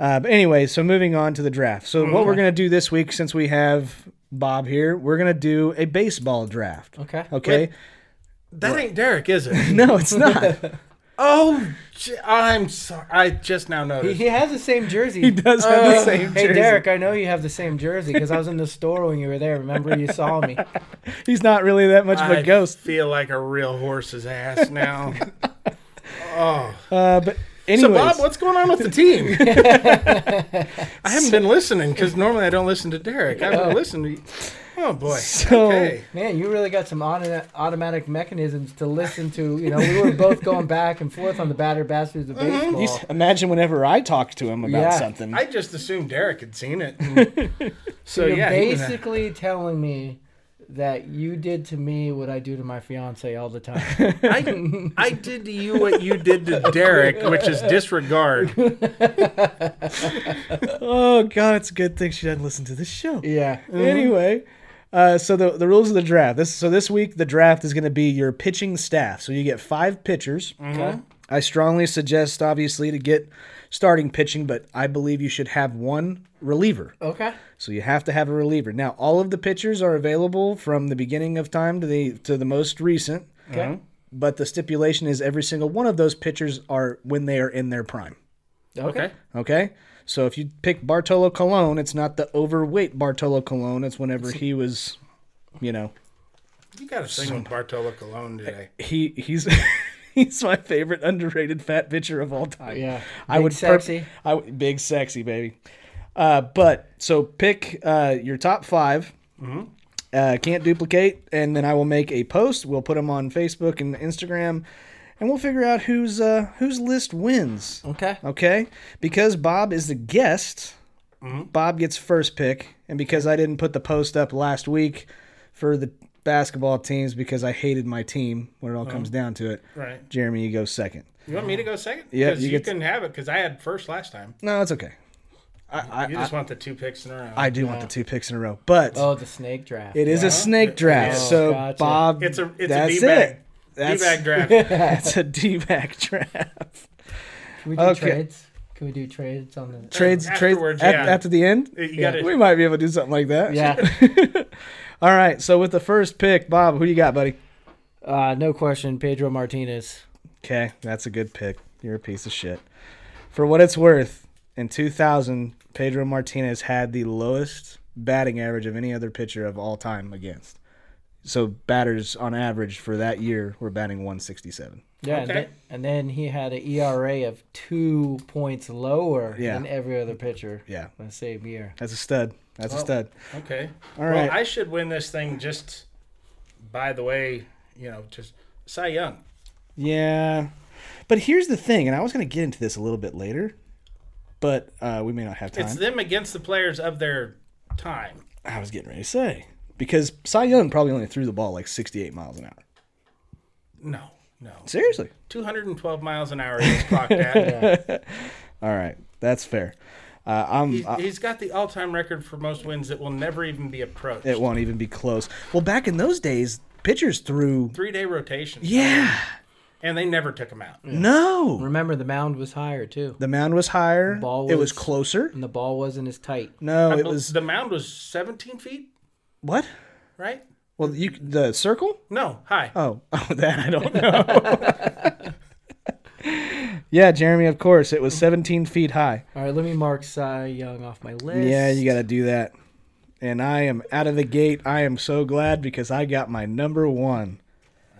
[SPEAKER 1] Uh, but anyway, so moving on to the draft. So what we're gonna do this week, since we have Bob here, we're gonna do a baseball draft.
[SPEAKER 3] Okay.
[SPEAKER 1] Okay.
[SPEAKER 2] That ain't Derek, is it?
[SPEAKER 1] No, it's not.
[SPEAKER 2] oh, j- I'm sorry. I just now
[SPEAKER 3] He,
[SPEAKER 2] noticed.
[SPEAKER 3] he has the same jersey. Uh,
[SPEAKER 1] he does have the same
[SPEAKER 3] Hey
[SPEAKER 1] jersey.
[SPEAKER 3] Derek, I know you have the same jersey because I was in the store when you were there. Remember you saw me?
[SPEAKER 1] He's not really that much of
[SPEAKER 2] I
[SPEAKER 1] a ghost.
[SPEAKER 2] feel like a real horse's ass now.
[SPEAKER 1] Uh, but
[SPEAKER 2] so,
[SPEAKER 1] anyways,
[SPEAKER 2] Bob, what's going on with the team? I haven't been listening because normally I don't listen to Derek. I haven't listened to you. Oh, boy.
[SPEAKER 1] So-
[SPEAKER 2] okay.
[SPEAKER 3] Man, you really got some auto- automatic mechanisms to listen to. You know, we were both going back and forth on the batter bastards of baseball.
[SPEAKER 1] Mm-hmm. you s- imagine whenever I talk to him about
[SPEAKER 3] Yeah.
[SPEAKER 1] something.
[SPEAKER 2] I just assumed Derek had seen it. and- so,
[SPEAKER 3] You're
[SPEAKER 2] yeah.
[SPEAKER 1] uh,
[SPEAKER 2] he was-
[SPEAKER 3] basically telling me that you did to me what I do to my fiance all the time.
[SPEAKER 2] I, I did to you what you did to Derek, which is disregard.
[SPEAKER 1] oh God, it's a good thing she doesn't listen to this show.
[SPEAKER 3] yeah.
[SPEAKER 1] Mm. Anyway, uh, so the the rules of the draft. This so this week the draft is going to be your pitching staff. So you get five pitchers.
[SPEAKER 3] Okay.
[SPEAKER 1] I strongly suggest, obviously, to get starting pitching, but I believe you should have one reliever.
[SPEAKER 3] Okay.
[SPEAKER 1] So you have to have a reliever. Now, all of the pitchers are available from the beginning of time to the to the most recent,
[SPEAKER 3] Okay.
[SPEAKER 1] but the stipulation is every single one of those pitchers are when they are in their prime.
[SPEAKER 3] Okay.
[SPEAKER 2] Okay.
[SPEAKER 1] Okay. So if you pick Bartolo Colon, it's not the overweight Bartolo Colon. It's whenever he was, you know,
[SPEAKER 2] You got to sing with Bartolo Colon today.
[SPEAKER 1] he he's he's my favorite underrated fat pitcher of all time.
[SPEAKER 3] Yeah.
[SPEAKER 1] I
[SPEAKER 3] Big
[SPEAKER 1] would perp-
[SPEAKER 3] sexy.
[SPEAKER 1] I would- big sexy baby. Uh, but so pick uh, your top 5
[SPEAKER 3] Mm-hmm.
[SPEAKER 1] Uh, can't duplicate, and then I will make a post. We'll put them on Facebook and Instagram, and we'll figure out whose uh, whose list wins.
[SPEAKER 3] Okay.
[SPEAKER 1] Okay, because Bob is the guest,
[SPEAKER 2] Mm-hmm.
[SPEAKER 1] Bob gets first pick, and because I didn't put the post up last week for the basketball teams because I hated my team when it all comes down to it.
[SPEAKER 2] Oh. Right.
[SPEAKER 1] Jeremy, you go second.
[SPEAKER 2] You want me to go second?
[SPEAKER 1] Yeah,
[SPEAKER 2] Because
[SPEAKER 1] you
[SPEAKER 2] you,
[SPEAKER 1] get to-
[SPEAKER 2] couldn't have it because I had first last time.
[SPEAKER 1] No, it's okay.
[SPEAKER 2] You just want the two picks in a row.
[SPEAKER 1] I do want the two picks in a row, but
[SPEAKER 3] Oh, the snake draft.
[SPEAKER 1] it is a snake draft.
[SPEAKER 3] is.
[SPEAKER 1] so
[SPEAKER 3] Gotcha.
[SPEAKER 1] Bob,
[SPEAKER 2] It's a it's
[SPEAKER 1] that's
[SPEAKER 2] a D-bag.
[SPEAKER 1] it. That's,
[SPEAKER 2] D-bag draft.
[SPEAKER 1] that's a D-bag draft.
[SPEAKER 3] Can we do
[SPEAKER 1] Okay.
[SPEAKER 3] trades? Can we do trades on the
[SPEAKER 1] Trades,
[SPEAKER 2] Afterwards,
[SPEAKER 1] trades at-
[SPEAKER 2] yeah.
[SPEAKER 1] after the end.
[SPEAKER 2] You gotta-
[SPEAKER 1] we might be able to do something like that.
[SPEAKER 3] Yeah.
[SPEAKER 1] All right. So with the first pick, Bob, who do you got, buddy?
[SPEAKER 3] Uh, no question, Pedro Martinez.
[SPEAKER 1] Okay, that's a good pick. You're a piece of shit. For what it's worth, in 2000, Pedro Martinez had the lowest batting average of any other pitcher of all time against. So batters on average for that year were batting 167.
[SPEAKER 3] Yeah, and,
[SPEAKER 2] Okay.
[SPEAKER 3] then, and then he had an ERA of two points lower
[SPEAKER 1] Yeah.
[SPEAKER 3] than every other pitcher.
[SPEAKER 1] Yeah.
[SPEAKER 3] the same year.
[SPEAKER 1] That's a stud. That's a stud.
[SPEAKER 2] Okay. All
[SPEAKER 1] right.
[SPEAKER 2] Well, I should win this thing just by the way, you know, just Cy Young.
[SPEAKER 1] Yeah. But here's the thing, and I was going to get into this a little bit later, but uh, we may not have time.
[SPEAKER 2] It's them against the players of their time.
[SPEAKER 1] I was getting ready to say. Because Cy Young probably only threw the ball like 68 miles an hour.
[SPEAKER 2] No, no.
[SPEAKER 1] Seriously.
[SPEAKER 2] 212 miles an hour is clocked at.
[SPEAKER 1] All right. That's fair. Uh, I'm,
[SPEAKER 2] He's- he's got the all-time record for most wins that will never even be approached.
[SPEAKER 1] it won't even be close. Well, back in those days, pitchers threw.
[SPEAKER 2] Three-day rotation.
[SPEAKER 1] Yeah.
[SPEAKER 2] And they never took him out.
[SPEAKER 1] No.
[SPEAKER 3] Remember, the mound was higher too,
[SPEAKER 1] The mound was higher.
[SPEAKER 3] Ball
[SPEAKER 1] it was
[SPEAKER 3] was-
[SPEAKER 1] closer.
[SPEAKER 3] and the ball wasn't as tight.
[SPEAKER 1] No,
[SPEAKER 2] I
[SPEAKER 1] it
[SPEAKER 2] bel-
[SPEAKER 1] was
[SPEAKER 2] the mound was 17 feet,
[SPEAKER 1] what?
[SPEAKER 2] right?
[SPEAKER 1] Well, you the circle?
[SPEAKER 2] No, hi.
[SPEAKER 1] Oh, oh, that I don't know. yeah, Jeremy. Of course, it was 17 feet high.
[SPEAKER 3] All right, let me mark Cy Young off my list.
[SPEAKER 1] Yeah, you got to do that. And I am out of the gate. I am so glad because I got my number one.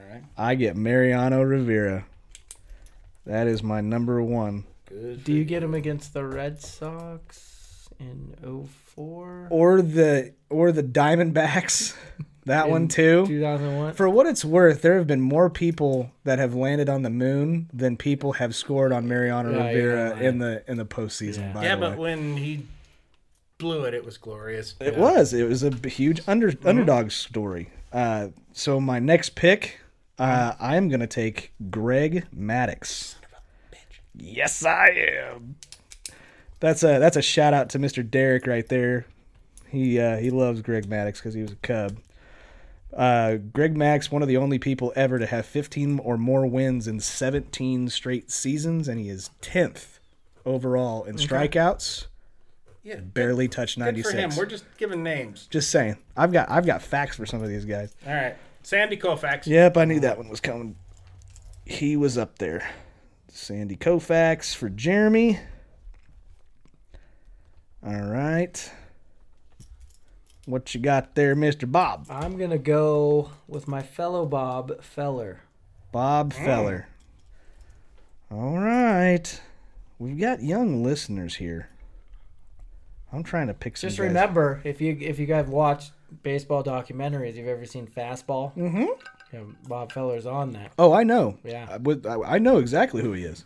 [SPEAKER 2] right.
[SPEAKER 1] I get Mariano Rivera. That is my number one.
[SPEAKER 3] Do you get him against the Red Sox in 04?
[SPEAKER 1] Or the or the Diamondbacks. That one too.
[SPEAKER 3] 2001?
[SPEAKER 1] For what it's worth, there have been more people that have landed on the moon than people have scored on Mariano
[SPEAKER 3] Yeah, you're
[SPEAKER 1] Rivera
[SPEAKER 3] right.
[SPEAKER 1] in the in the postseason. By
[SPEAKER 2] yeah,
[SPEAKER 1] the
[SPEAKER 2] but
[SPEAKER 1] way.
[SPEAKER 2] when he blew it, it was glorious.
[SPEAKER 1] It was. It was a b- huge under
[SPEAKER 2] Mm-hmm.
[SPEAKER 1] underdog story. Uh, so my next pick, uh,
[SPEAKER 2] Mm-hmm.
[SPEAKER 1] I am gonna take Greg Maddox. Yes, I am. That's a that's a shout out to Mr. Derek right there. He uh, he loves Greg Maddox because he was a Cub. Uh, Greg Maddox, one of the only people ever to have 15 or more wins in 17 straight seasons, and he is 10th overall in strikeouts.
[SPEAKER 2] Yeah,
[SPEAKER 1] Barely touched
[SPEAKER 2] good
[SPEAKER 1] 96.
[SPEAKER 2] for him. We're just giving names.
[SPEAKER 1] Just saying. I've got I've got facts for some of these guys.
[SPEAKER 2] All right, Sandy Koufax.
[SPEAKER 1] Yep, I knew that one was coming. He was up there. Sandy Koufax for Jeremy. All right. What you got there, Mr. Bob?
[SPEAKER 3] I'm going to go with my fellow Bob Feller.
[SPEAKER 1] Bob Feller. All right. We've got young listeners here. I'm trying to pick some
[SPEAKER 3] Just
[SPEAKER 1] guys.
[SPEAKER 3] remember, if you if you guys watch baseball documentaries, you've ever seen Fastball? Mm-hmm. Yeah, Bob Feller's on that.
[SPEAKER 1] Oh, I know.
[SPEAKER 3] Yeah.
[SPEAKER 1] I, would- I I know exactly who he is.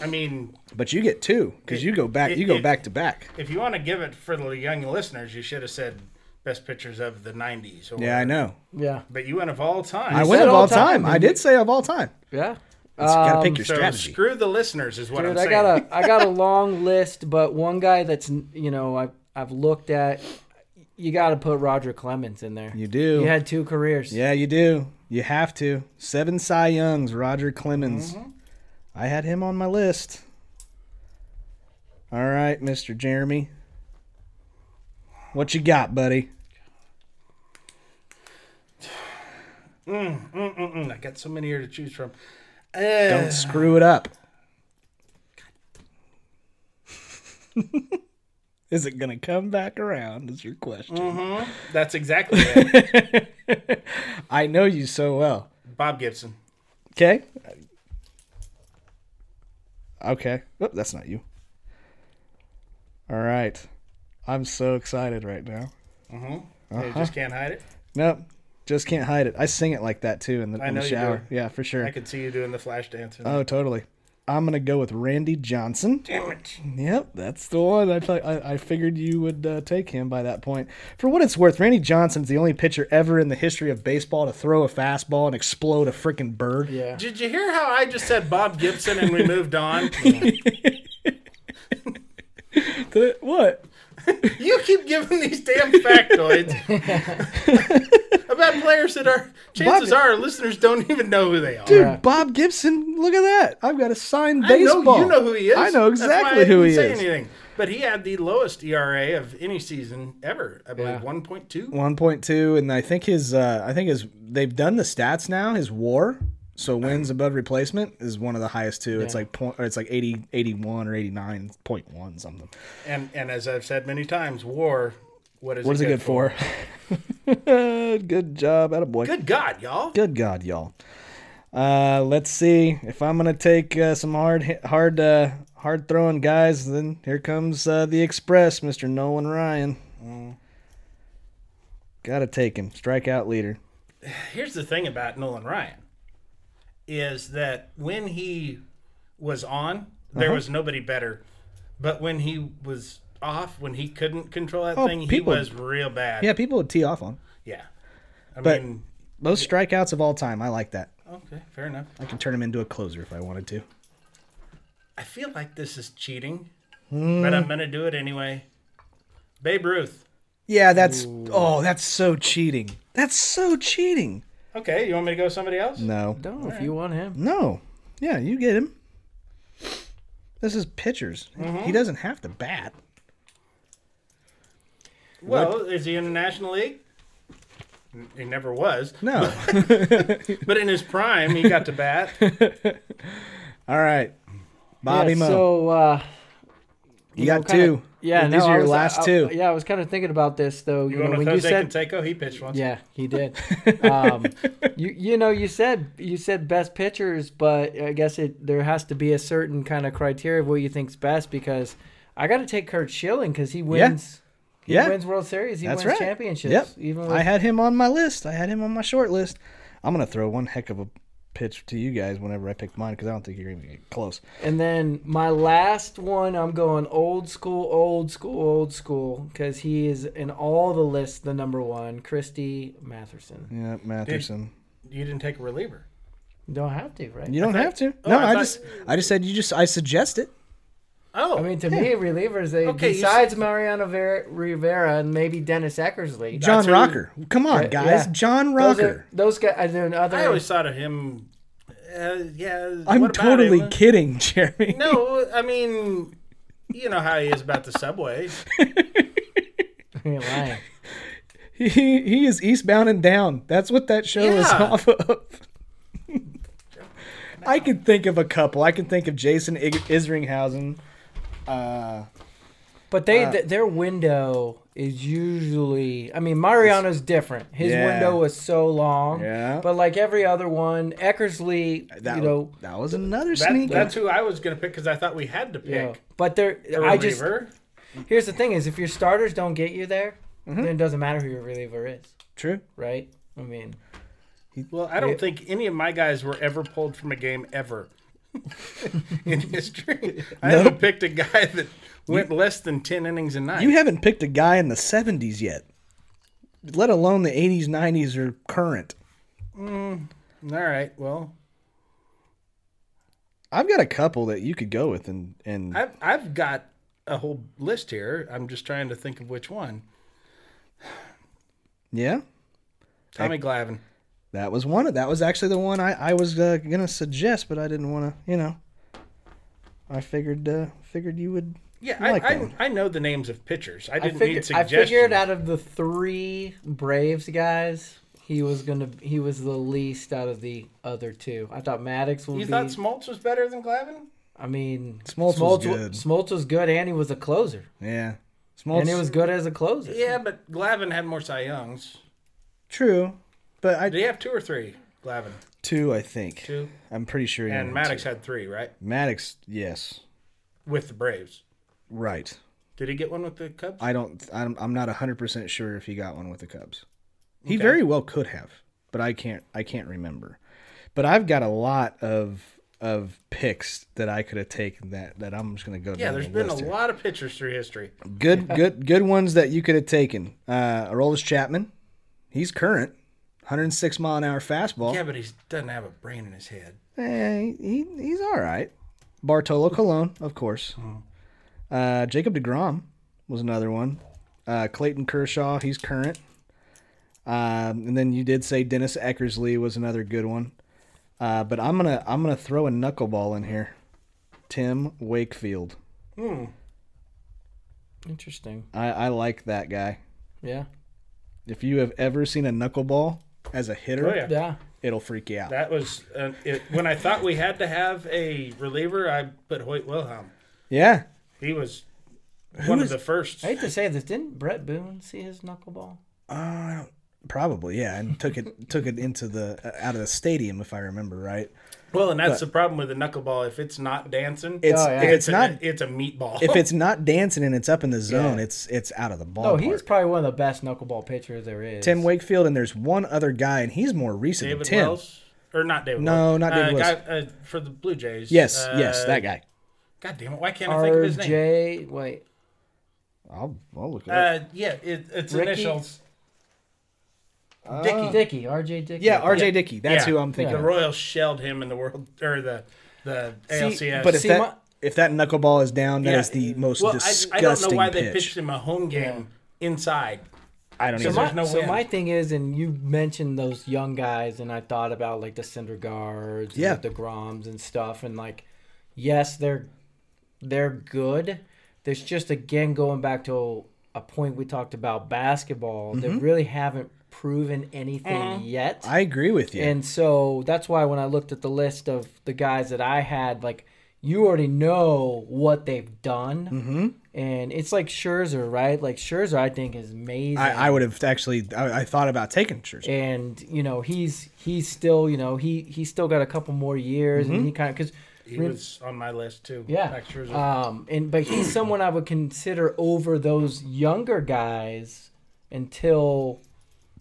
[SPEAKER 2] I mean,
[SPEAKER 1] But you get two because you go back.
[SPEAKER 2] it-
[SPEAKER 1] you go
[SPEAKER 2] it-
[SPEAKER 1] back to back.
[SPEAKER 2] if you want to give it for the young listeners, you should have said best pictures of the '90s. Or,
[SPEAKER 1] Yeah, I know.
[SPEAKER 3] Yeah.
[SPEAKER 2] But you went of all time.
[SPEAKER 1] I went
[SPEAKER 3] said
[SPEAKER 1] of
[SPEAKER 3] all
[SPEAKER 1] all
[SPEAKER 3] time, Um,
[SPEAKER 1] time. I did say of all time.
[SPEAKER 3] Yeah.
[SPEAKER 1] It's gotta pick your
[SPEAKER 2] So
[SPEAKER 1] strategy.
[SPEAKER 2] screw the listeners is what
[SPEAKER 3] Dude,
[SPEAKER 2] I'm
[SPEAKER 3] I
[SPEAKER 2] saying.
[SPEAKER 3] got a I got a long list, but one guy that's you know I've I've looked at. You got to put Roger Clemens in there.
[SPEAKER 1] you do.
[SPEAKER 3] He had two careers.
[SPEAKER 1] yeah, you do. You have to. Seven Cy Youngs, Roger Clemens.
[SPEAKER 3] Mm-hmm.
[SPEAKER 1] I had him on my list. All right, Mr. Jeremy. What you got, buddy?
[SPEAKER 2] Mm, I got so many here to choose from. Uh,
[SPEAKER 1] Don't screw it up. Is it gonna come back around? Is your question?
[SPEAKER 3] Mm.
[SPEAKER 2] That's exactly it.
[SPEAKER 1] I know you so well.
[SPEAKER 2] Bob Gibson.
[SPEAKER 1] Okay. Okay. Oh, that's not you. All right. I'm so excited right now. Uh-huh.
[SPEAKER 2] You just can't hide it.
[SPEAKER 1] Nope. Just can't hide it. I sing it like that too in the, in the
[SPEAKER 2] know you
[SPEAKER 1] shower.
[SPEAKER 2] do.
[SPEAKER 1] Yeah, for sure.
[SPEAKER 2] I could see you doing the flash dance. and-
[SPEAKER 1] Oh, totally. I'm gonna go with Randy Johnson.
[SPEAKER 2] Damn it.
[SPEAKER 1] Yep, that's the one. I thought- I, I figured you would uh, take him by that point. For what it's worth, Randy Johnson's the only pitcher ever in the history of baseball to throw a fastball and explode a freaking bird.
[SPEAKER 3] Yeah.
[SPEAKER 2] Did you hear how I just said Bob Gibson and we moved on?
[SPEAKER 1] What?
[SPEAKER 2] You keep giving these damn factoids about players that are chances
[SPEAKER 1] Bob-
[SPEAKER 2] are our listeners don't even know who they are.
[SPEAKER 1] Dude, Bob Gibson, look at that. I've got a signed
[SPEAKER 2] I know
[SPEAKER 1] baseball.
[SPEAKER 2] you know who he is.
[SPEAKER 1] I know
[SPEAKER 2] That's why
[SPEAKER 1] exactly
[SPEAKER 2] I
[SPEAKER 1] who
[SPEAKER 2] didn't
[SPEAKER 1] he
[SPEAKER 2] say
[SPEAKER 1] is.
[SPEAKER 2] Anything. But he had the lowest ERA of any season ever. I believe
[SPEAKER 3] Yeah.
[SPEAKER 2] 1.2.
[SPEAKER 1] One point two, and I think his uh, I think his they've done the stats now. His WAR, so wins above replacement, is one of the highest too. It's like point, or it's like 80, 81 or eighty nine point one something.
[SPEAKER 2] And and as I've said many times, war. What is
[SPEAKER 1] What is it
[SPEAKER 2] good
[SPEAKER 1] good for? good job, out boy. Good.
[SPEAKER 2] Good God, y'all!
[SPEAKER 1] God, y'all. Uh, let's see if I'm gonna take uh, some hard hit- hard uh, hard throwing guys. Then here comes uh, the Express, Mister Nolan Ryan. Mm. Gotta take him, strikeout leader.
[SPEAKER 2] Here's the thing about Nolan Ryan is that when he was on, there
[SPEAKER 1] Uh-huh.
[SPEAKER 2] was nobody better. But when he was off, when he couldn't control that
[SPEAKER 1] Oh,
[SPEAKER 2] thing,
[SPEAKER 1] people-
[SPEAKER 2] he was real bad.
[SPEAKER 1] Yeah, people would tee off on. him.
[SPEAKER 2] Yeah. I
[SPEAKER 1] But-
[SPEAKER 2] mean,
[SPEAKER 1] Most strikeouts of all time. I like that.
[SPEAKER 2] okay, fair enough.
[SPEAKER 1] I can turn him into a closer if I wanted to.
[SPEAKER 2] I feel like this is cheating,
[SPEAKER 1] Hmm.
[SPEAKER 2] but I'm gonna do it anyway. Babe Ruth.
[SPEAKER 1] Yeah, that's oh, that's so cheating. That's so cheating.
[SPEAKER 2] Okay, you want me to go with somebody else?
[SPEAKER 1] No.
[SPEAKER 3] Don't if you want him.
[SPEAKER 1] No. Yeah, you get him. This is pitchers. He doesn't have to bat.
[SPEAKER 2] Well, is he in the National League? He never was.
[SPEAKER 1] No.
[SPEAKER 2] But in his prime, he got to bat.
[SPEAKER 1] All right. Bobby
[SPEAKER 3] yeah,
[SPEAKER 1] Mo.
[SPEAKER 3] So uh,
[SPEAKER 1] you
[SPEAKER 3] know,
[SPEAKER 1] got
[SPEAKER 3] kinda-
[SPEAKER 1] two.
[SPEAKER 3] yeah,
[SPEAKER 1] These
[SPEAKER 3] no,
[SPEAKER 1] are
[SPEAKER 3] I
[SPEAKER 1] your
[SPEAKER 3] was-
[SPEAKER 1] last
[SPEAKER 3] I-
[SPEAKER 1] two.
[SPEAKER 3] Yeah, I was kind of thinking about this though. You,
[SPEAKER 2] You
[SPEAKER 3] know,
[SPEAKER 2] know,
[SPEAKER 3] when
[SPEAKER 2] Jose
[SPEAKER 3] you said
[SPEAKER 2] Canseco, he pitched once.
[SPEAKER 3] Yeah, he did. um, you you know you said you said best pitchers, but I guess it there has to be a certain kind of criteria of what you think's best because I got to take Kurt Schilling because he wins. He
[SPEAKER 1] Yeah.
[SPEAKER 3] wins World Series. He
[SPEAKER 1] That's
[SPEAKER 3] wins
[SPEAKER 1] right.
[SPEAKER 3] championships.
[SPEAKER 1] Yep.
[SPEAKER 3] Even
[SPEAKER 1] I
[SPEAKER 3] with,
[SPEAKER 1] had him on my list. I had him on my short list. I'm gonna throw one heck of a pitch to you guys whenever I pick mine because I don't think you're gonna get close.
[SPEAKER 3] and then my last one, I'm going old school, old school, old school because he is in all the lists the number one, Christy Matherson.
[SPEAKER 1] Yeah, Matherson.
[SPEAKER 2] You didn't take a reliever.
[SPEAKER 3] Don't have to, right?
[SPEAKER 1] You don't have to.
[SPEAKER 2] oh,
[SPEAKER 1] no,
[SPEAKER 2] I
[SPEAKER 1] I,
[SPEAKER 2] thought-
[SPEAKER 1] just I just said you just I suggest it.
[SPEAKER 2] Oh,
[SPEAKER 3] I mean, to me, relievers. They
[SPEAKER 2] Okay, you
[SPEAKER 3] besides Mariano Ver- Rivera and maybe Dennis Eckersley.
[SPEAKER 1] John
[SPEAKER 2] who-
[SPEAKER 1] Rocker. Come on,
[SPEAKER 3] Yeah,
[SPEAKER 1] guys.
[SPEAKER 3] yeah.
[SPEAKER 1] John
[SPEAKER 3] Those
[SPEAKER 1] Rocker.
[SPEAKER 3] are- Those guys. And then other.
[SPEAKER 2] I always thought of him. Uh, yeah,
[SPEAKER 1] I'm
[SPEAKER 2] what about
[SPEAKER 1] totally
[SPEAKER 2] him?
[SPEAKER 1] kidding, Jeremy.
[SPEAKER 2] No, I mean, you know how he is about the subway.
[SPEAKER 3] You're lying.
[SPEAKER 1] He he is eastbound and down. That's what that show is
[SPEAKER 2] Yeah.
[SPEAKER 1] off of. I can think of a couple. I can think of Jason Ig- Isringhausen. Uh,
[SPEAKER 3] But they th- their window is usually. I mean, Mariano's different. His
[SPEAKER 1] Yeah.
[SPEAKER 3] window was so long.
[SPEAKER 1] Yeah.
[SPEAKER 3] But like every other one, Eckersley.
[SPEAKER 1] that,
[SPEAKER 3] you know.
[SPEAKER 1] that was another
[SPEAKER 2] That,
[SPEAKER 1] sneak.
[SPEAKER 2] that's who I was going to pick because I thought we had to pick.
[SPEAKER 3] Yeah. But they're.
[SPEAKER 2] a
[SPEAKER 3] I just.
[SPEAKER 2] reliever.
[SPEAKER 3] Here's the thing: is if your starters don't get you there,
[SPEAKER 1] Mm-hmm.
[SPEAKER 3] then it doesn't matter who your reliever is,
[SPEAKER 1] True.
[SPEAKER 3] right? I mean,
[SPEAKER 2] Well, I don't think any of my guys were ever pulled from a game ever in history. I haven't picked a guy that went less than ten innings a night.
[SPEAKER 1] You haven't picked a guy in the 70s yet, let alone the 80s, 90s, or current.
[SPEAKER 2] All right. Well,
[SPEAKER 1] I've got a couple that you could go with, and and
[SPEAKER 2] I've I've got a whole list here. I'm just trying to think of which one.
[SPEAKER 1] yeah,
[SPEAKER 2] Tommy Glavine.
[SPEAKER 1] that was one. That was actually the one I I was uh, gonna suggest, but I didn't want to. You know, I figured uh, figured you would.
[SPEAKER 2] Yeah,
[SPEAKER 1] I
[SPEAKER 2] I,
[SPEAKER 1] like that
[SPEAKER 2] I,
[SPEAKER 1] one.
[SPEAKER 2] I know the names of pitchers. I
[SPEAKER 3] I
[SPEAKER 2] didn't need
[SPEAKER 3] figured. I
[SPEAKER 2] suggestions.
[SPEAKER 3] figured out of the three Braves guys, he was gonna. He was the least out of the other two. I thought Maddox would
[SPEAKER 2] You
[SPEAKER 3] be.
[SPEAKER 2] thought Smoltz was better than Glavine?
[SPEAKER 3] I mean,
[SPEAKER 1] Smoltz was
[SPEAKER 3] Smoltz, wa-
[SPEAKER 1] good.
[SPEAKER 3] Smoltz was good, and he was a closer,
[SPEAKER 1] Yeah, small.
[SPEAKER 3] and he was good as a closer.
[SPEAKER 2] Yeah, but Glavine had more Cy Youngs.
[SPEAKER 1] true, but I
[SPEAKER 2] Did he have two or three? Glavine,
[SPEAKER 1] two. I think
[SPEAKER 2] two,
[SPEAKER 1] I'm pretty sure. he
[SPEAKER 2] and
[SPEAKER 1] had
[SPEAKER 2] Maddox
[SPEAKER 1] two.
[SPEAKER 2] had three, right?
[SPEAKER 1] Maddox, yes,
[SPEAKER 2] With the Braves.
[SPEAKER 1] right.
[SPEAKER 2] Did he get one with the Cubs?
[SPEAKER 1] I don't. I'm, I'm not hundred percent sure if he got one with the Cubs. He very well could have, but I can't. I can't remember. But I've got a lot of of picks that I could have taken that that I'm just gonna go.
[SPEAKER 2] yeah,
[SPEAKER 1] down
[SPEAKER 2] there's
[SPEAKER 1] the
[SPEAKER 2] been a
[SPEAKER 1] list here.
[SPEAKER 2] lot of pitchers through history.
[SPEAKER 1] Good, good, good ones that you could have taken. Uh, Aroldis Chapman, he's current, 106 mile an hour fastball.
[SPEAKER 2] Yeah, but he doesn't have a brain in his head.
[SPEAKER 1] Eh, he, he's all right. Bartolo Colon, of course.
[SPEAKER 2] Hmm.
[SPEAKER 1] Uh, Jacob DeGrom was another one. Uh, Clayton Kershaw, he's current. Um, and then you did say Dennis Eckersley was another good one. Uh, but I'm gonna I'm gonna throw a knuckleball in here. Tim Wakefield.
[SPEAKER 3] Interesting.
[SPEAKER 1] I, I like that guy.
[SPEAKER 3] Yeah.
[SPEAKER 1] If you have ever seen a knuckleball as a hitter,
[SPEAKER 2] Oh, yeah.
[SPEAKER 3] Yeah.
[SPEAKER 1] it'll freak you out.
[SPEAKER 2] That was uh, it, when I thought we had to have a reliever. I put Hoyt Wilhelm.
[SPEAKER 1] yeah.
[SPEAKER 2] He was one of the first.
[SPEAKER 3] I hate to say this, didn't Brett Boone see his knuckleball?
[SPEAKER 1] Probably, yeah, and took it took it into the uh, out of the stadium if I remember right.
[SPEAKER 2] Well, and that's the problem with the knuckleball. If it's not dancing,
[SPEAKER 1] It's
[SPEAKER 3] Oh, yeah.
[SPEAKER 1] if it's
[SPEAKER 2] a- Oh.
[SPEAKER 1] not
[SPEAKER 2] It's a meatball.
[SPEAKER 1] if it's not dancing and it's up in the zone, it's it's out of the ballpark.
[SPEAKER 3] Oh, he's probably one of the best knuckleball pitchers there is.
[SPEAKER 1] Tim Wakefield and there's one other guy and he's more recent
[SPEAKER 2] David
[SPEAKER 1] than Tim.
[SPEAKER 2] Wells. Or not David
[SPEAKER 1] No,
[SPEAKER 2] Wells.
[SPEAKER 1] not David
[SPEAKER 2] uh,
[SPEAKER 1] Wells.
[SPEAKER 2] Guy, uh, for the Blue Jays.
[SPEAKER 1] Yes,
[SPEAKER 2] uh,
[SPEAKER 1] yes, that guy.
[SPEAKER 2] God damn it! Why can't I think of his name?
[SPEAKER 3] RJ. Wait.
[SPEAKER 1] I'll, I'll look it up.
[SPEAKER 2] Uh, yeah, it, it's
[SPEAKER 3] Ricky?
[SPEAKER 2] initials.
[SPEAKER 3] Dickey. Uh, Dickey. RJ Dickey.
[SPEAKER 1] yeah, R.J. Dickey. That's
[SPEAKER 2] Yeah.
[SPEAKER 1] who I'm thinking.
[SPEAKER 2] The
[SPEAKER 1] of.
[SPEAKER 2] Royals shelled him in the world or the the ALCS.
[SPEAKER 1] But if
[SPEAKER 3] See,
[SPEAKER 1] that
[SPEAKER 3] my-
[SPEAKER 1] if that knuckleball is down, that
[SPEAKER 2] Yeah.
[SPEAKER 1] is the most
[SPEAKER 2] well, I,
[SPEAKER 1] disgusting
[SPEAKER 2] I don't know why
[SPEAKER 1] pitch.
[SPEAKER 2] they pitched him a home game inside.
[SPEAKER 1] I don't
[SPEAKER 2] So
[SPEAKER 1] even.
[SPEAKER 2] my-
[SPEAKER 3] My-
[SPEAKER 2] There's no
[SPEAKER 3] so
[SPEAKER 2] win.
[SPEAKER 3] my thing is, and you mentioned those young guys, and I thought about like the Syndergaards,
[SPEAKER 1] Yeah.
[SPEAKER 3] and the Groms and stuff, and like, yes, they're they're good. There's just again going back to a point we talked about basketball. They really haven't proven anything yet.
[SPEAKER 1] Mm-hmm. I agree with you.
[SPEAKER 3] And so that's why when I looked at the list of the guys that I had, like you already know what they've done, mm-hmm. and it's like Scherzer, right? Like Scherzer, I think is amazing.
[SPEAKER 1] I, I would have actually. I, I thought about taking Scherzer.
[SPEAKER 3] and you know he's he's still you know he he's still got a couple more years, and he kind of because
[SPEAKER 2] He was on my list too.
[SPEAKER 3] yeah.
[SPEAKER 2] Max Scherzer.
[SPEAKER 3] Um, and but he's someone I would consider over those younger guys until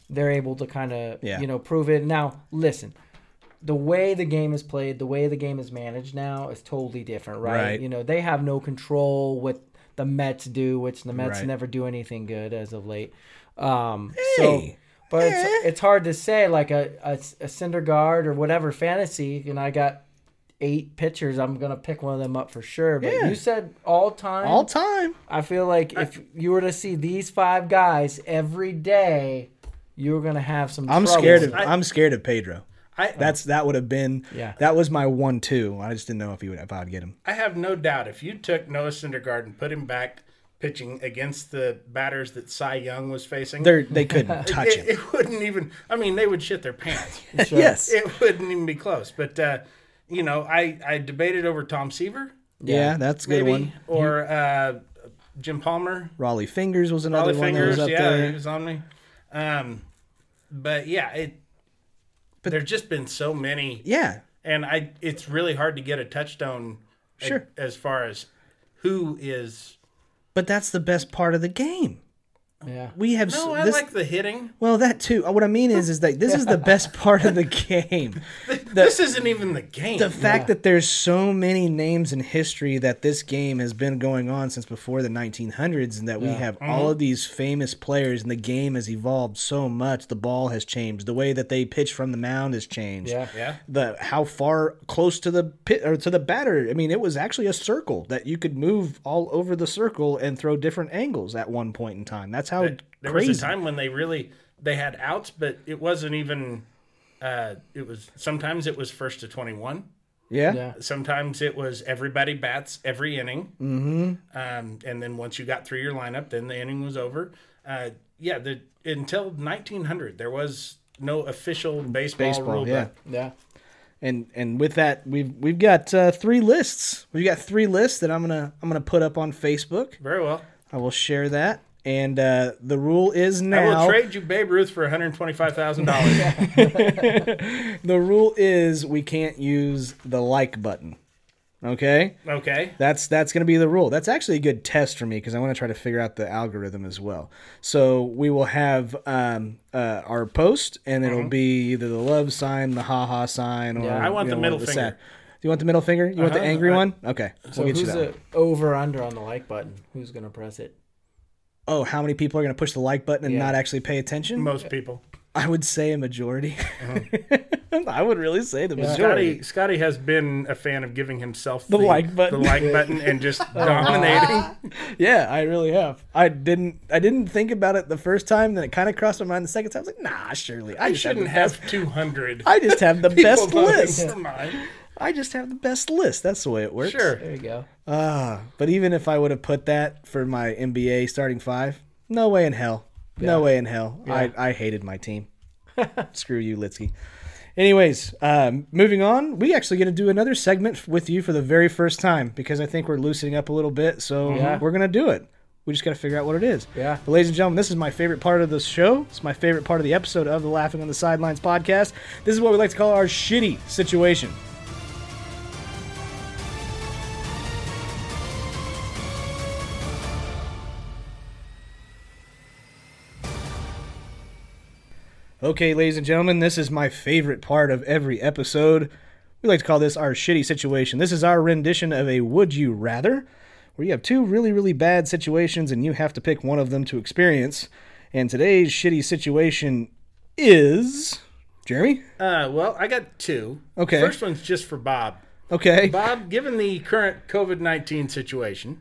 [SPEAKER 3] they're able to kind of
[SPEAKER 1] Yeah.
[SPEAKER 3] you know prove it. Now listen, the way the game is played, the way the game is managed now is totally different, right?
[SPEAKER 1] Right.
[SPEAKER 3] You know they have no control what the Mets do, which the Mets
[SPEAKER 1] Right.
[SPEAKER 3] never do anything good as of late. Um,
[SPEAKER 1] Hey. Eh.
[SPEAKER 3] so. But it's, it's hard to say, like a, a, a Cinder Guard or whatever fantasy. And I got eight pitchers, I'm gonna pick one of them up for sure. But
[SPEAKER 1] Yeah.
[SPEAKER 3] you said all time.
[SPEAKER 1] All time.
[SPEAKER 3] I feel like if you were to see these five guys every day, you were gonna have some.
[SPEAKER 1] I'm
[SPEAKER 3] trouble.
[SPEAKER 1] scared of.
[SPEAKER 2] I-
[SPEAKER 1] I, am scared of Pedro.
[SPEAKER 2] I
[SPEAKER 1] That's that would have been.
[SPEAKER 3] Yeah.
[SPEAKER 1] That was my one two. I just didn't know if he would if I'd get him.
[SPEAKER 2] I have no doubt if you took Noah Syndergaard and put him back pitching against the batters that Cy Young was facing,
[SPEAKER 1] They they couldn't touch
[SPEAKER 2] it,
[SPEAKER 1] him.
[SPEAKER 2] it wouldn't even. I mean, they would shit their pants.
[SPEAKER 1] Yes.
[SPEAKER 2] it wouldn't even be close. But uh, you know, I I debated over Tom Seaver,
[SPEAKER 1] yeah, that's a good
[SPEAKER 2] maybe,
[SPEAKER 1] one.
[SPEAKER 2] or uh, Jim Palmer.
[SPEAKER 1] Raleigh Fingers was another
[SPEAKER 2] Raleigh
[SPEAKER 1] one
[SPEAKER 2] fingers,
[SPEAKER 1] that was up
[SPEAKER 2] yeah,
[SPEAKER 1] there.
[SPEAKER 2] he was on me. Um, but yeah, it. But there's just been so many,
[SPEAKER 1] Yeah.
[SPEAKER 2] and I it's really hard to get a touchstone. a-
[SPEAKER 1] Sure.
[SPEAKER 2] as far as who is
[SPEAKER 1] But that's the best part of the game.
[SPEAKER 3] Yeah.
[SPEAKER 1] We have s-
[SPEAKER 2] No, I
[SPEAKER 1] this,
[SPEAKER 2] like the hitting.
[SPEAKER 1] Well, that too. What I mean is, is that this is the best part of the game.
[SPEAKER 2] this isn't even the game.
[SPEAKER 1] The fact that there's so many names in history that this game has been going on since before the 1900s, and that we have
[SPEAKER 2] Mm-hmm.
[SPEAKER 1] all of these famous players, and the game has evolved so much. The ball has changed. The way that they pitch from the mound has changed.
[SPEAKER 3] Yeah.
[SPEAKER 2] yeah.
[SPEAKER 1] The how far close to the pit or to the batter. I mean, it was actually a circle that you could move all over the circle and throw different angles at one point in time. That's how
[SPEAKER 2] There
[SPEAKER 1] crazy.
[SPEAKER 2] was a time when they really they had outs, but it wasn't even. Uh, it was sometimes it was first to twenty one.
[SPEAKER 1] Yeah.
[SPEAKER 3] Yeah.
[SPEAKER 2] Sometimes it was everybody bats every inning, mm-hmm. um, and then once you got through your lineup, then the inning was over. Uh, yeah, the, until nineteen hundred, there was no official baseball,
[SPEAKER 1] Baseball,
[SPEAKER 2] rule.
[SPEAKER 1] yeah.
[SPEAKER 2] book.
[SPEAKER 3] Yeah.
[SPEAKER 1] and and with that we've we've got uh, three lists we've got three lists that i'm gonna i'm gonna put up on facebook
[SPEAKER 2] very well.
[SPEAKER 1] i will share that and uh, the rule is
[SPEAKER 2] I
[SPEAKER 1] now
[SPEAKER 2] will trade you Babe Ruth for one hundred twenty five thousand dollars.
[SPEAKER 1] the rule is we can't use the like button okay
[SPEAKER 2] Okay,
[SPEAKER 1] that's that's going to be the rule. That's actually a good test for me because I want to try to figure out the algorithm as well. So we will have um, uh, our post, and it'll be either the love sign, the ha ha sign, or
[SPEAKER 3] Yeah, I
[SPEAKER 2] Uh-huh. want
[SPEAKER 1] you
[SPEAKER 2] the
[SPEAKER 1] know,
[SPEAKER 2] middle
[SPEAKER 1] the
[SPEAKER 2] finger. Uh-huh.
[SPEAKER 1] sad- Do you want the middle finger? You want the angry one? Okay,
[SPEAKER 3] So
[SPEAKER 1] we'll get you
[SPEAKER 3] who's
[SPEAKER 1] that.
[SPEAKER 3] the
[SPEAKER 1] one.
[SPEAKER 3] over under on the like button? Who's gonna press it?
[SPEAKER 1] Oh, how many people are going to push the like button and
[SPEAKER 3] Yeah.
[SPEAKER 1] not actually pay attention?
[SPEAKER 2] most people.
[SPEAKER 1] I would say a majority. I would really say the majority.
[SPEAKER 2] Uh-huh. Scotty Scotty has been a fan of giving himself the,
[SPEAKER 1] like button. Oh.
[SPEAKER 2] the like button, and just dominating.
[SPEAKER 1] Yeah, I really have. I didn't. I didn't think about it the first time. Then it kind of crossed my mind the second time. I was like, Nah, surely I
[SPEAKER 2] I
[SPEAKER 1] just have the
[SPEAKER 2] shouldn't
[SPEAKER 1] best.
[SPEAKER 2] have two hundred.
[SPEAKER 1] I just have the best list.
[SPEAKER 2] Mine.
[SPEAKER 1] I just have the best list. That's the way it works.
[SPEAKER 2] Sure.
[SPEAKER 3] There you go.
[SPEAKER 1] Ah, but even if I would have put that for my NBA starting five, no way in hell. No way in hell. I, I hated my team. Screw you, Litsky. Anyways, um, moving on, we actually get to do another segment with you for the very first time because I think we're loosening up a little bit. So we're going to do it. We just got to figure out what it is.
[SPEAKER 3] Yeah.
[SPEAKER 1] But ladies and gentlemen, this is my favorite part of the show. It's my favorite part of the episode of the Laughing on the Sidelines podcast. This is what we like to call our shitty situation. Okay, ladies and gentlemen, this is my favorite part of every episode. We like to call this our shitty situation. This is our rendition of a would you rather, where you have two really, really bad situations and you have to pick one of them to experience. And today's shitty situation is. Jeremy?
[SPEAKER 2] Uh, well, I got two.
[SPEAKER 1] Okay.
[SPEAKER 2] First one's just for Bob.
[SPEAKER 1] Okay.
[SPEAKER 2] Bob, given the current COVID nineteen situation,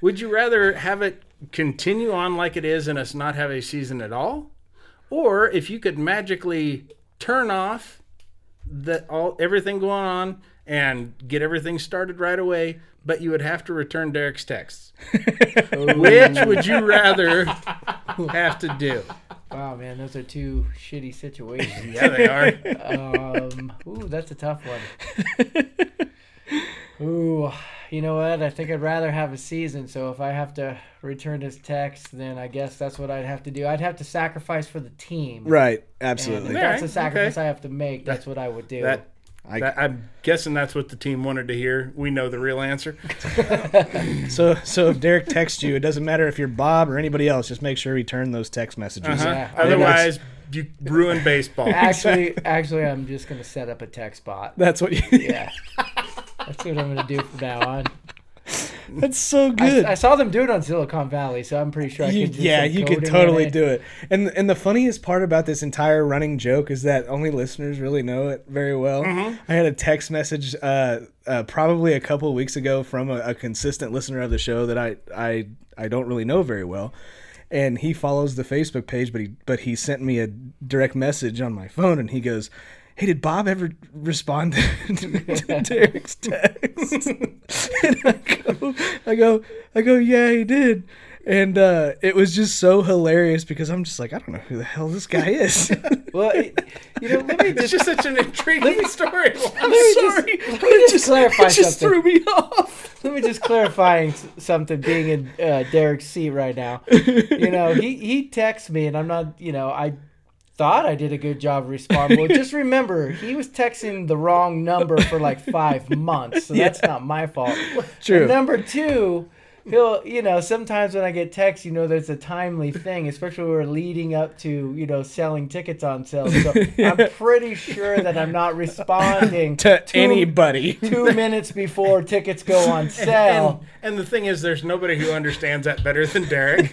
[SPEAKER 2] would you rather have it continue on like it is and us not have a season at all, or if you could magically turn off the all everything going on and get everything started right away, but you would have to return Derek's texts? Which would you rather have to do?
[SPEAKER 3] Wow, man, those are two shitty situations.
[SPEAKER 2] Yeah, they are.
[SPEAKER 3] Um, ooh, that's a tough one. Ooh, you know what? I think I'd rather have a season. So if I have to return his text, then I guess that's what I'd have to do. I'd have to sacrifice for the team.
[SPEAKER 1] Right.
[SPEAKER 3] And if
[SPEAKER 1] Absolutely.
[SPEAKER 3] that's a
[SPEAKER 2] Alright,
[SPEAKER 3] sacrifice
[SPEAKER 2] okay.
[SPEAKER 3] I have to make. That's what I would do.
[SPEAKER 2] That,
[SPEAKER 1] I-
[SPEAKER 2] that- I'm guessing that's what the team wanted to hear. We know the real answer.
[SPEAKER 1] So so if Derek texts you, it doesn't matter if you're Bob or anybody else. Just make sure you turn those text messages.
[SPEAKER 2] Huh?
[SPEAKER 3] Yeah, I think
[SPEAKER 2] Uh-huh. Otherwise, you ruin baseball.
[SPEAKER 3] actually, actually, I'm just gonna set up a text bot.
[SPEAKER 1] That's what. You,
[SPEAKER 3] Yeah, that's what I'm gonna do from now on.
[SPEAKER 1] that's so good.
[SPEAKER 3] I, I saw them do it on Silicon Valley, so I'm pretty sure I
[SPEAKER 1] You-
[SPEAKER 3] could. Just,
[SPEAKER 1] yeah,
[SPEAKER 3] like,
[SPEAKER 1] you
[SPEAKER 3] code
[SPEAKER 1] could
[SPEAKER 3] in
[SPEAKER 1] totally
[SPEAKER 3] it.
[SPEAKER 1] do it. And and the funniest part about this entire running joke is that only listeners really know it very well.
[SPEAKER 3] Mm-hmm.
[SPEAKER 1] I had a text message uh, uh, probably a couple weeks ago from a, a consistent listener of the show that I I I don't really know very well. And he follows the Facebook page, but he but he sent me a direct message on my phone, and he goes, "Hey, did Bob ever respond to, to Derek's text?" and I go, I go, I go, yeah, he did. And uh, it was just so hilarious because I'm just like, I don't know who the hell this guy is.
[SPEAKER 3] Well, it, you know, let me
[SPEAKER 2] It's just
[SPEAKER 3] just
[SPEAKER 2] such an intriguing story.
[SPEAKER 3] me just, let me just clarify
[SPEAKER 1] it just threw
[SPEAKER 3] something.
[SPEAKER 1] me off.
[SPEAKER 3] Let me just clarifying s- something. Being in uh, Derek's seat right now, you know, he he texts me, and I'm not, you know, I thought I did a good job responding. Well, just remember, he was texting the wrong number for like five months, so that's not my fault.
[SPEAKER 1] True.
[SPEAKER 3] And number two. He'll, you know, sometimes when I get texts, you know, there's a timely thing, especially when we're leading up to, you know, selling tickets on sale. So I'm pretty sure that I'm not responding
[SPEAKER 1] To anybody.
[SPEAKER 3] two minutes before tickets go on sale.
[SPEAKER 2] And, and the thing is, there's nobody who understands that better than Derek.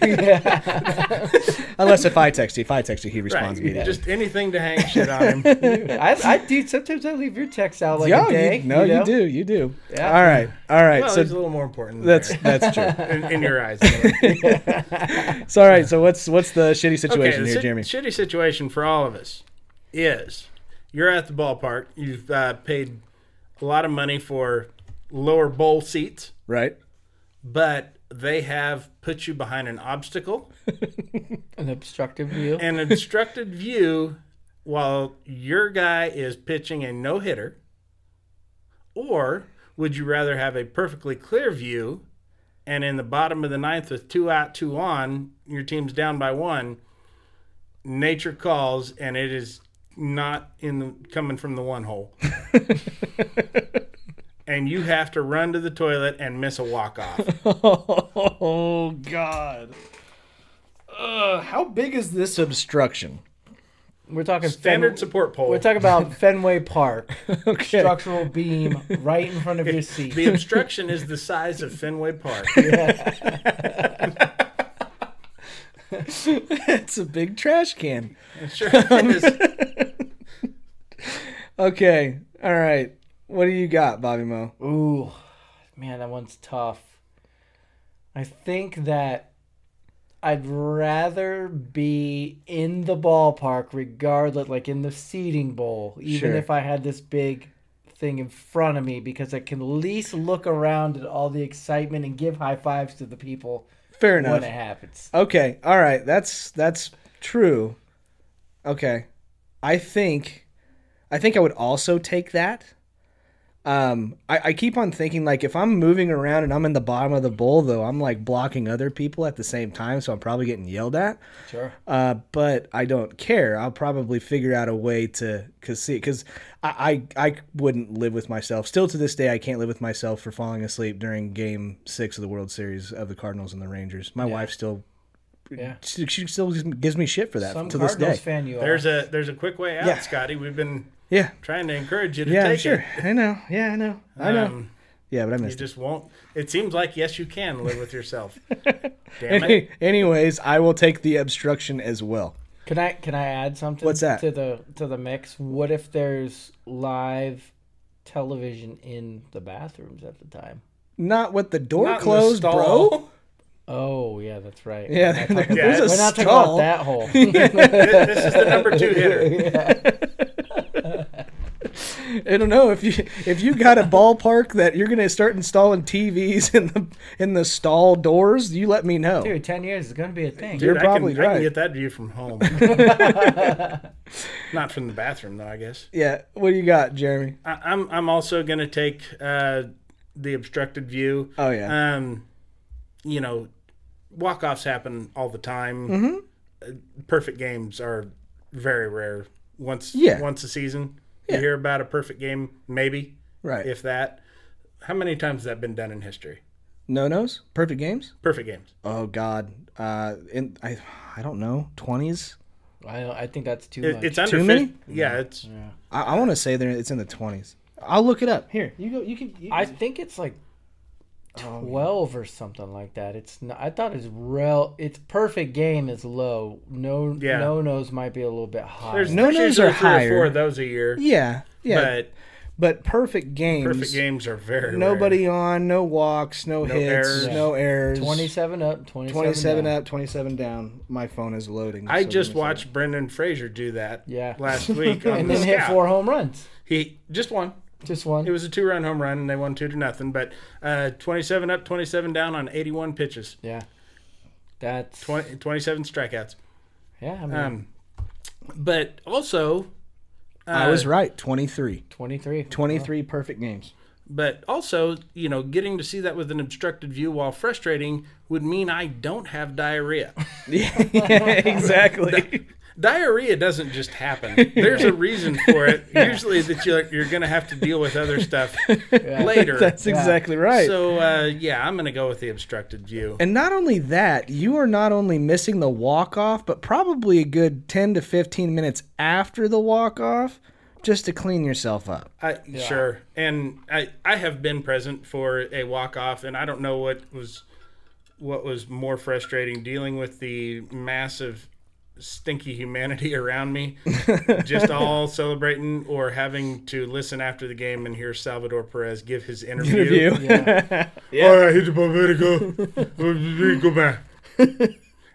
[SPEAKER 1] Unless if I text you, if I text you, he
[SPEAKER 2] right.
[SPEAKER 1] responds immediately.
[SPEAKER 2] Just anything to hang shit on him.
[SPEAKER 3] I, I do. Sometimes I leave your text out like
[SPEAKER 1] yeah,
[SPEAKER 3] a day.
[SPEAKER 1] oh, you, no, you,
[SPEAKER 3] know?
[SPEAKER 1] do, you do.
[SPEAKER 3] Yeah.
[SPEAKER 1] All right, all right.
[SPEAKER 2] Well, he's a
[SPEAKER 1] so
[SPEAKER 2] little more important than
[SPEAKER 1] that's
[SPEAKER 2] Derek,
[SPEAKER 1] that's true.
[SPEAKER 2] in, in your eyes. Derek.
[SPEAKER 1] So all right, so what's what's the shitty
[SPEAKER 2] Okay,
[SPEAKER 1] situation
[SPEAKER 2] the
[SPEAKER 1] here,
[SPEAKER 2] sit-
[SPEAKER 1] Jeremy?
[SPEAKER 2] shitty situation for all of us is you're at the ballpark. You've uh, paid a lot of money for lower bowl seats,
[SPEAKER 1] Right.
[SPEAKER 2] but they have put you behind an obstacle,
[SPEAKER 3] An obstructive view.
[SPEAKER 2] an obstructed view, while your guy is pitching a no hitter. Or would you rather have a perfectly clear view? And in the bottom of the ninth, with two out, two on, your team's down by one. Nature calls, and it is not in the coming from the one hole. and you have to run to the toilet and miss a walk off.
[SPEAKER 1] Oh God. Uh, how big is this obstruction?
[SPEAKER 3] We're talking
[SPEAKER 2] Standard
[SPEAKER 3] Fen-
[SPEAKER 2] support pole.
[SPEAKER 3] We're talking about Fenway Park
[SPEAKER 1] Okay.
[SPEAKER 3] structural beam right in front of your seat.
[SPEAKER 2] the obstruction is the size of Fenway Park.
[SPEAKER 1] It's a big trash can.
[SPEAKER 2] Sure it is.
[SPEAKER 1] Okay. All right. What do you got, Bobby Mo?
[SPEAKER 3] Ooh, man, that one's tough. I think that I'd rather be in the ballpark, regardless, like in the seating bowl, even
[SPEAKER 1] Sure.
[SPEAKER 3] if I had this big thing in front of me, because I can at least look around at all the excitement and give high fives to the people
[SPEAKER 1] Fair
[SPEAKER 3] when
[SPEAKER 1] enough.
[SPEAKER 3] it happens.
[SPEAKER 1] Okay. All right. That's that's true. Okay. I think I think I would also take that. Um, I, I keep on thinking like if I'm moving around and I'm in the bottom of the bowl though, I'm like blocking other people at the same time, so I'm probably getting yelled at.
[SPEAKER 3] Sure.
[SPEAKER 1] Uh, but I don't care. I'll probably figure out a way to cause see because I, I I wouldn't live with myself. Still to this day, I can't live with myself for falling asleep during Game Six of the World Series of the Cardinals and the Rangers. My wife still
[SPEAKER 3] Yeah.
[SPEAKER 1] she, she still gives me- gives me shit for that
[SPEAKER 3] Some
[SPEAKER 1] to this
[SPEAKER 3] Cardinals
[SPEAKER 1] day.
[SPEAKER 3] fan you are.
[SPEAKER 2] There's a there's a quick way out,
[SPEAKER 1] Yeah.
[SPEAKER 2] Scotty. We've been
[SPEAKER 1] Yeah,
[SPEAKER 2] trying to encourage you to
[SPEAKER 1] yeah, I'm
[SPEAKER 2] take
[SPEAKER 1] sure.
[SPEAKER 2] it.
[SPEAKER 1] I know. Yeah, I know. I know.
[SPEAKER 2] Um,
[SPEAKER 1] yeah, but I
[SPEAKER 2] You
[SPEAKER 1] missed
[SPEAKER 2] just won't. It seems like yes, you can live with yourself. Damn it!
[SPEAKER 1] it. Anyways, I will take the obstruction as well.
[SPEAKER 3] Can I can I add something
[SPEAKER 1] What's that?
[SPEAKER 3] to the to the mix? What if there's live television in the bathrooms at the time?
[SPEAKER 1] Not with the door
[SPEAKER 2] Not in the
[SPEAKER 1] closed, bro.
[SPEAKER 2] stall.
[SPEAKER 3] Oh yeah, that's right.
[SPEAKER 1] Yeah,
[SPEAKER 3] we're not
[SPEAKER 1] there-
[SPEAKER 3] talking,
[SPEAKER 1] there's a
[SPEAKER 3] we're not talking
[SPEAKER 1] stall.
[SPEAKER 3] about that hole. yeah,
[SPEAKER 2] This is the number two hitter.
[SPEAKER 1] I don't know if you if you got a ballpark that you're gonna start installing TVs in the in the stall doors, you let me know.
[SPEAKER 3] Dude, 10 years is going to be a thing.
[SPEAKER 1] You're
[SPEAKER 2] Dude,
[SPEAKER 1] probably
[SPEAKER 2] I can, I
[SPEAKER 1] right.
[SPEAKER 2] can get that view from home. Not from the bathroom, though. I guess
[SPEAKER 1] Yeah, what do you got, Jeremy?
[SPEAKER 2] I, I'm. I'm also gonna take uh, the obstructed view.
[SPEAKER 1] Oh, yeah.
[SPEAKER 2] Um, you know, walk offs happen all the time.
[SPEAKER 1] Mm-hmm.
[SPEAKER 2] Uh, Perfect games are very rare. Once,
[SPEAKER 1] Yeah.
[SPEAKER 2] once a season, you hear about a perfect game, maybe,
[SPEAKER 1] Right,
[SPEAKER 2] if that. How many times has that been done in history?
[SPEAKER 1] no nos, perfect games.
[SPEAKER 2] Perfect games.
[SPEAKER 1] Oh God, uh, in I I don't know twenties.
[SPEAKER 3] I, don't- I think that's too
[SPEAKER 2] It,
[SPEAKER 3] much.
[SPEAKER 2] it's under
[SPEAKER 1] Too
[SPEAKER 2] 50
[SPEAKER 1] many?
[SPEAKER 2] Yeah, it's
[SPEAKER 1] I, I want to say there it's in the twenties. I'll look it up. Here, you go. You can. You,
[SPEAKER 3] I think it's like 12 or something like that. It's not, I thought it's real. It's perfect game is low. No
[SPEAKER 2] Yeah.
[SPEAKER 3] no nos might be a little bit high.
[SPEAKER 2] there's
[SPEAKER 1] No
[SPEAKER 2] no
[SPEAKER 1] nos
[SPEAKER 2] usually
[SPEAKER 1] are
[SPEAKER 2] three or
[SPEAKER 1] higher.
[SPEAKER 2] four of those a year.
[SPEAKER 1] yeah, yeah.
[SPEAKER 2] But
[SPEAKER 1] But, perfect games.
[SPEAKER 2] perfect games are very
[SPEAKER 1] Nobody on, no walks, no, hits,
[SPEAKER 2] errors.
[SPEAKER 1] no errors.
[SPEAKER 3] 27 up, 27,
[SPEAKER 1] 27
[SPEAKER 3] down.
[SPEAKER 1] up, 27 down. My phone is loading.
[SPEAKER 2] I
[SPEAKER 1] so
[SPEAKER 2] just
[SPEAKER 1] give me a
[SPEAKER 2] watched Brendan Fraser do that.
[SPEAKER 3] Yeah.
[SPEAKER 2] last week on
[SPEAKER 3] and
[SPEAKER 2] the
[SPEAKER 3] then hit
[SPEAKER 2] Scout.
[SPEAKER 3] four home runs.
[SPEAKER 2] He just won.
[SPEAKER 3] Just one.
[SPEAKER 2] It was a two-run home run, and they won two to nothing. But uh, twenty-seven up, twenty-seven down on eighty-one pitches,
[SPEAKER 3] yeah. That's
[SPEAKER 2] 20, 27 strikeouts.
[SPEAKER 3] yeah, I mean,
[SPEAKER 2] Um, but also,
[SPEAKER 1] second. I was
[SPEAKER 2] Uh,
[SPEAKER 1] right. 23.
[SPEAKER 3] 23.
[SPEAKER 1] 23 perfect games.
[SPEAKER 2] but also, you know, getting to see that with an obstructed view while frustrating would mean I don't have diarrhea.
[SPEAKER 1] exactly.
[SPEAKER 2] diarrhea doesn't just happen. There's a reason for it. Usually, that you're you're gonna have to deal with other stuff later.
[SPEAKER 1] That's exactly right.
[SPEAKER 2] So uh, yeah, I'm gonna go with the obstructed view.
[SPEAKER 1] and not only that, you are not only missing the walk off, but probably a good 10 to 15 minutes after the walk off just to clean yourself up.
[SPEAKER 2] I, Sure. And I I have been present for a walk off, and I don't know what was what was more frustrating dealing with the massive stinky humanity around me just all celebrating or having to listen after the game and hear salvador perez give his interview,
[SPEAKER 1] View.
[SPEAKER 2] All right, hit the ball, let it go. go back.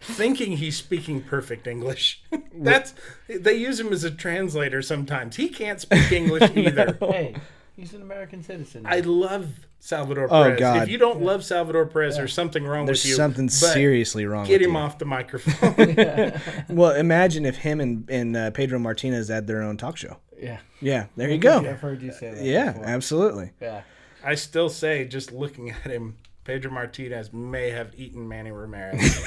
[SPEAKER 2] Thinking he's speaking perfect English. That's they use him as a translator sometimes. He can't speak English either.
[SPEAKER 3] Hey, he's an American citizen.
[SPEAKER 2] I love Salvador Perez.
[SPEAKER 1] Oh, God.
[SPEAKER 2] If you don't love Salvador Perez, there's something wrong
[SPEAKER 1] There's
[SPEAKER 2] with you.
[SPEAKER 1] something
[SPEAKER 2] but
[SPEAKER 1] seriously wrong
[SPEAKER 2] Get
[SPEAKER 1] with
[SPEAKER 2] him
[SPEAKER 1] you.
[SPEAKER 2] off the microphone.
[SPEAKER 1] Well, imagine if him and, and uh, Pedro Martinez had their own talk show.
[SPEAKER 3] yeah.
[SPEAKER 1] Yeah, there you go.
[SPEAKER 3] I've heard you say that.
[SPEAKER 1] Yeah,
[SPEAKER 3] before.
[SPEAKER 1] absolutely.
[SPEAKER 3] Yeah.
[SPEAKER 2] I still say, just looking at him, Pedro Martinez may have eaten Manny Ramirez.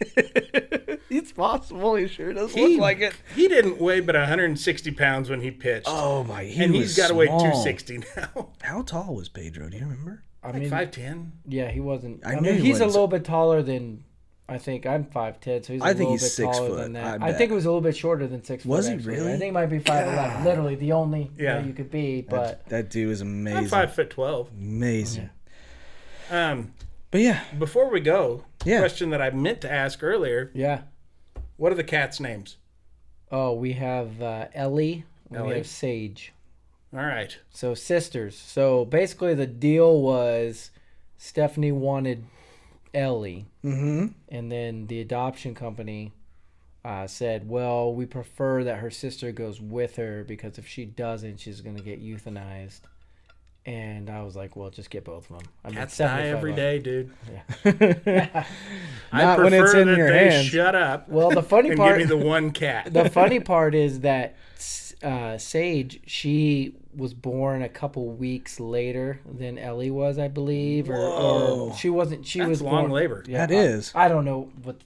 [SPEAKER 1] It's possible. He sure does
[SPEAKER 2] He, he didn't weigh but 160 pounds when he pitched.
[SPEAKER 1] Oh my! He
[SPEAKER 2] and
[SPEAKER 1] was
[SPEAKER 2] he's got to weigh
[SPEAKER 1] small.
[SPEAKER 2] 260 now.
[SPEAKER 1] How tall was Pedro? Do you remember?
[SPEAKER 3] I
[SPEAKER 2] Like
[SPEAKER 3] mean,
[SPEAKER 2] 5'10?
[SPEAKER 3] yeah, he wasn't.
[SPEAKER 1] I
[SPEAKER 3] I,
[SPEAKER 1] knew
[SPEAKER 3] mean,
[SPEAKER 1] he
[SPEAKER 3] he's a
[SPEAKER 1] wasn't.
[SPEAKER 3] little bit taller than I think I'm five ten, so he's a
[SPEAKER 1] I think
[SPEAKER 3] little
[SPEAKER 1] he's
[SPEAKER 3] bit
[SPEAKER 1] six
[SPEAKER 3] taller
[SPEAKER 1] foot,
[SPEAKER 3] than that.
[SPEAKER 1] I
[SPEAKER 3] I,
[SPEAKER 1] bet.
[SPEAKER 3] think it was a little bit shorter than six.
[SPEAKER 1] Was
[SPEAKER 3] foot,
[SPEAKER 1] he
[SPEAKER 3] actually.
[SPEAKER 1] really?
[SPEAKER 3] I think it might be five eleven. Literally the only
[SPEAKER 2] Yeah.
[SPEAKER 3] way you could be, but
[SPEAKER 1] That dude was
[SPEAKER 2] I'm
[SPEAKER 1] amazing.
[SPEAKER 2] five foot twelve.
[SPEAKER 1] Amazing.
[SPEAKER 2] Um,
[SPEAKER 1] But yeah,
[SPEAKER 2] before we go,
[SPEAKER 1] Yeah.
[SPEAKER 2] question that I meant to ask earlier:
[SPEAKER 3] yeah.
[SPEAKER 2] What are the cats' names?
[SPEAKER 3] Oh, we have uh, Ellie. and
[SPEAKER 2] Ellie.
[SPEAKER 3] We have Sage.
[SPEAKER 2] All right,
[SPEAKER 3] So sisters. So basically, the deal was Stephanie wanted Ellie, mm-hmm. and then the adoption company uh, said, "Well, we prefer that her sister goes with her because if she doesn't, she's gonna get euthanized." And I was like, "Well, just get both of them." I mean,
[SPEAKER 2] cats die
[SPEAKER 3] 75
[SPEAKER 2] every
[SPEAKER 3] bucks.
[SPEAKER 2] day, dude. I
[SPEAKER 1] Not
[SPEAKER 2] prefer
[SPEAKER 1] when it's in
[SPEAKER 2] that
[SPEAKER 1] your
[SPEAKER 2] they
[SPEAKER 1] hands.
[SPEAKER 2] shut up
[SPEAKER 3] Well, the funny
[SPEAKER 2] and
[SPEAKER 3] part,
[SPEAKER 2] give me the one cat.
[SPEAKER 3] the funny part is that uh, Sage, she was born a couple weeks later than Ellie was, I believe, or, or she wasn't. She
[SPEAKER 2] That's
[SPEAKER 3] was
[SPEAKER 2] long
[SPEAKER 3] born,
[SPEAKER 2] labor.
[SPEAKER 3] Yeah,
[SPEAKER 1] that
[SPEAKER 3] I-
[SPEAKER 1] is.
[SPEAKER 3] I, don't know what.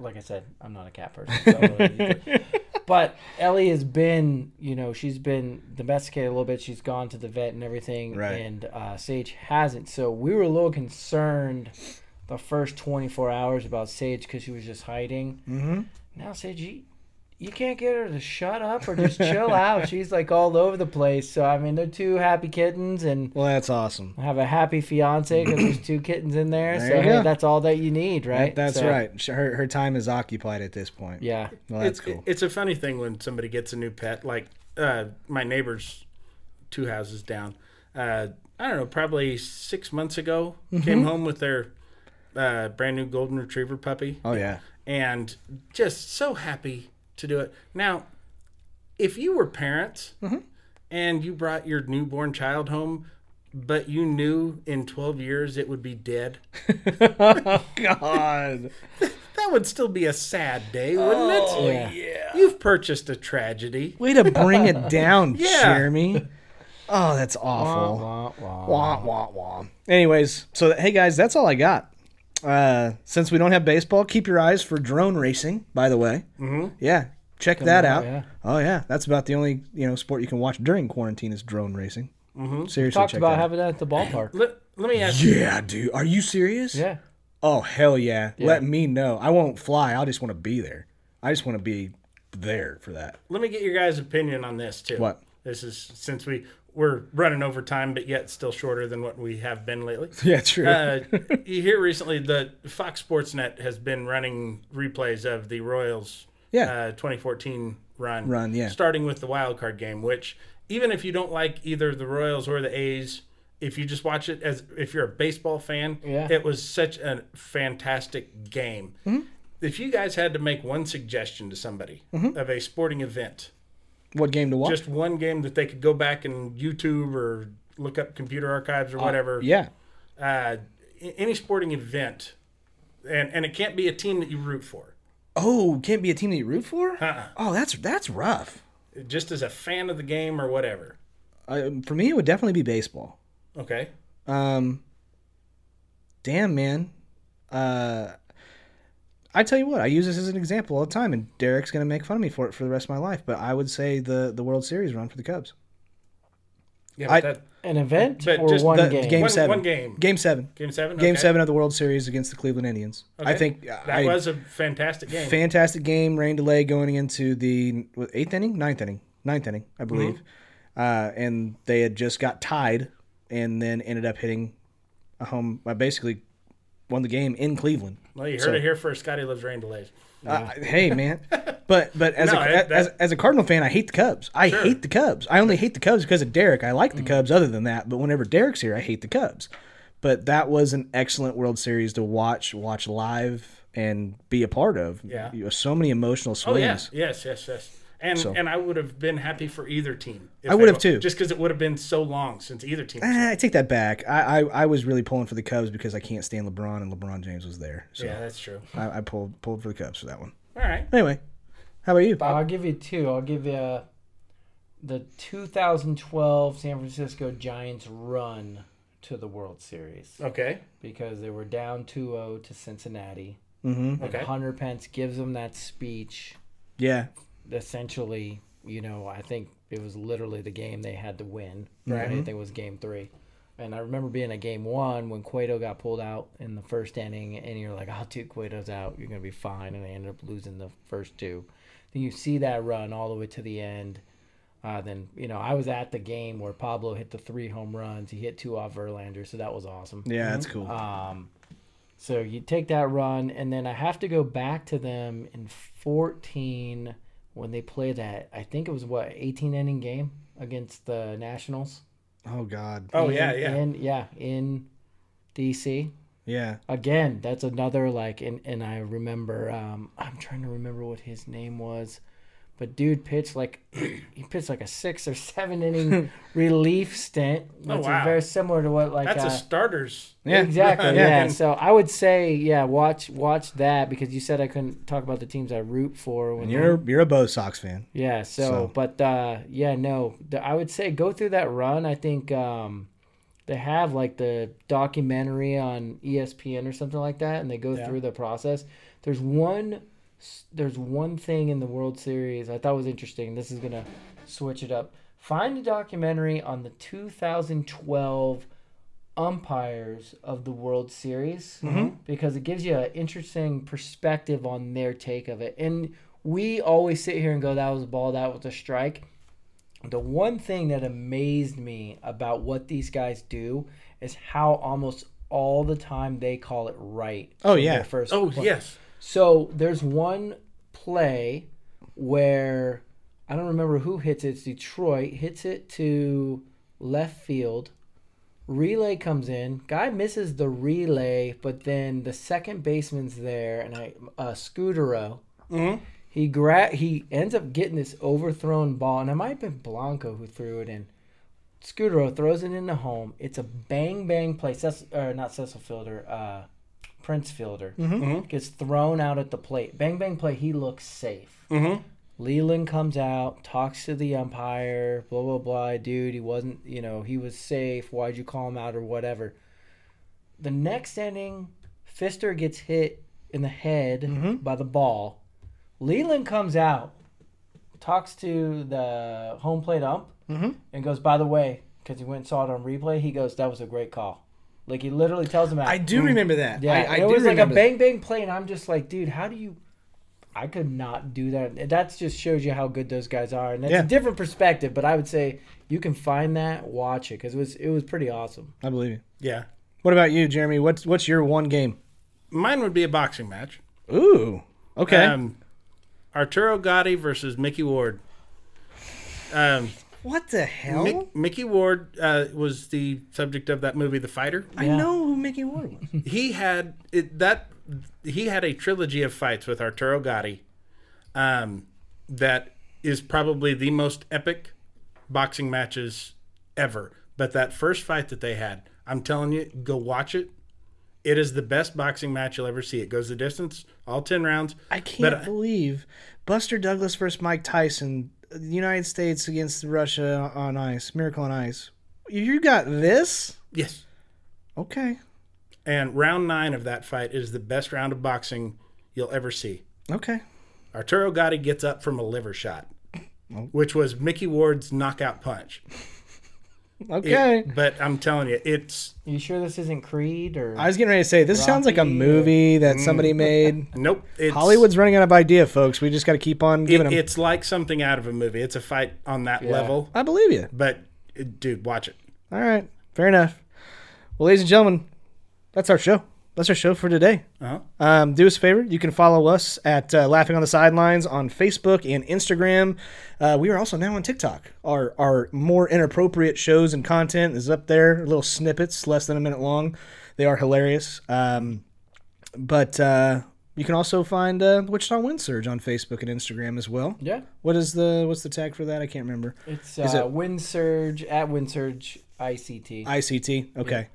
[SPEAKER 3] Like I said, I'm not a cat person. so I don't know either. but Ellie has been, you know, she's been domesticated a little bit. She's gone to the vet and everything,
[SPEAKER 1] Right.
[SPEAKER 3] and uh, Sage hasn't. So we were a little concerned the first 24 hours about Sage because she was just hiding. Mm-hmm. Now Sage, you, you can't get her to shut up or just chill out. She's like all over the place. So I mean, they're two happy kittens, and
[SPEAKER 1] Well, that's awesome.
[SPEAKER 3] I have a happy fiance because there's two kittens in there.
[SPEAKER 1] There
[SPEAKER 3] so
[SPEAKER 1] you
[SPEAKER 3] hey,
[SPEAKER 1] go.
[SPEAKER 3] that's all that you need, right?
[SPEAKER 1] That's
[SPEAKER 3] So,
[SPEAKER 1] right. Sh- Her her time is occupied at this point.
[SPEAKER 3] Yeah.
[SPEAKER 1] Well, that's
[SPEAKER 2] It's-
[SPEAKER 1] cool.
[SPEAKER 2] It's a funny thing when somebody gets a new pet. Like uh, my neighbors, two houses down. Uh, I don't know, probably six months ago,
[SPEAKER 1] Mm-hmm.
[SPEAKER 2] came home with their uh, brand new golden retriever puppy.
[SPEAKER 1] oh yeah.
[SPEAKER 2] and just so happy to do it. Now, if you were parents and you brought your newborn child home, but you knew in 12 years it would be dead,
[SPEAKER 1] God.
[SPEAKER 2] that would still be a sad day, wouldn't it?
[SPEAKER 3] Yeah.
[SPEAKER 2] You've purchased a tragedy.
[SPEAKER 1] Way to bring it down,
[SPEAKER 2] Yeah.
[SPEAKER 1] Jeremy. Oh, that's awful.
[SPEAKER 3] Wah, wah.
[SPEAKER 1] Wah, wah, wah. Anyways, so hey guys, that's all I got. Uh, since we don't have baseball, keep your eyes for drone racing. By the way, mm-hmm. yeah, check that out.
[SPEAKER 3] out, yeah.
[SPEAKER 1] Oh yeah, that's about the only you know sport you can watch during quarantine is drone racing. Mm-hmm. Seriously,
[SPEAKER 3] Talked
[SPEAKER 1] check
[SPEAKER 3] about
[SPEAKER 1] that. out.
[SPEAKER 3] having that at the ballpark.
[SPEAKER 2] Let, let me ask you.
[SPEAKER 1] yeah, dude, are you serious?
[SPEAKER 3] Yeah.
[SPEAKER 1] Oh hell yeah. Let me know. I won't fly. I just want to be there. I just want to be there for that.
[SPEAKER 2] Let me get your guys' opinion on this too.
[SPEAKER 1] What?
[SPEAKER 2] This is since we we're running over time, but yet still shorter than what we have been lately.
[SPEAKER 1] Yeah, true.
[SPEAKER 2] uh, you hear recently the Fox Sports Net has been running replays of the Royals
[SPEAKER 1] Yeah.
[SPEAKER 2] uh, 2014 run.
[SPEAKER 1] Run, yeah.
[SPEAKER 2] Starting with the wild card game, which even if you don't like either the Royals or the A's, if you just watch it as if you're a baseball fan,
[SPEAKER 3] Yeah.
[SPEAKER 2] it was such a fantastic game.
[SPEAKER 1] Mm-hmm.
[SPEAKER 2] If you guys had to make one suggestion to somebody
[SPEAKER 1] Mm-hmm.
[SPEAKER 2] of a sporting event,
[SPEAKER 1] what game to watch?
[SPEAKER 2] just one game that they could go back and YouTube or look up computer archives or whatever
[SPEAKER 1] yeah.
[SPEAKER 2] uh, a- any sporting event, and and it can't be a team that you root for. Uh-uh.
[SPEAKER 1] Oh, can't be a team that you root for. Oh, that's that's rough.
[SPEAKER 2] Just as a fan of the game or whatever.
[SPEAKER 1] Uh, for me, it would definitely be baseball.
[SPEAKER 2] Okay.
[SPEAKER 1] Um, damn, man. Uh, I tell you what, I use this as an example all the time, and Derek's gonna make fun of me for it for the rest of my life. But I would say the the World Series run for the Cubs,
[SPEAKER 2] Yeah,
[SPEAKER 1] I-
[SPEAKER 2] but that,
[SPEAKER 3] An event
[SPEAKER 2] But
[SPEAKER 3] or
[SPEAKER 2] just
[SPEAKER 3] one
[SPEAKER 1] the,
[SPEAKER 3] game?
[SPEAKER 1] game
[SPEAKER 2] One-
[SPEAKER 1] seven,
[SPEAKER 2] one game.
[SPEAKER 1] game seven,
[SPEAKER 2] game seven.
[SPEAKER 1] game
[SPEAKER 2] Okay.
[SPEAKER 1] seven of the World Series against the Cleveland Indians. I
[SPEAKER 2] Okay.
[SPEAKER 1] think uh,
[SPEAKER 2] that
[SPEAKER 1] I-
[SPEAKER 2] was a fantastic game.
[SPEAKER 1] fantastic game, rain delay going into the what, eighth inning, ninth inning, ninth inning, I
[SPEAKER 2] Mm-hmm.
[SPEAKER 1] believe. Uh, and they had just got tied, and then ended up hitting a home. I basically won the game in Cleveland.
[SPEAKER 2] well, you heard it here first. Scotty loves rain delays.
[SPEAKER 1] Uh, hey man, but but as
[SPEAKER 2] No,
[SPEAKER 1] a
[SPEAKER 2] that-
[SPEAKER 1] as, as a Cardinal fan, I hate the Cubs. I hate the Cubs. I only hate the Cubs because of Derek. I like the
[SPEAKER 2] Mm-hmm.
[SPEAKER 1] Cubs. Other than that, but whenever Derek's here, I hate the Cubs. But that was an excellent World Series to watch, watch live, and be a part of.
[SPEAKER 2] Yeah.
[SPEAKER 1] You- so many emotional swings.
[SPEAKER 2] Oh yes, yes, yes, yes. And and I would have been happy for either team. if
[SPEAKER 1] I
[SPEAKER 2] they
[SPEAKER 1] would have
[SPEAKER 2] won-
[SPEAKER 1] too.
[SPEAKER 2] Just because it would have been so long since either team. was-
[SPEAKER 1] Eh, I take that back. I, I, I was really pulling for the Cubs because I can't stand LeBron and LeBron James was there. So
[SPEAKER 2] Yeah, that's true.
[SPEAKER 1] I, I pulled pulled for the Cubs for that one.
[SPEAKER 2] All right.
[SPEAKER 1] Anyway, how about you?
[SPEAKER 3] I'll give you two. I'll give you uh, the 2012 San Francisco Giants run to the World Series
[SPEAKER 2] Okay.
[SPEAKER 3] because they were down 2-0 to Cincinnati.
[SPEAKER 2] Okay.
[SPEAKER 3] Hunter Pence gives them that speech.
[SPEAKER 1] Yeah.
[SPEAKER 3] Essentially, you know, I think it was literally the game they had to win. Right. I think it was game three. And I remember being at game one when Cueto got pulled out in the first inning, and you're like, oh, dude, Cueto's out. You're going to be fine. And they ended up losing the first two. Then you see that run all the way to the end. Uh, then, you know, I was at the game where Pablo hit the three home runs. He hit two off Verlander, so that was awesome.
[SPEAKER 1] Yeah, that's cool.
[SPEAKER 3] So you take that run, and then I have to go back to them in 14 when they play that. I think it was what 18 inning game against the Nationals.
[SPEAKER 1] oh God.
[SPEAKER 2] Oh yeah, yeah.
[SPEAKER 3] In, yeah, in DC.
[SPEAKER 1] Yeah.
[SPEAKER 3] Again, that's another like, and and I remember. Um, I'm trying to remember what his name was, but dude pitched like he pitched like a six or seven inning relief stint, which
[SPEAKER 2] Oh, wow.
[SPEAKER 3] is very similar to what like
[SPEAKER 2] That's
[SPEAKER 3] uh,
[SPEAKER 2] a starter's.
[SPEAKER 1] Yeah.
[SPEAKER 3] Exactly.
[SPEAKER 1] Yeah.
[SPEAKER 3] Yeah. So I would say, yeah, watch watch that because you said I couldn't talk about the teams I root for when
[SPEAKER 1] You're you're a Bo Sox fan.
[SPEAKER 3] yeah. So, but uh, yeah, no, the, I would say go through that run. I think um, they have like the documentary on E ESPN or something like that, and they go through the process. There's one, s- there's one thing in the World Series I thought was interesting. This is gonna switch it up. Find a documentary on the 2012 umpires of the World Series
[SPEAKER 1] Mm-hmm.
[SPEAKER 3] because it gives you an interesting perspective on their take of it. And we always sit here and go, that was a ball, that was a strike. The one thing that amazed me about what these guys do is how almost all the time they call it right.
[SPEAKER 1] Oh,
[SPEAKER 3] from
[SPEAKER 1] yeah.
[SPEAKER 3] their First
[SPEAKER 2] Oh
[SPEAKER 3] play.
[SPEAKER 2] yes.
[SPEAKER 3] So there's one play where I don't remember who hits it. It's Detroit hits it to left field. Relay comes in. Guy misses the relay, but then the second baseman's there, and I uh, Scudero. He gra- he ends up getting this overthrown ball, and it might have been Blanco who threw it in. Scudero throws it into home. It's a bang bang play. Cecil, or not Cecil Fielder, uh, Prince Fielder
[SPEAKER 1] Mm-hmm.
[SPEAKER 3] gets thrown out at the plate. Bang bang play. He looks safe. Leland comes out, talks to the umpire, blah blah blah. Dude, he wasn't. You know, he was safe. Why'd you call him out or whatever? The next inning, Fister gets hit in the head
[SPEAKER 1] Mm-hmm.
[SPEAKER 3] by the ball. Leland comes out, talks to the home plate ump,
[SPEAKER 1] Mm-hmm.
[SPEAKER 3] and goes, by the way, because he went and saw it on replay, he goes, that was a great call. Like, he literally tells him, out.
[SPEAKER 1] I do remember that.
[SPEAKER 3] Yeah,
[SPEAKER 1] I, I
[SPEAKER 3] it
[SPEAKER 1] do
[SPEAKER 3] was like a
[SPEAKER 1] remember that.
[SPEAKER 3] bang bang play, and I'm just like, dude, how do you? I could not do that. That just shows you how good those guys are, and that's
[SPEAKER 1] Yeah.
[SPEAKER 3] a different perspective. But I would say you can find that, watch it, because it was it was pretty awesome.
[SPEAKER 1] I believe you.
[SPEAKER 2] Yeah.
[SPEAKER 1] What about you, Jeremy? What's what's your one game?
[SPEAKER 2] Mine would be a boxing match.
[SPEAKER 1] Ooh. Okay.
[SPEAKER 2] Um, Arturo Gotti versus Mickey Ward. Um,
[SPEAKER 1] what the hell?
[SPEAKER 2] Mick, Mickey Ward uh, was the subject of that movie, The Fighter.
[SPEAKER 1] I know who Mickey Ward was.
[SPEAKER 2] he had it, that he had a trilogy of fights with Arturo Gotti, um, that is probably the most epic boxing matches ever. But that first fight that they had, I'm telling you, go watch it. It is the best boxing match you'll ever see. It goes the distance, all ten rounds.
[SPEAKER 1] I can't
[SPEAKER 2] But, uh,
[SPEAKER 1] believe Buster Douglas versus Mike Tyson, the United States against Russia on ice, Miracle on Ice. You got this?
[SPEAKER 2] yes.
[SPEAKER 1] Okay.
[SPEAKER 2] And round nine of that fight is the best round of boxing you'll ever see.
[SPEAKER 1] Okay.
[SPEAKER 2] Arturo Gotti gets up from a liver shot, which was Mickey Ward's knockout punch. It-
[SPEAKER 1] Okay.
[SPEAKER 2] but I'm telling you, it's
[SPEAKER 3] You sure this isn't Creed or?
[SPEAKER 1] I was getting ready to say this sounds like a
[SPEAKER 3] Rocky.
[SPEAKER 1] movie that
[SPEAKER 2] Mm.
[SPEAKER 1] somebody made.
[SPEAKER 2] nope. It's,
[SPEAKER 1] Hollywood's running out of idea, folks. We just got to keep on
[SPEAKER 2] it-
[SPEAKER 1] giving them.
[SPEAKER 2] it's like something out of a movie. It's a fight on that level.
[SPEAKER 1] I believe you.
[SPEAKER 2] But it- dude, watch it.
[SPEAKER 1] All right, fair enough. Well, ladies and gentlemen, that's our show. That's our show for today.
[SPEAKER 2] Uh-huh.
[SPEAKER 1] Um, do us a favor. You can follow us at uh, Laughing on the Sidelines on Facebook and Instagram. Uh, we are also now on TikTok. Our our more inappropriate shows and content is up there. Little snippets, less than a minute long. They are hilarious. Um, but uh, you can also find uh, Wichita Wind Surge on Facebook and Instagram as well.
[SPEAKER 3] yeah,
[SPEAKER 1] What is the what's the tag for that? I can't remember.
[SPEAKER 3] it's
[SPEAKER 1] Is
[SPEAKER 3] uh, Wind Surge at Wind Surge ICT.
[SPEAKER 1] ICT. Okay.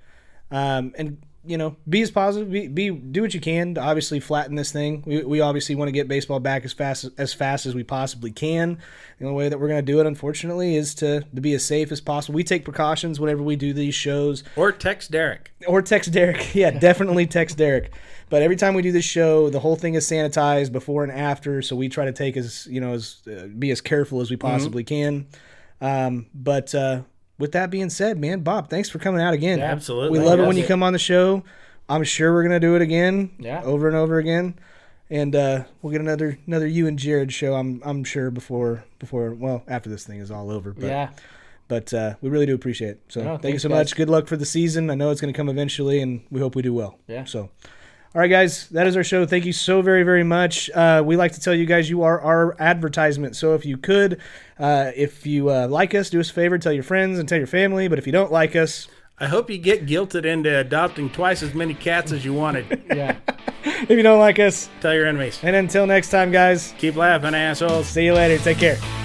[SPEAKER 1] Um, and you know, be as positive. Be, be do what you can to obviously flatten this thing. We, we obviously want to get baseball back as fast as, as fast as we possibly can. The only way that we're going to do it, unfortunately, is to to be as safe as possible. We take precautions whenever we do these shows
[SPEAKER 2] Or text Derek.
[SPEAKER 1] or text Derek. Yeah, definitely text Derek. But every time we do this show, the whole thing is sanitized before and after, so we try to take as you know as uh, be as careful as we possibly can. Um, but uh, with that being said, man, Bob, thanks for coming out again.
[SPEAKER 2] absolutely.
[SPEAKER 1] we love it when
[SPEAKER 3] Yeah.
[SPEAKER 1] you come on the show. I'm sure we're gonna do it again,
[SPEAKER 3] Yeah.
[SPEAKER 1] over and over again. And uh, we'll get another another you and Jared show. I'm I'm sure before before well after this thing is all over. But
[SPEAKER 3] yeah,
[SPEAKER 1] but uh, we really do appreciate it. So
[SPEAKER 3] No,
[SPEAKER 1] thank you
[SPEAKER 3] thanks,
[SPEAKER 1] so
[SPEAKER 3] guys.
[SPEAKER 1] much. Good luck for the season. I know it's going to come eventually, and we hope we do well.
[SPEAKER 3] Yeah.
[SPEAKER 1] So, all right, guys, that is our show. Thank you so very, very much. Uh, we like to tell you guys you are our advertisement. So if you could, uh, if you uh, like us, do us a favor, tell your friends and tell your family. But if you don't like us,
[SPEAKER 2] I hope you get guilted into adopting twice as many cats as you wanted.
[SPEAKER 3] yeah.
[SPEAKER 1] if you don't like us,
[SPEAKER 2] Tell your enemies.
[SPEAKER 1] and until next time, guys,
[SPEAKER 2] Keep laughing, assholes.
[SPEAKER 1] see you later. Take care.